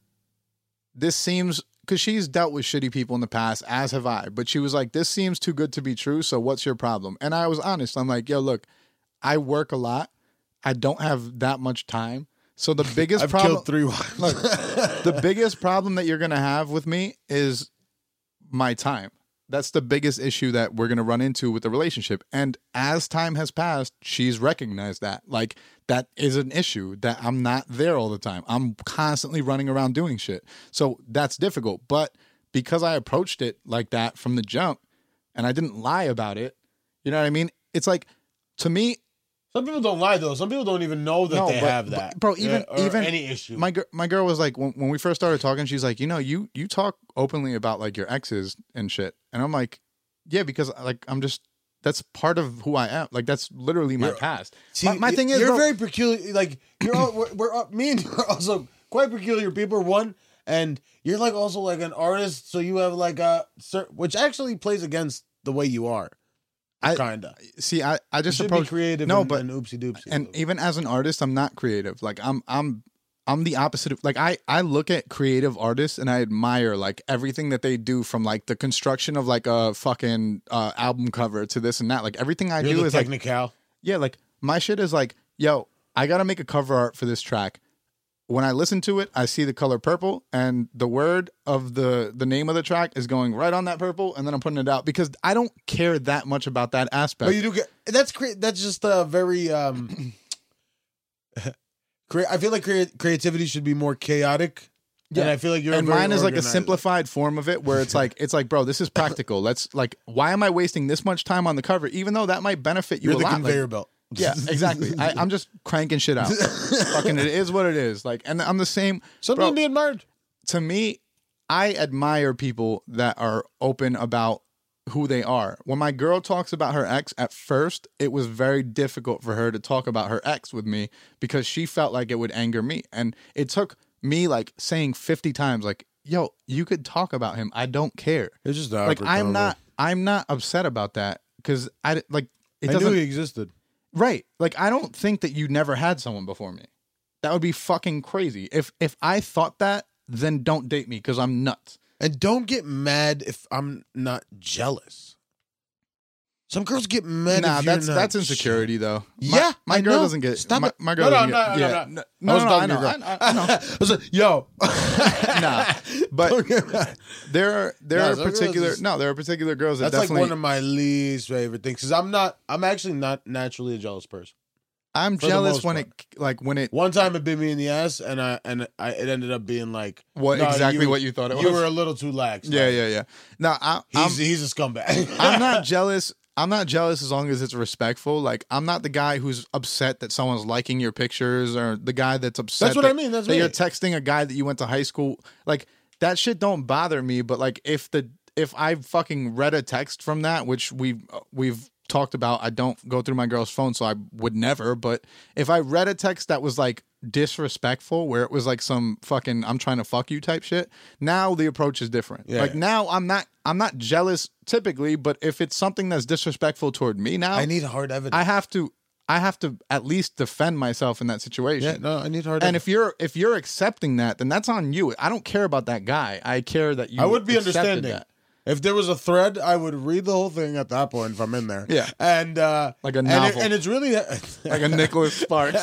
Speaker 2: this seems because she's dealt with shitty people in the past as have i but she was like this seems too good to be true so what's your problem and i was honest i'm like yo look i work a lot i don't have that much time so the biggest
Speaker 3: I've
Speaker 2: problem
Speaker 3: killed three wives.
Speaker 2: the biggest problem that you're going to have with me is my time. That's the biggest issue that we're going to run into with the relationship. And as time has passed, she's recognized that. Like, that is an issue that I'm not there all the time. I'm constantly running around doing shit. So that's difficult. But because I approached it like that from the jump and I didn't lie about it, you know what I mean? It's like, to me,
Speaker 3: Some people don't lie though. Some people don't even know that
Speaker 2: No,
Speaker 3: they
Speaker 2: but-
Speaker 3: have
Speaker 2: but,
Speaker 3: that,
Speaker 2: bro, even-
Speaker 3: Yeah, or
Speaker 2: even
Speaker 3: any issue.
Speaker 2: my girl, my girl was like when, when we first started talking she's like you know you you talk openly about like your exes and shit and i'm like yeah because like i'm just that's part of who i am like that's literally my
Speaker 3: You're-
Speaker 2: past
Speaker 3: See,
Speaker 2: my, my
Speaker 3: y-
Speaker 2: thing is
Speaker 3: you're
Speaker 2: bro,
Speaker 3: very peculiar. Like you're, all, we're, we're all- me and you are also quite peculiar people. One, and you're like also like an artist, so you have like a cer- which actually plays against the way you are.
Speaker 2: I-
Speaker 3: Kinda.
Speaker 2: see i i
Speaker 3: You
Speaker 2: just
Speaker 3: should
Speaker 2: approach
Speaker 3: be creative.
Speaker 2: no
Speaker 3: and,
Speaker 2: but
Speaker 3: and oopsie doopsie.
Speaker 2: and even as an artist i'm not creative like i'm i'm i'm the opposite of like i i look at creative artists and i admire like everything that they do from like the construction of like a fucking uh album cover to this and that like everything i
Speaker 3: you're
Speaker 2: do
Speaker 3: the
Speaker 2: is like
Speaker 3: technical.
Speaker 2: Yeah, like my shit is like, yo, I gotta make a cover art for this track. When I listen to it, I see the color purple, and the word of the the name of the track is going right on that purple, and then I'm putting it out because I don't care that much about that aspect.
Speaker 3: But you do get that's cre- that's just a very um cre- I feel like crea- creativity should be more chaotic. Yeah. And
Speaker 2: Yeah.
Speaker 3: I feel like you're a
Speaker 2: and
Speaker 3: very
Speaker 2: mine is like a
Speaker 3: organized-
Speaker 2: simplified form of it where it's like it's like bro this is practical let's like why am i wasting this much time on the cover even though that might benefit you
Speaker 3: You're
Speaker 2: a
Speaker 3: the
Speaker 2: lot like,
Speaker 3: conveyor belt.
Speaker 2: yeah exactly I, i'm just cranking shit out fucking it is what it is like and i'm the same
Speaker 3: Something
Speaker 2: bro,
Speaker 3: to be admired.
Speaker 2: to me, I admire people that are open about who they are. When my girl talks about her ex, at first, it was very difficult for her to talk about her ex with me because she felt like it would anger me. And it took me like saying 50 times, like, yo, you could talk about him. I don't care.
Speaker 3: It's just the
Speaker 2: Like,
Speaker 3: awkward
Speaker 2: I'm
Speaker 3: combo.
Speaker 2: not, I'm not upset about that because I, like, it
Speaker 3: I knew
Speaker 2: doesn't,
Speaker 3: he existed.
Speaker 2: right. Like, I don't think that you never had someone before me. That would be fucking crazy. If, if I thought that, then don't date me because I'm nuts.
Speaker 3: And don't get mad if I'm not jealous. Some girls get mad.
Speaker 2: Nah,
Speaker 3: if you're
Speaker 2: that's
Speaker 3: not
Speaker 2: that's insecurity though. My,
Speaker 3: Yeah,
Speaker 2: my
Speaker 3: I
Speaker 2: girl
Speaker 3: know.
Speaker 2: doesn't get.
Speaker 3: Stop
Speaker 2: my,
Speaker 3: it.
Speaker 2: My girl
Speaker 3: No,
Speaker 2: doesn't
Speaker 3: no, no,
Speaker 2: get.
Speaker 3: no,
Speaker 2: yeah,
Speaker 3: no.
Speaker 2: no,
Speaker 3: I was
Speaker 2: no,
Speaker 3: talking
Speaker 2: I
Speaker 3: to
Speaker 2: know. I, I,
Speaker 3: your
Speaker 2: I know.
Speaker 3: I was like, yo.
Speaker 2: Nah, but
Speaker 3: Don't get mad.
Speaker 2: there are there
Speaker 3: Nah,
Speaker 2: are
Speaker 3: some girls
Speaker 2: particular
Speaker 3: just-
Speaker 2: no there are particular girls that
Speaker 3: That's like
Speaker 2: definitely
Speaker 3: one of my least favorite things because I'm not. I'm actually not naturally a jealous person.
Speaker 2: I'm
Speaker 3: for the
Speaker 2: jealous
Speaker 3: most
Speaker 2: when it like when it
Speaker 3: One time it bit me in the ass, and I and I it ended up being like
Speaker 2: what
Speaker 3: nah,
Speaker 2: exactly
Speaker 3: you,
Speaker 2: what you thought it was.
Speaker 3: You were a little too lax.
Speaker 2: yeah,
Speaker 3: Like,
Speaker 2: yeah, yeah. No, I, I'm
Speaker 3: He's he's a scumbag.
Speaker 2: I'm not jealous. I'm not jealous as long as it's respectful. Like I'm not the guy who's upset that someone's liking your pictures or the guy that's upset.
Speaker 3: That's what
Speaker 2: that-
Speaker 3: I mean, that's
Speaker 2: that
Speaker 3: me.
Speaker 2: you're texting a guy that you went to high school. Like that shit don't bother me. But like if the if I fucking read a text from that, which we've we've talked about, I don't go through my girl's phone, so I would never. But if I read a text that was like disrespectful, where it was like some fucking I'm trying to fuck you type shit, now the approach is different.
Speaker 3: Yeah.
Speaker 2: Like now I'm not I'm not jealous typically, but if it's something that's disrespectful toward me now, I,
Speaker 3: I need hard evidence.
Speaker 2: have to I have to at least defend myself in that
Speaker 3: yeah,
Speaker 2: situation.
Speaker 3: no, I need hard.
Speaker 2: And
Speaker 3: evidence.
Speaker 2: if you're if you're accepting that, then that's on you. I don't care about that guy. I care that you
Speaker 3: I would be
Speaker 2: accepted
Speaker 3: understanding.
Speaker 2: that.
Speaker 3: If there was a thread, I would read the whole thing at that point if I'm in there.
Speaker 2: Yeah.
Speaker 3: and uh,
Speaker 2: Like a
Speaker 3: and it-
Speaker 2: novel.
Speaker 3: and it's really
Speaker 2: Like a Nicholas Sparks.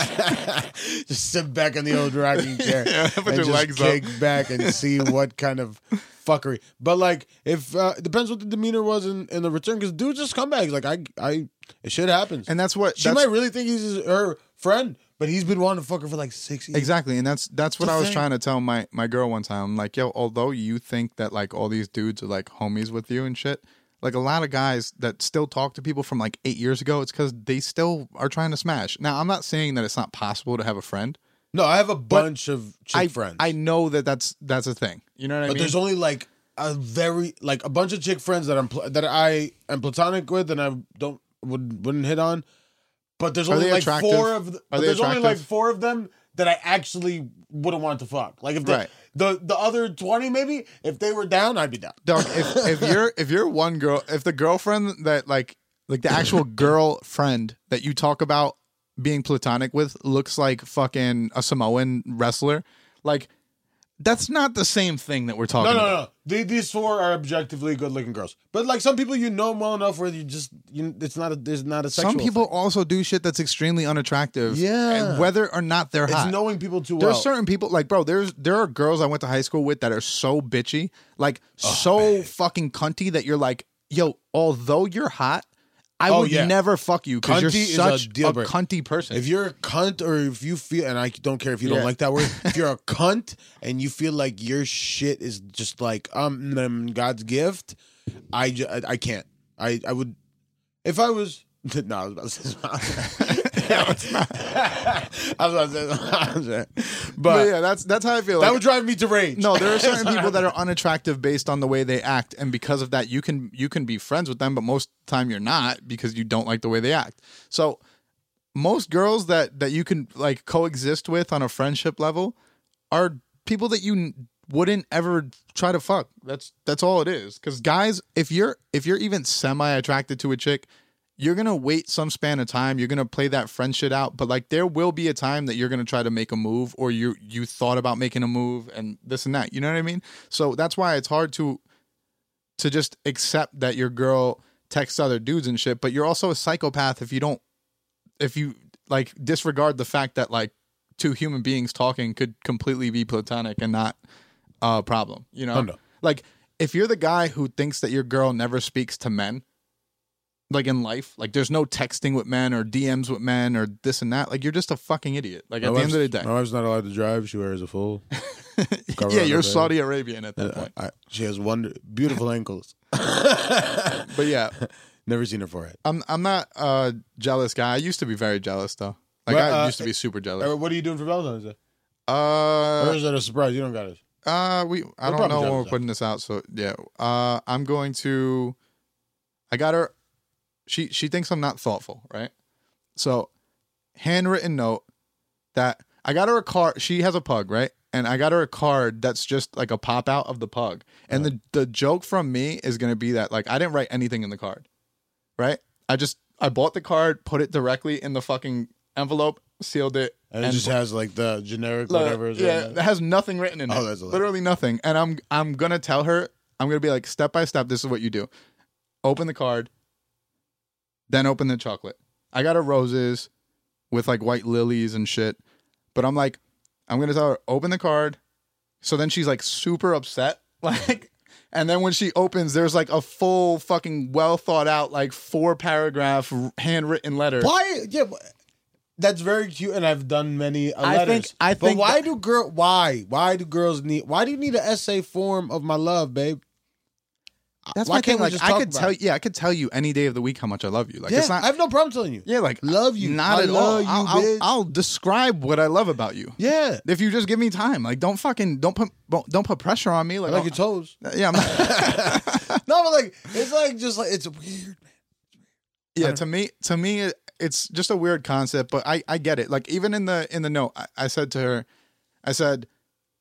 Speaker 3: just sit back in the old rocking chair
Speaker 2: Yeah, put
Speaker 3: and
Speaker 2: your
Speaker 3: just
Speaker 2: legs up.
Speaker 3: kick back and see what kind of fuckery. But like, if uh, it depends what the demeanor was in, in the return, because dude just comebacks. Like I, I, shit happens.
Speaker 2: and that's what
Speaker 3: she
Speaker 2: that's,
Speaker 3: might really think he's her friend, but he's been wanting to fuck her for like six years.
Speaker 2: Exactly, and that's that's what
Speaker 3: the
Speaker 2: I was
Speaker 3: thing.
Speaker 2: trying to tell my my girl one time. I'm like, yo, although you think that like all these dudes are like homies with you and shit, like a lot of guys that still talk to people from like eight years ago, it's because they still are trying to smash. Now, I'm not saying that it's not possible to have a friend.
Speaker 3: No, I have a bunch of chick
Speaker 2: I
Speaker 3: friends.
Speaker 2: I know that that's that's a thing. You know what I
Speaker 3: but
Speaker 2: mean?
Speaker 3: there's only like a very like a bunch of chick friends that I'm pl- that I am platonic with and I don't would wouldn't hit on. But there's
Speaker 2: Are
Speaker 3: only
Speaker 2: they
Speaker 3: like
Speaker 2: attractive?
Speaker 3: four of th-
Speaker 2: Are
Speaker 3: but
Speaker 2: they
Speaker 3: there's only like
Speaker 2: attractive?
Speaker 3: four of them that I actually wouldn't want to fuck. Like if they,
Speaker 2: Right.
Speaker 3: the the other twenty maybe if they were down I'd be down.
Speaker 2: Dog, if, if you're if you're one girl, if the girlfriend that like like the actual girlfriend that you talk about being platonic with looks like fucking a Samoan wrestler, like that's not the same thing that we're talking
Speaker 3: No, no,
Speaker 2: about.
Speaker 3: no. The, these four are objectively good-looking girls, but like some people you know 'em well enough where you just you it's not a there's not a sexual.
Speaker 2: Some people
Speaker 3: thing.
Speaker 2: also do shit that's extremely unattractive.
Speaker 3: Yeah.
Speaker 2: and whether or not they're
Speaker 3: it's
Speaker 2: hot.
Speaker 3: knowing people too
Speaker 2: there's
Speaker 3: well.
Speaker 2: certain people like bro. There's there are girls I went to high school with that are so bitchy, like
Speaker 3: Oh,
Speaker 2: so fucking cunty that you're like, yo. Although you're hot, I
Speaker 3: Oh,
Speaker 2: would
Speaker 3: yeah.
Speaker 2: never fuck you because you're
Speaker 3: Cunty is a
Speaker 2: such a,
Speaker 3: deal breaker.
Speaker 2: cunty person.
Speaker 3: If you're a cunt or if you feel, and I don't care if you
Speaker 2: Yeah.
Speaker 3: don't like that word, if you're a cunt and you feel like your shit is just like um mm, God's gift, I ju- I- I can't. I I would if I was. No, I was about to say. I was about to say. But,
Speaker 2: but yeah, that's that's how I feel.
Speaker 3: that
Speaker 2: Like,
Speaker 3: would drive me to rage.
Speaker 2: no, there are certain people that are unattractive based on the way they act, and because of that, you can you can be friends with them, but most time you're not because you don't like the way they act. So most girls that that you can like coexist with on a friendship level are people that you n- wouldn't ever try to fuck. That's that's all it is. Cuz guys, if you're if you're even semi attracted to a chick, you're going to wait some span of time. You're going to play that friend shit out, but like there will be a time that you're going to try to make a move or you you thought about making a move and this and that. You know what I mean? So that's why it's hard to to just accept that your girl texts other dudes and shit, but you're also a psychopath if you don't if you like disregard the fact that like two human beings talking could completely be platonic and not a problem, you know?
Speaker 3: Oh, no.
Speaker 2: Like if you're the guy who thinks that your girl never speaks to men, like in life, like there's no texting with men or DMs with men or this and that, like you're just a fucking idiot. Like
Speaker 3: Oh,
Speaker 2: at the end of the day.
Speaker 3: my wife's not allowed to drive. She wears a fool. cover
Speaker 2: yeah,
Speaker 3: on
Speaker 2: you're
Speaker 3: her bed.
Speaker 2: Saudi Arabian at that point.
Speaker 3: I, she has wonder beautiful ankles.
Speaker 2: But yeah,
Speaker 3: Never seen her forehead.
Speaker 2: I'm I'm not a jealous guy. I used to be very jealous though. Like
Speaker 3: But,
Speaker 2: I
Speaker 3: uh,
Speaker 2: used to be super jealous.
Speaker 3: Uh, What are you doing for Valentine's Day? or
Speaker 2: Uh,
Speaker 3: is that a surprise? You don't got it.
Speaker 2: uh, we I
Speaker 3: We're
Speaker 2: don't know when
Speaker 3: probably jealous,
Speaker 2: we're
Speaker 3: though.
Speaker 2: putting this out, so yeah. Uh, I'm going to I got her. She she thinks I'm not thoughtful, right? So, handwritten note that I got her a card. She has a pug, right? And I got her a card that's just like a pop out of the pug. And the the joke from me is gonna be that like I didn't write anything in the card, right? I just I bought the card, put it directly in the fucking envelope, sealed it,
Speaker 3: And, it
Speaker 2: and
Speaker 3: just has like the generic
Speaker 2: Look,
Speaker 3: whatever. is
Speaker 2: Yeah,
Speaker 3: in
Speaker 2: that
Speaker 3: it.
Speaker 2: has nothing written in it.
Speaker 3: Oh, that's hilarious.
Speaker 2: literally nothing. And I'm I'm gonna tell her. I'm gonna be like step by step. This is what you do. Open the card, then open the chocolate. I got her roses with like white lilies and shit. But I'm like, I'm gonna tell her open the card. So then she's like super upset, like. And then when she opens, there's like a full fucking well thought out, like four paragraph handwritten letter.
Speaker 3: Why? Yeah, wh- that's very cute, and I've done many uh,
Speaker 2: I
Speaker 3: letters.
Speaker 2: think- I
Speaker 3: But
Speaker 2: think
Speaker 3: why
Speaker 2: that-
Speaker 3: do girl? Why? Why do girls need? Why do you need an essay form of my love, babe?
Speaker 2: That's
Speaker 3: Why
Speaker 2: my thing.
Speaker 3: can't we
Speaker 2: Like
Speaker 3: just
Speaker 2: I
Speaker 3: talk
Speaker 2: could
Speaker 3: about
Speaker 2: tell,
Speaker 3: it?
Speaker 2: yeah, I could tell you any day of the week how much I love you. Like
Speaker 3: Yeah,
Speaker 2: it's not
Speaker 3: I have no problem telling you.
Speaker 2: Yeah, like
Speaker 3: Love you.
Speaker 2: Not
Speaker 3: I
Speaker 2: at
Speaker 3: love
Speaker 2: all.
Speaker 3: you,
Speaker 2: I'll, I'll-
Speaker 3: bitch.
Speaker 2: I'll describe what I love about you.
Speaker 3: Yeah,
Speaker 2: If you just give me time, like don't fucking don't put don't put pressure on me. Like,
Speaker 3: I like your
Speaker 2: don't-
Speaker 3: toes.
Speaker 2: yeah, I'm not-
Speaker 3: No, but like it's like just like it's weird.
Speaker 2: yeah. To me, to me, it- it's just a weird concept, but I I get it. Like even in the in the note, I, I said to her, I said,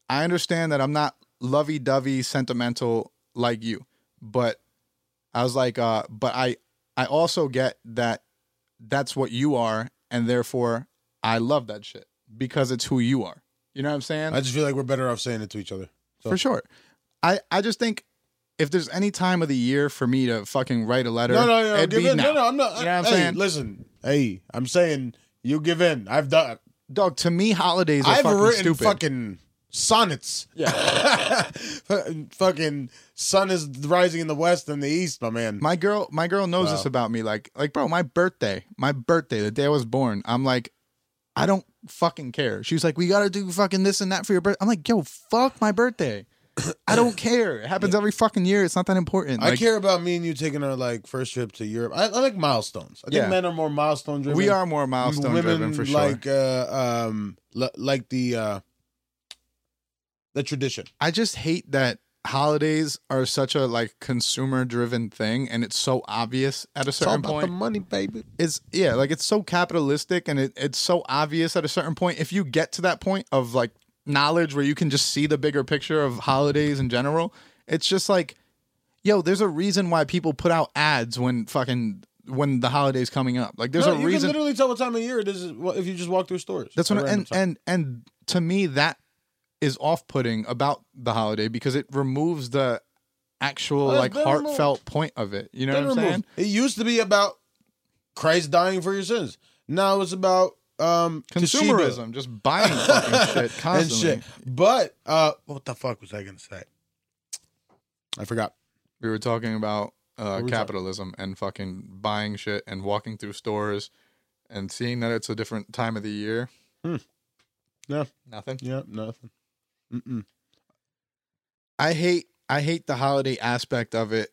Speaker 2: I understand that I'm not lovey dovey sentimental like you, but I was like, uh, but I I also get that that's what you are, and therefore I love that shit because it's who you are. You know what I'm saying?
Speaker 3: I just feel like we're better off saying it to each other. So-
Speaker 2: For sure. I, I just think if there's any time of the year for me to fucking write a letter,
Speaker 3: No, no, no,
Speaker 2: it'd
Speaker 3: give
Speaker 2: be
Speaker 3: in.
Speaker 2: now.
Speaker 3: No, no, I'm not.
Speaker 2: You know what I'm
Speaker 3: hey,
Speaker 2: saying?
Speaker 3: Listen, hey, I'm saying you give in. I've done.
Speaker 2: Dog, to me, holidays are
Speaker 3: I've
Speaker 2: fucking
Speaker 3: written
Speaker 2: stupid.
Speaker 3: fucking sonnets. Yeah, fucking sun is rising in the west and the east, my man.
Speaker 2: my girl, my girl knows
Speaker 3: Wow.
Speaker 2: this about me. Like, like, bro, my birthday, my birthday, the day I was born. I'm like, I don't fucking care. She was like, we gotta do fucking this and that for your birthday. I'm like, yo, fuck my birthday. I don't care. It happens every fucking year. It's not that important.
Speaker 3: I
Speaker 2: Like,
Speaker 3: care about me and you taking our like first trip to Europe. I, I like milestones. I
Speaker 2: Yeah.
Speaker 3: think men are more milestone driven.
Speaker 2: we are more milestone driven for sure.
Speaker 3: Like uh, um, li- like the uh, the tradition.
Speaker 2: I just hate that holidays are such a like consumer driven thing and it's so obvious at a
Speaker 3: It's all
Speaker 2: certain
Speaker 3: about the
Speaker 2: point.
Speaker 3: money, baby.
Speaker 2: It's yeah, like it's so capitalistic and it, it's so obvious at a certain point. If you get to that point of like knowledge where you can just see the bigger picture of holidays in general, it's just like yo, there's a reason why people put out ads when fucking when the holidays coming up. Like there's
Speaker 3: no,
Speaker 2: a
Speaker 3: you
Speaker 2: reason
Speaker 3: can literally tell what time of year it is well, if you just walk through stores.
Speaker 2: that's
Speaker 3: at
Speaker 2: what I,
Speaker 3: random
Speaker 2: and
Speaker 3: time.
Speaker 2: and and to me that is off-putting about the holiday because it removes the actual
Speaker 3: Oh, it's
Speaker 2: like
Speaker 3: been removed.
Speaker 2: heartfelt point of it. You know
Speaker 3: Been
Speaker 2: what I'm
Speaker 3: removed.
Speaker 2: saying?
Speaker 3: It used to be about Christ dying for your sins. Now it's about um Toshiba
Speaker 2: Consumerism, just buying fucking shit
Speaker 3: and
Speaker 2: constantly.
Speaker 3: shit. But uh, what the fuck was I gonna say? I forgot.
Speaker 2: We were talking about uh,
Speaker 3: were we talking-
Speaker 2: capitalism and fucking buying shit and walking through stores and seeing that it's a different time of the year.
Speaker 3: Hmm. Yeah.
Speaker 2: Nothing.
Speaker 3: Yeah, nothing. Mm-mm.
Speaker 2: I hate I hate the holiday aspect of it.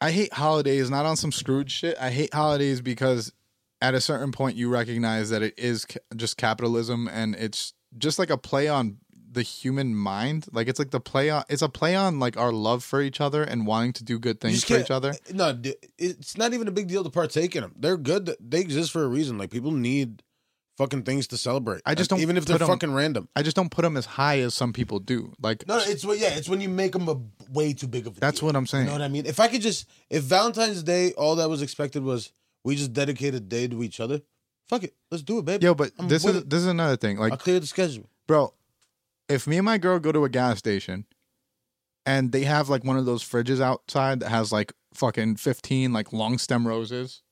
Speaker 2: I hate holidays not on some Scrooge shit. I hate holidays because at a certain point you recognize that it is ca- just capitalism and it's just like a play on the human mind. Like it's like the play on it's a play on like our love for each other and wanting to do good things
Speaker 3: just
Speaker 2: for
Speaker 3: can't-
Speaker 2: each other.
Speaker 3: No, d- it's not even a big deal to partake in them. They're good. They exist for a reason. Like people need fucking things to celebrate.
Speaker 2: I just don't
Speaker 3: even if they're
Speaker 2: put 'em-
Speaker 3: fucking random.
Speaker 2: I just don't put them as high as some people do. Like
Speaker 3: No, it's what. Yeah, it's when you make them a way too big of a.
Speaker 2: that's
Speaker 3: deal.
Speaker 2: what I'm
Speaker 3: You
Speaker 2: saying.
Speaker 3: know what I mean? If I could just, if Valentine's Day, all that was expected was we just dedicate a day to each other. Fuck it, let's do it, baby.
Speaker 2: Yo, but
Speaker 3: I'm
Speaker 2: this
Speaker 3: with
Speaker 2: is
Speaker 3: it.
Speaker 2: this is another thing. Like
Speaker 3: I'll clear the schedule.
Speaker 2: bro if me and my girl go to a gas station and they have like one of those fridges outside that has like fucking 15 like long stem roses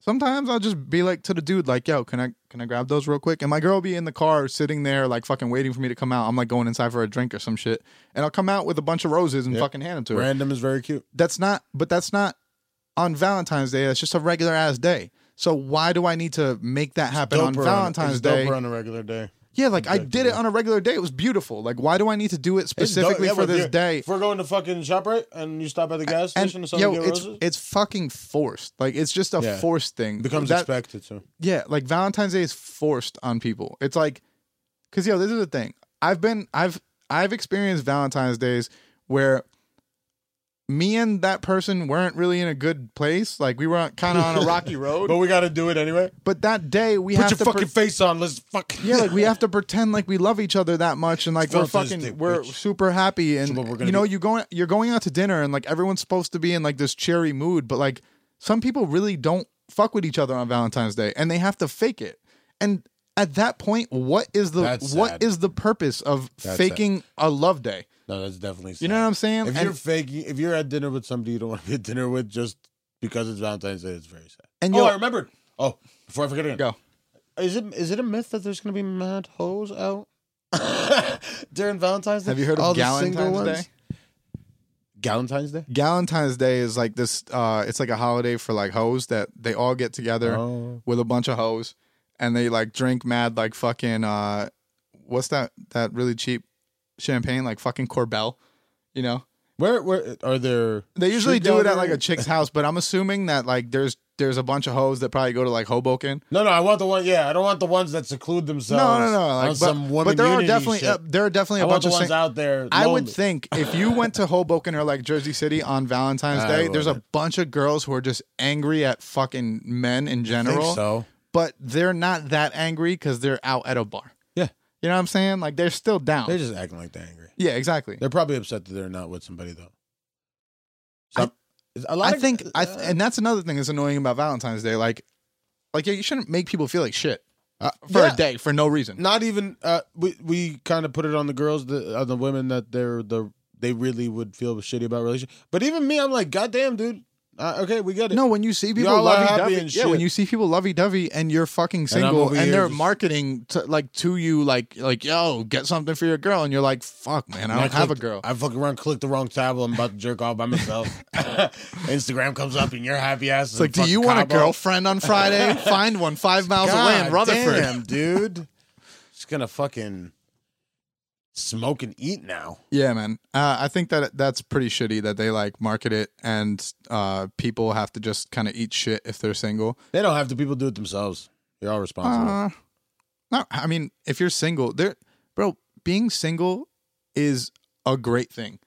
Speaker 2: sometimes i'll just be like to the dude like yo can i can i grab those real quick and my girl will be in the car sitting there like fucking waiting for me to come out i'm like going inside for a drink or some shit and i'll come out with a bunch of roses and
Speaker 3: Yeah.
Speaker 2: fucking hand them to her
Speaker 3: Random is very cute.
Speaker 2: that's not but that's not on valentine's day that's just a regular ass day so why do i need to make that happen on
Speaker 3: Doper
Speaker 2: valentine's
Speaker 3: it's
Speaker 2: day
Speaker 3: doper on a regular day.
Speaker 2: yeah, like I did
Speaker 3: Exactly.
Speaker 2: it on a regular day. It was beautiful. Like, why do I need to do it
Speaker 3: It's dope-
Speaker 2: specifically
Speaker 3: yeah,
Speaker 2: for
Speaker 3: but if
Speaker 2: this
Speaker 3: you're-
Speaker 2: day?
Speaker 3: If we're going to fucking shop right and you stop at the gas
Speaker 2: And
Speaker 3: station and someone
Speaker 2: yo,
Speaker 3: get
Speaker 2: it's
Speaker 3: roses,
Speaker 2: it's fucking forced. Like, it's just a
Speaker 3: Yeah.
Speaker 2: forced thing.
Speaker 3: it becomes
Speaker 2: That-
Speaker 3: expected to.
Speaker 2: Yeah, like Valentine's Day is forced on people. It's like, cause yo, this is the thing. I've been, I've, I've experienced Valentine's days where me and that person weren't really in a good place. Like we were kind of on a rocky road.
Speaker 3: But
Speaker 2: but,
Speaker 3: we got to do it anyway.
Speaker 2: that day we
Speaker 3: Put
Speaker 2: have
Speaker 3: your
Speaker 2: to
Speaker 3: fucking
Speaker 2: pre-
Speaker 3: face on. Let's fucking.
Speaker 2: yeah, like we have to pretend like we love each other that much, and like we're
Speaker 3: Filth is
Speaker 2: fucking,
Speaker 3: dick,
Speaker 2: we're
Speaker 3: bitch.
Speaker 2: super happy, and
Speaker 3: So what we're gonna
Speaker 2: you know,
Speaker 3: do-
Speaker 2: you going, you're going out to dinner, and like everyone's supposed to be in like this cheery mood, but like some people really don't fuck with each other on Valentine's Day, and they have to fake it. And at that point, what is the what
Speaker 3: That's
Speaker 2: is
Speaker 3: sad.
Speaker 2: the purpose of
Speaker 3: That's
Speaker 2: faking a love day?
Speaker 3: No, that's definitely.
Speaker 2: You know what I'm saying?
Speaker 3: If
Speaker 2: And-
Speaker 3: you're faking, if you're at dinner with somebody you don't want to be at dinner with just because it's Valentine's Day, it's very sad.
Speaker 2: And
Speaker 3: oh,
Speaker 2: yo-
Speaker 3: I remembered. Oh, before I forget again,
Speaker 2: Go.
Speaker 3: Is it is it a myth that there's gonna be mad hoes out during Valentine's Day?
Speaker 2: Have you heard
Speaker 3: All
Speaker 2: of
Speaker 3: the single
Speaker 2: Galentine's
Speaker 3: ones?
Speaker 2: Day?
Speaker 3: Galentine's Day.
Speaker 2: Galentine's Day is like this. Uh, it's like a holiday for like hoes that they all get together
Speaker 3: Oh.
Speaker 2: with a bunch of hoes, and they like drink mad like fucking uh, what's that that really cheap champagne like fucking Corbel, you know?
Speaker 3: Where where are there?
Speaker 2: They usually
Speaker 3: street
Speaker 2: do it at
Speaker 3: gallery?
Speaker 2: like a chick's house, but I'm assuming that like there's there's a bunch of hoes that probably go to like Hoboken.
Speaker 3: No, no, I want the one. Yeah, I don't want the ones that seclude themselves.
Speaker 2: No, no, no.
Speaker 3: on
Speaker 2: Like,
Speaker 3: some
Speaker 2: but,
Speaker 3: woman
Speaker 2: but there are
Speaker 3: unity
Speaker 2: definitely
Speaker 3: shit.
Speaker 2: uh, there are definitely
Speaker 3: I
Speaker 2: a
Speaker 3: want
Speaker 2: bunch
Speaker 3: the
Speaker 2: of
Speaker 3: ones
Speaker 2: sing-
Speaker 3: out there.
Speaker 2: I would
Speaker 3: lonely.
Speaker 2: think if you went to Hoboken or like Jersey City on Valentine's
Speaker 3: I
Speaker 2: Day, there's a
Speaker 3: would.
Speaker 2: bunch of girls who are just angry at fucking men in
Speaker 3: I think
Speaker 2: general.
Speaker 3: so.
Speaker 2: But they're not that angry because they're out at a bar.
Speaker 3: Yeah,
Speaker 2: You know what I'm saying? Like they're still down.
Speaker 3: they're just acting like they're angry.
Speaker 2: yeah, exactly.
Speaker 3: They're probably upset that they're not with somebody though.
Speaker 2: I-
Speaker 3: Some- a lot
Speaker 2: I
Speaker 3: of-
Speaker 2: think I th-
Speaker 3: uh,
Speaker 2: and that's another thing that's annoying about Valentine's Day. Like, like yeah, you shouldn't make people feel like shit
Speaker 3: uh,
Speaker 2: for
Speaker 3: yeah.
Speaker 2: a day for no reason.
Speaker 3: Not even uh, we we kind of put it on the girls, the, on the women that they're the they really would feel shitty about relationship. But even me, I'm like, goddamn, dude. Uh, okay, we get it.
Speaker 2: No, when you see people
Speaker 3: Y'all are
Speaker 2: lovey
Speaker 3: happy
Speaker 2: dovey,
Speaker 3: and
Speaker 2: yeah,
Speaker 3: shit.
Speaker 2: when you see people lovey dovey and you're fucking single
Speaker 3: over
Speaker 2: and,
Speaker 3: here
Speaker 2: they're
Speaker 3: just-
Speaker 2: marketing to, like to you, like like yo, get something for your girl, and you're like, fuck, man, I
Speaker 3: And
Speaker 2: don't have a
Speaker 3: clicked-
Speaker 2: girl.
Speaker 3: I fucking around, clicked the wrong tab. I'm about to jerk off by myself. Instagram comes up, and your happy ass.
Speaker 2: It's like, do you want a girlfriend on Friday? Find one five miles away in Rutherford.
Speaker 3: damn, dude. Just gonna fucking smoke and eat now.
Speaker 2: Yeah, man. Uh, I think that that's pretty shitty that they like market it and uh, people have to just kind of eat shit if they're single.
Speaker 3: They don't have to. People do it themselves. You're all responsible.
Speaker 2: Uh, no, I mean, if you're single, there, bro, being single is a great thing.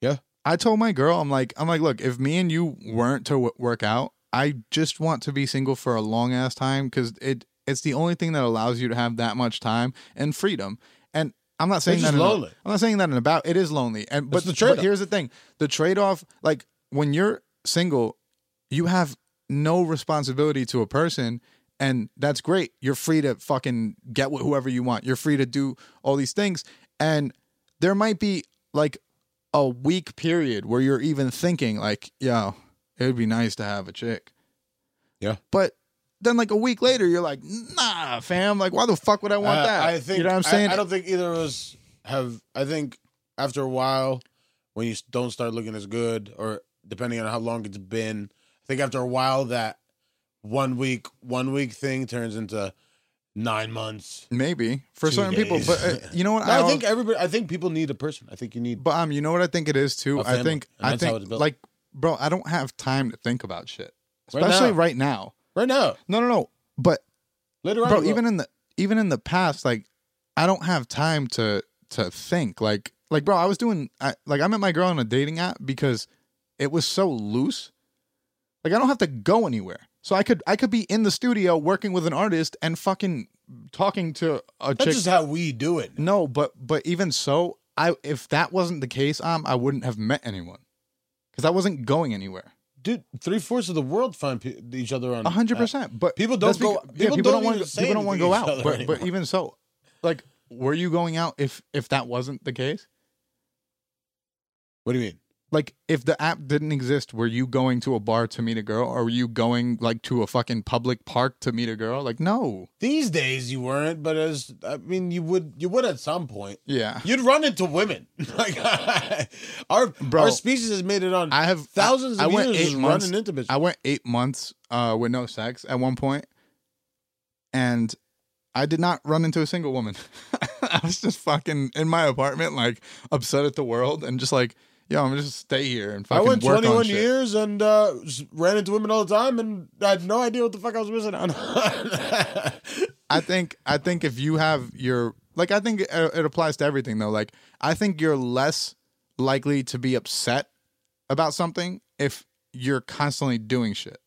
Speaker 3: Yeah.
Speaker 2: I told my girl, I'm like, I'm like, look, if me and you weren't to w- work out, I just want to be single for a long ass time because it it's the only thing that allows you to have that much time and freedom. And I'm not saying
Speaker 3: It's
Speaker 2: that in
Speaker 3: just
Speaker 2: a-
Speaker 3: lonely.
Speaker 2: I'm not saying that in about. It is lonely, and but,
Speaker 3: It's the
Speaker 2: but
Speaker 3: trade-off.
Speaker 2: here's the thing: the trade off, like when you're single, you have no responsibility to a person and that's great you're free to fucking get with whoever you want you're free to do all these things and there might be like a week period where you're even thinking like yo it would be nice to have a chick
Speaker 3: Yeah.
Speaker 2: but then like a week later you're like nah fam like why the fuck would i want
Speaker 3: Uh,
Speaker 2: that
Speaker 3: I think
Speaker 2: you know what i'm
Speaker 3: I-
Speaker 2: saying
Speaker 3: I, don't think either of us have. I think after a while, when you s- don't start looking as good, or depending on how long it's been, I think after a while that one week one week thing turns into nine months.
Speaker 2: maybe for
Speaker 3: Two
Speaker 2: certain people
Speaker 3: days.
Speaker 2: but uh, you know what
Speaker 3: No, I,
Speaker 2: always-
Speaker 3: think everybody. I think people need a person. I think you need.
Speaker 2: But um, you know what I think it is too.
Speaker 3: A
Speaker 2: I
Speaker 3: family.
Speaker 2: think
Speaker 3: And
Speaker 2: I
Speaker 3: that's how it's
Speaker 2: think
Speaker 3: built.
Speaker 2: like, bro, I don't have time to think about shit,
Speaker 3: Right
Speaker 2: especially
Speaker 3: now.
Speaker 2: right now.
Speaker 3: Right now,
Speaker 2: No, no, no. But
Speaker 3: later on,
Speaker 2: bro,
Speaker 3: you will.
Speaker 2: even in the even in the past, like, I don't have time to to think. Like, like, bro, I was doing I, like I met my girl on a dating app because it was so loose. Like, I don't have to go anywhere, so I could I could be in the studio working with an artist and fucking talking to a
Speaker 3: that's
Speaker 2: chick
Speaker 3: just how we do it.
Speaker 2: no, but but even so, I if that wasn't the case, um, I wouldn't have met anyone because I wasn't going anywhere.
Speaker 3: Dude, three fourths of the world find pe- each other on
Speaker 2: A hundred
Speaker 3: uh,
Speaker 2: percent. But
Speaker 3: people don't
Speaker 2: that's
Speaker 3: go-
Speaker 2: becau-
Speaker 3: people don't
Speaker 2: wanna
Speaker 3: even
Speaker 2: go-
Speaker 3: say
Speaker 2: people don't want to go
Speaker 3: anything to
Speaker 2: out.
Speaker 3: each other
Speaker 2: But, but
Speaker 3: anymore.
Speaker 2: even so, like, were you going out if if that wasn't the case?
Speaker 3: What do you mean?
Speaker 2: Like, if the app didn't exist, were you going to a bar to meet a girl, or were you going like to a fucking public park to meet a girl? Like, no.
Speaker 3: These days you weren't, but as I mean, you would you would at some point.
Speaker 2: Yeah,
Speaker 3: You'd run into women. Like our
Speaker 2: Bro.
Speaker 3: our species has made it on
Speaker 2: I have
Speaker 3: thousands
Speaker 2: I,
Speaker 3: of
Speaker 2: I went
Speaker 3: years
Speaker 2: eight
Speaker 3: just
Speaker 2: months-
Speaker 3: running into bitches.
Speaker 2: I went eight months uh, with no sex at one point, and I did not run into a single woman. I was just fucking in my apartment, like upset at the world, and just like, yo, I'm gonna just stay here and
Speaker 3: I
Speaker 2: fucking
Speaker 3: went
Speaker 2: work on
Speaker 3: 21
Speaker 2: shit.
Speaker 3: years and uh, s- ran into women all the time, and I had no idea what the fuck I was missing out on.
Speaker 2: I think I think if you have your like, I think it, it applies to everything though. Like, I think you're less likely to be upset about something if you're constantly doing shit.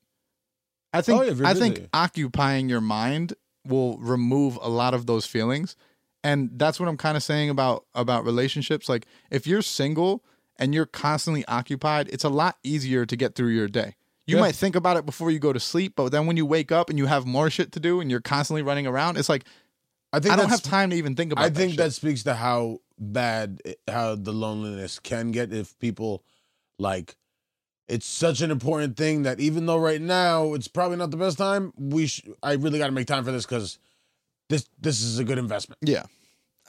Speaker 2: I think
Speaker 3: Oh, yeah, if you're
Speaker 2: I think
Speaker 3: busy.
Speaker 2: occupying your mind will remove a lot of those feelings. And that's what I'm kind of saying about about relationships. Like if you're single and you're constantly occupied, it's a lot easier to get through your day. You
Speaker 3: Yeah.
Speaker 2: might think about it before you go to sleep, but then when you wake up and you have more shit to do and you're constantly running around, it's like
Speaker 3: I think
Speaker 2: I don't
Speaker 3: that's-
Speaker 2: have time to even think about.
Speaker 3: I think
Speaker 2: shit.
Speaker 3: that speaks to how bad it- how the loneliness can get if people like it's such an important thing that even though right now it's probably not the best time, we sh- I really got to make time for this cuz this this is a good investment.
Speaker 2: Yeah.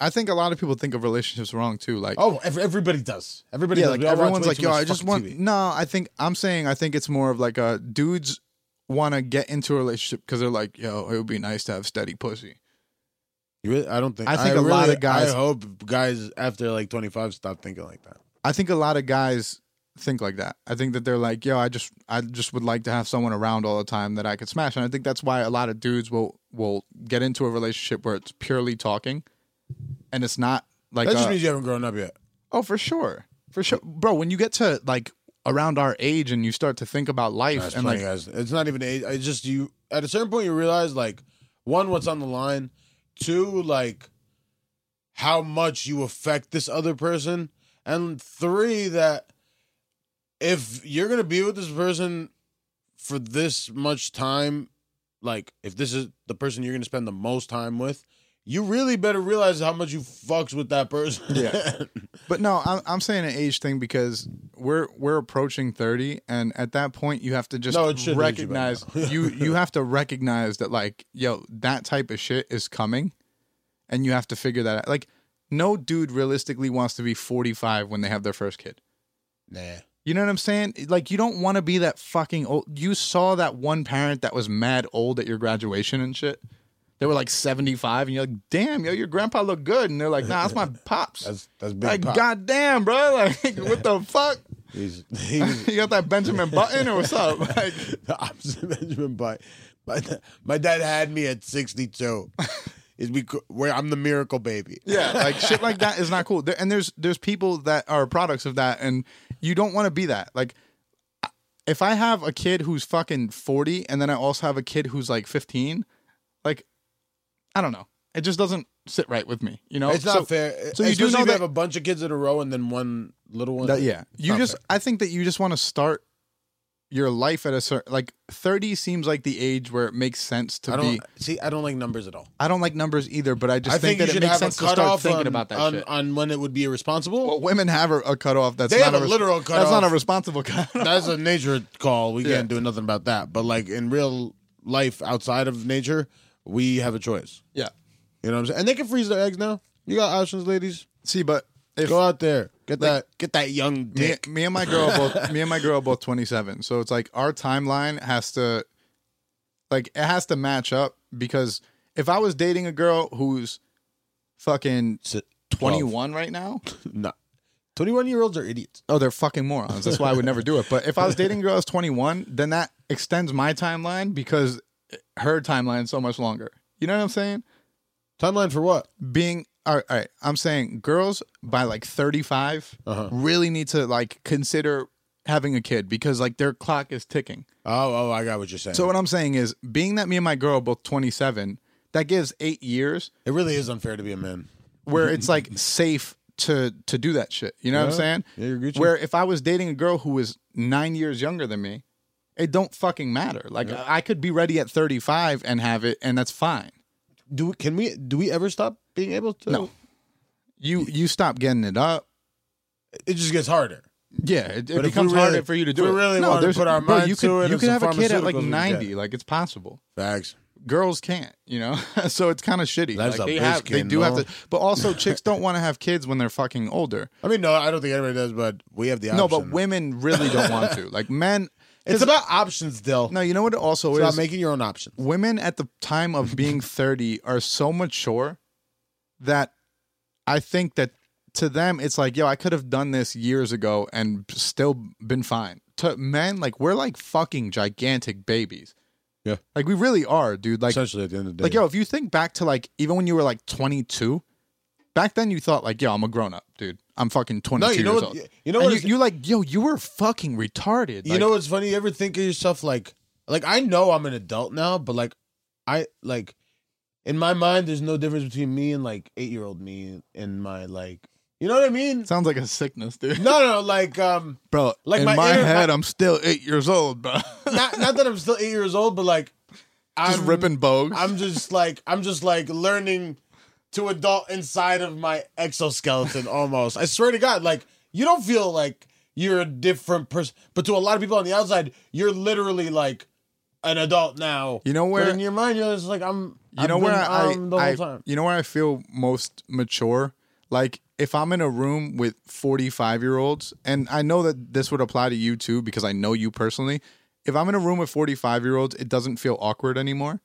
Speaker 2: I think a lot of people think of relationships wrong too. Like,
Speaker 3: Oh, ev- everybody does. Everybody
Speaker 2: yeah,
Speaker 3: does.
Speaker 2: like
Speaker 3: We all watch
Speaker 2: everyone's
Speaker 3: way
Speaker 2: like,
Speaker 3: too
Speaker 2: yo,
Speaker 3: much
Speaker 2: I just
Speaker 3: fucking
Speaker 2: want.
Speaker 3: TV.
Speaker 2: No, I think I'm saying I think it's more of like uh dudes want to get into a relationship because they're like, yo, it would be nice to have steady pussy.
Speaker 3: You really- I don't think
Speaker 2: I think a lot of guys-
Speaker 3: I hope guys after like 25 stop thinking like that.
Speaker 2: I think a lot of guys think like that. I think that they're like, yo, I just, I just would like to have someone around all the time that I could smash. And I think that's why a lot of dudes will will get into a relationship where it's purely talking, and it's not like
Speaker 3: That
Speaker 2: uh,
Speaker 3: just means you haven't grown up yet.
Speaker 2: Oh, for sure. For sure. Bro, when you get to like around our age and you start to think about life
Speaker 3: That's
Speaker 2: and
Speaker 3: funny,
Speaker 2: like
Speaker 3: guys. It's not even age. It's just you. At a certain point, you realize like one, what's on the line. Two, like how much you affect this other person, and three, that if you're gonna be with this person for this much time, like if this is the person you're gonna spend the most time with, you really better realize how much you fucks with that person.
Speaker 2: Yeah. but no, I'm I'm saying an age thing because we're we're approaching 30 and at that point you have to just
Speaker 3: No, it should age you by
Speaker 2: recognize
Speaker 3: now.
Speaker 2: you you have to recognize that like yo, that type of shit is coming and you have to figure that out. Like no dude realistically wants to be 45 when they have their first kid.
Speaker 3: nah.
Speaker 2: You know what I'm saying? Like you don't want to be that fucking old. You saw that one parent that was mad old at your graduation and shit. They were like 75, and you're like, "Damn, yo, your grandpa looked good," and they're like, "Nah, that's my pops."
Speaker 3: That's that's big.
Speaker 2: like,
Speaker 3: pop.
Speaker 2: goddamn, bro, like, what the fuck?
Speaker 3: He's- he's-
Speaker 2: you got that Benjamin Button or what's up? Like,
Speaker 3: the opposite of Benjamin Butt. My, da- my dad had me at 62. Is we where I'm the miracle baby.
Speaker 2: yeah, like shit like that is not cool. There, and there's there's people that are products of that, and you don't want to be that. Like, if I have a kid who's fucking 40 and then I also have a kid who's like 15, like I don't know. It just doesn't sit right with me, you know?
Speaker 3: It's not
Speaker 2: So-
Speaker 3: fair.
Speaker 2: so you do
Speaker 3: Especially
Speaker 2: know that-
Speaker 3: if you have a bunch of kids in a row and then one little one.
Speaker 2: that- yeah. You
Speaker 3: not
Speaker 2: just I think that you just want to start your life at a certain like 30 seems like the age where it makes sense to
Speaker 3: I don't
Speaker 2: be
Speaker 3: see. I don't like numbers at all.
Speaker 2: I don't like numbers either, but I just
Speaker 3: I think,
Speaker 2: that
Speaker 3: you
Speaker 2: it
Speaker 3: should
Speaker 2: makes
Speaker 3: have
Speaker 2: sense
Speaker 3: a
Speaker 2: to start
Speaker 3: cutoff
Speaker 2: thinking
Speaker 3: on,
Speaker 2: about that
Speaker 3: on,
Speaker 2: shit.
Speaker 3: on when it would be irresponsible.
Speaker 2: Well, women have a, a cutoff that's
Speaker 3: They
Speaker 2: not
Speaker 3: have a
Speaker 2: res-
Speaker 3: literal
Speaker 2: That's not a
Speaker 3: cutoff.
Speaker 2: responsible cutoff.
Speaker 3: That's a nature call. We
Speaker 2: Yeah.
Speaker 3: can't do nothing about that. But like in real life, outside of nature, we have a choice.
Speaker 2: yeah.
Speaker 3: You know what I'm saying? And they can freeze their eggs now. You got options, ladies.
Speaker 2: See, but if
Speaker 3: Go out there, get that, get that young
Speaker 2: me,
Speaker 3: dick.
Speaker 2: me and my girl are both me and my girl are both 27 so it's like our timeline has to like it has to match up because if i was dating a girl who's fucking 21 right now
Speaker 3: No. 21 year olds are idiots.
Speaker 2: oh they're fucking morons that's why i would never do it but if i was dating a girl who's 21 then that extends my timeline because her timeline's so much longer you know what i'm saying
Speaker 3: Timeline for what?
Speaker 2: being all right, all right i'm saying girls by like 35
Speaker 3: Uh-huh.
Speaker 2: really need to like consider having a kid because like their clock is ticking
Speaker 3: Oh, oh, I got what you're saying.
Speaker 2: so
Speaker 3: So
Speaker 2: what i'm saying is being that me and my girl are both 27 that gives eight years
Speaker 3: it really is unfair to be a man.
Speaker 2: where it's like safe to to do that shit you know what i'm
Speaker 3: Yeah.
Speaker 2: saying
Speaker 3: Yeah, you're Gucci.
Speaker 2: where if i was dating a girl who was nine years younger than me it don't fucking matter like i I could be ready at 35 and have it and that's fine
Speaker 3: Do we- can we do we ever stop being able to?
Speaker 2: No. you you stop getting it up
Speaker 3: It just gets harder.
Speaker 2: Yeah, it, it
Speaker 3: But if
Speaker 2: becomes
Speaker 3: we really-
Speaker 2: harder for you to
Speaker 3: if
Speaker 2: do
Speaker 3: we
Speaker 2: it.
Speaker 3: really wanted to
Speaker 2: there's-
Speaker 3: put our
Speaker 2: bro,
Speaker 3: mind
Speaker 2: you
Speaker 3: to
Speaker 2: could,
Speaker 3: it
Speaker 2: You
Speaker 3: and
Speaker 2: could
Speaker 3: some
Speaker 2: have a kid at like
Speaker 3: pharmaceuticals we could
Speaker 2: 90. Like it's possible.
Speaker 3: Facts.
Speaker 2: Girls can't, you know. so it's kind of shitty.
Speaker 3: That's
Speaker 2: like
Speaker 3: a
Speaker 2: they have,
Speaker 3: bitch
Speaker 2: they
Speaker 3: can,
Speaker 2: do have
Speaker 3: no?
Speaker 2: to. But also, chicks don't want to have kids when they're fucking older.
Speaker 3: I mean, no, I don't think anybody does, but we have the option.
Speaker 2: No, but women really don't want to. Like men,
Speaker 3: it's about options, Dill.
Speaker 2: no. You know what? It also
Speaker 3: it's about
Speaker 2: is
Speaker 3: making your own option.
Speaker 2: women at the time of being 30 are so mature that I think that to them it's like, yo, I could have done this years ago and still been fine. To men, like we're like fucking gigantic babies.
Speaker 3: Yeah.
Speaker 2: Like we really are, dude. Like
Speaker 3: Essentially, at the end of the day,
Speaker 2: like yo, if you think back to like even when you were like 22, back then you thought like, yo, I'm a grown up, dude. I'm fucking 22
Speaker 3: No, you know
Speaker 2: years
Speaker 3: what-
Speaker 2: old.
Speaker 3: you know
Speaker 2: And
Speaker 3: what
Speaker 2: You,
Speaker 3: is-
Speaker 2: you're like, yo, you were fucking retarded.
Speaker 3: You
Speaker 2: Like,
Speaker 3: know what's funny? You ever think of yourself like like I know I'm an adult now, but like I like in my mind there's no difference between me and like eight year old me and my like you know what I mean?
Speaker 2: sounds like a sickness, dude.
Speaker 3: No no like um
Speaker 2: bro.
Speaker 3: Like
Speaker 2: in my,
Speaker 3: my inner-
Speaker 2: head, I'm still eight years old, bro.
Speaker 3: not not that I'm still eight years old, but like
Speaker 2: just
Speaker 3: I'm
Speaker 2: ripping bogues.
Speaker 3: I'm just like I'm just like learning to adult inside of my exoskeleton almost. I swear to God, like you don't feel like you're a different person, but to a lot of people on the outside, you're literally like an adult now.
Speaker 2: You know where-
Speaker 3: But in your mind you're just like I'm.
Speaker 2: you know where I,
Speaker 3: am um, the whole
Speaker 2: I-
Speaker 3: time.
Speaker 2: you know where I feel most mature. Like if I'm in a room with 45 year olds, and I know that this would apply to you too because I know you personally. If I'm in a room with 45 year olds, it doesn't feel awkward anymore.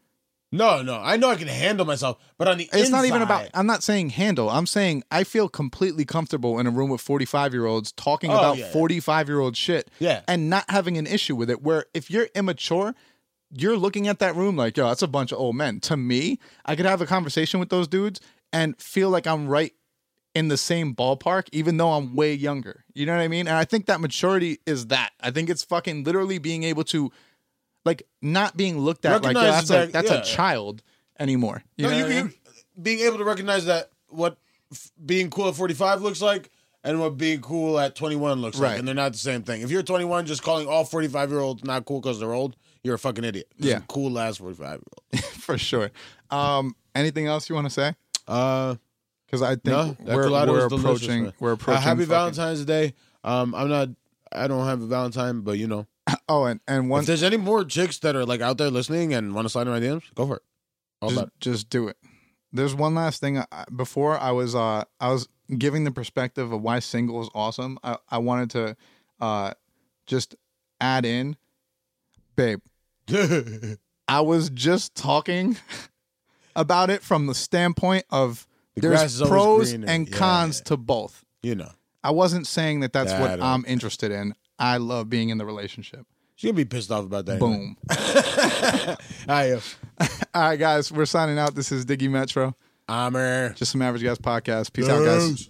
Speaker 3: No, no, I know I can handle myself, but on the
Speaker 2: It's not even
Speaker 3: inside-
Speaker 2: about. I'm not saying handle. I'm saying I feel completely comfortable in a room with 45 year olds talking
Speaker 3: Oh,
Speaker 2: about
Speaker 3: yeah, yeah.
Speaker 2: 45 year old shit.
Speaker 3: Yeah.
Speaker 2: and not having an issue with it. Where if you're immature, you're looking at that room like, yo, that's a bunch of old men. To me, I could have a conversation with those dudes and feel like I'm right in the same ballpark, even though I'm way younger. You know what I mean? And I think that maturity is that. I think it's fucking literally being able to, like, not being looked at like, yo,
Speaker 3: Recognize
Speaker 2: that's, a,
Speaker 3: that-
Speaker 2: that's
Speaker 3: yeah.
Speaker 2: a child anymore. You
Speaker 3: no,
Speaker 2: know
Speaker 3: you,
Speaker 2: what I mean?
Speaker 3: you being able to recognize that what f- being cool at 45 looks like and what being cool at 21 looks
Speaker 2: Right.
Speaker 3: like, and they're not the same thing. If you're 21, just calling all 45 year olds not cool because they're old, you're a fucking idiot. Just
Speaker 2: Yeah.
Speaker 3: a cool ass 45 year old.
Speaker 2: for sure. Um, anything else you want to say?
Speaker 3: Uh,
Speaker 2: Because I think
Speaker 3: no, that
Speaker 2: we're,
Speaker 3: gelato
Speaker 2: we're
Speaker 3: is delicious,
Speaker 2: approaching
Speaker 3: man.
Speaker 2: we're
Speaker 3: Uh,
Speaker 2: approaching.
Speaker 3: happy
Speaker 2: fucking-
Speaker 3: Valentine's Day. Um, I'm not. I don't have a Valentine, but you know,
Speaker 2: Oh, and and one
Speaker 3: if there's any more chicks that are like out there listening and want to slide in my DMs, go for it. All
Speaker 2: just,
Speaker 3: about it.
Speaker 2: just do it. There's one last thing. I- Before I was uh I was giving the perspective of why single is awesome. I I wanted to uh just add in, babe. I was just talking about it from the standpoint of
Speaker 3: The grass
Speaker 2: there's
Speaker 3: is always
Speaker 2: pros
Speaker 3: greener.
Speaker 2: and
Speaker 3: Yeah,
Speaker 2: cons
Speaker 3: yeah.
Speaker 2: to both.
Speaker 3: you know,
Speaker 2: I wasn't saying that uh, that's
Speaker 3: Yeah, I
Speaker 2: what
Speaker 3: don't-
Speaker 2: I'm interested in. I love being in the relationship.
Speaker 3: she's gonna be pissed off about that. anyway.
Speaker 2: Boom.
Speaker 3: I am.
Speaker 2: All right, guys, we're signing out. This is Diggy Metro,
Speaker 3: Amr.
Speaker 2: just some average guys podcast. Peace out, guys.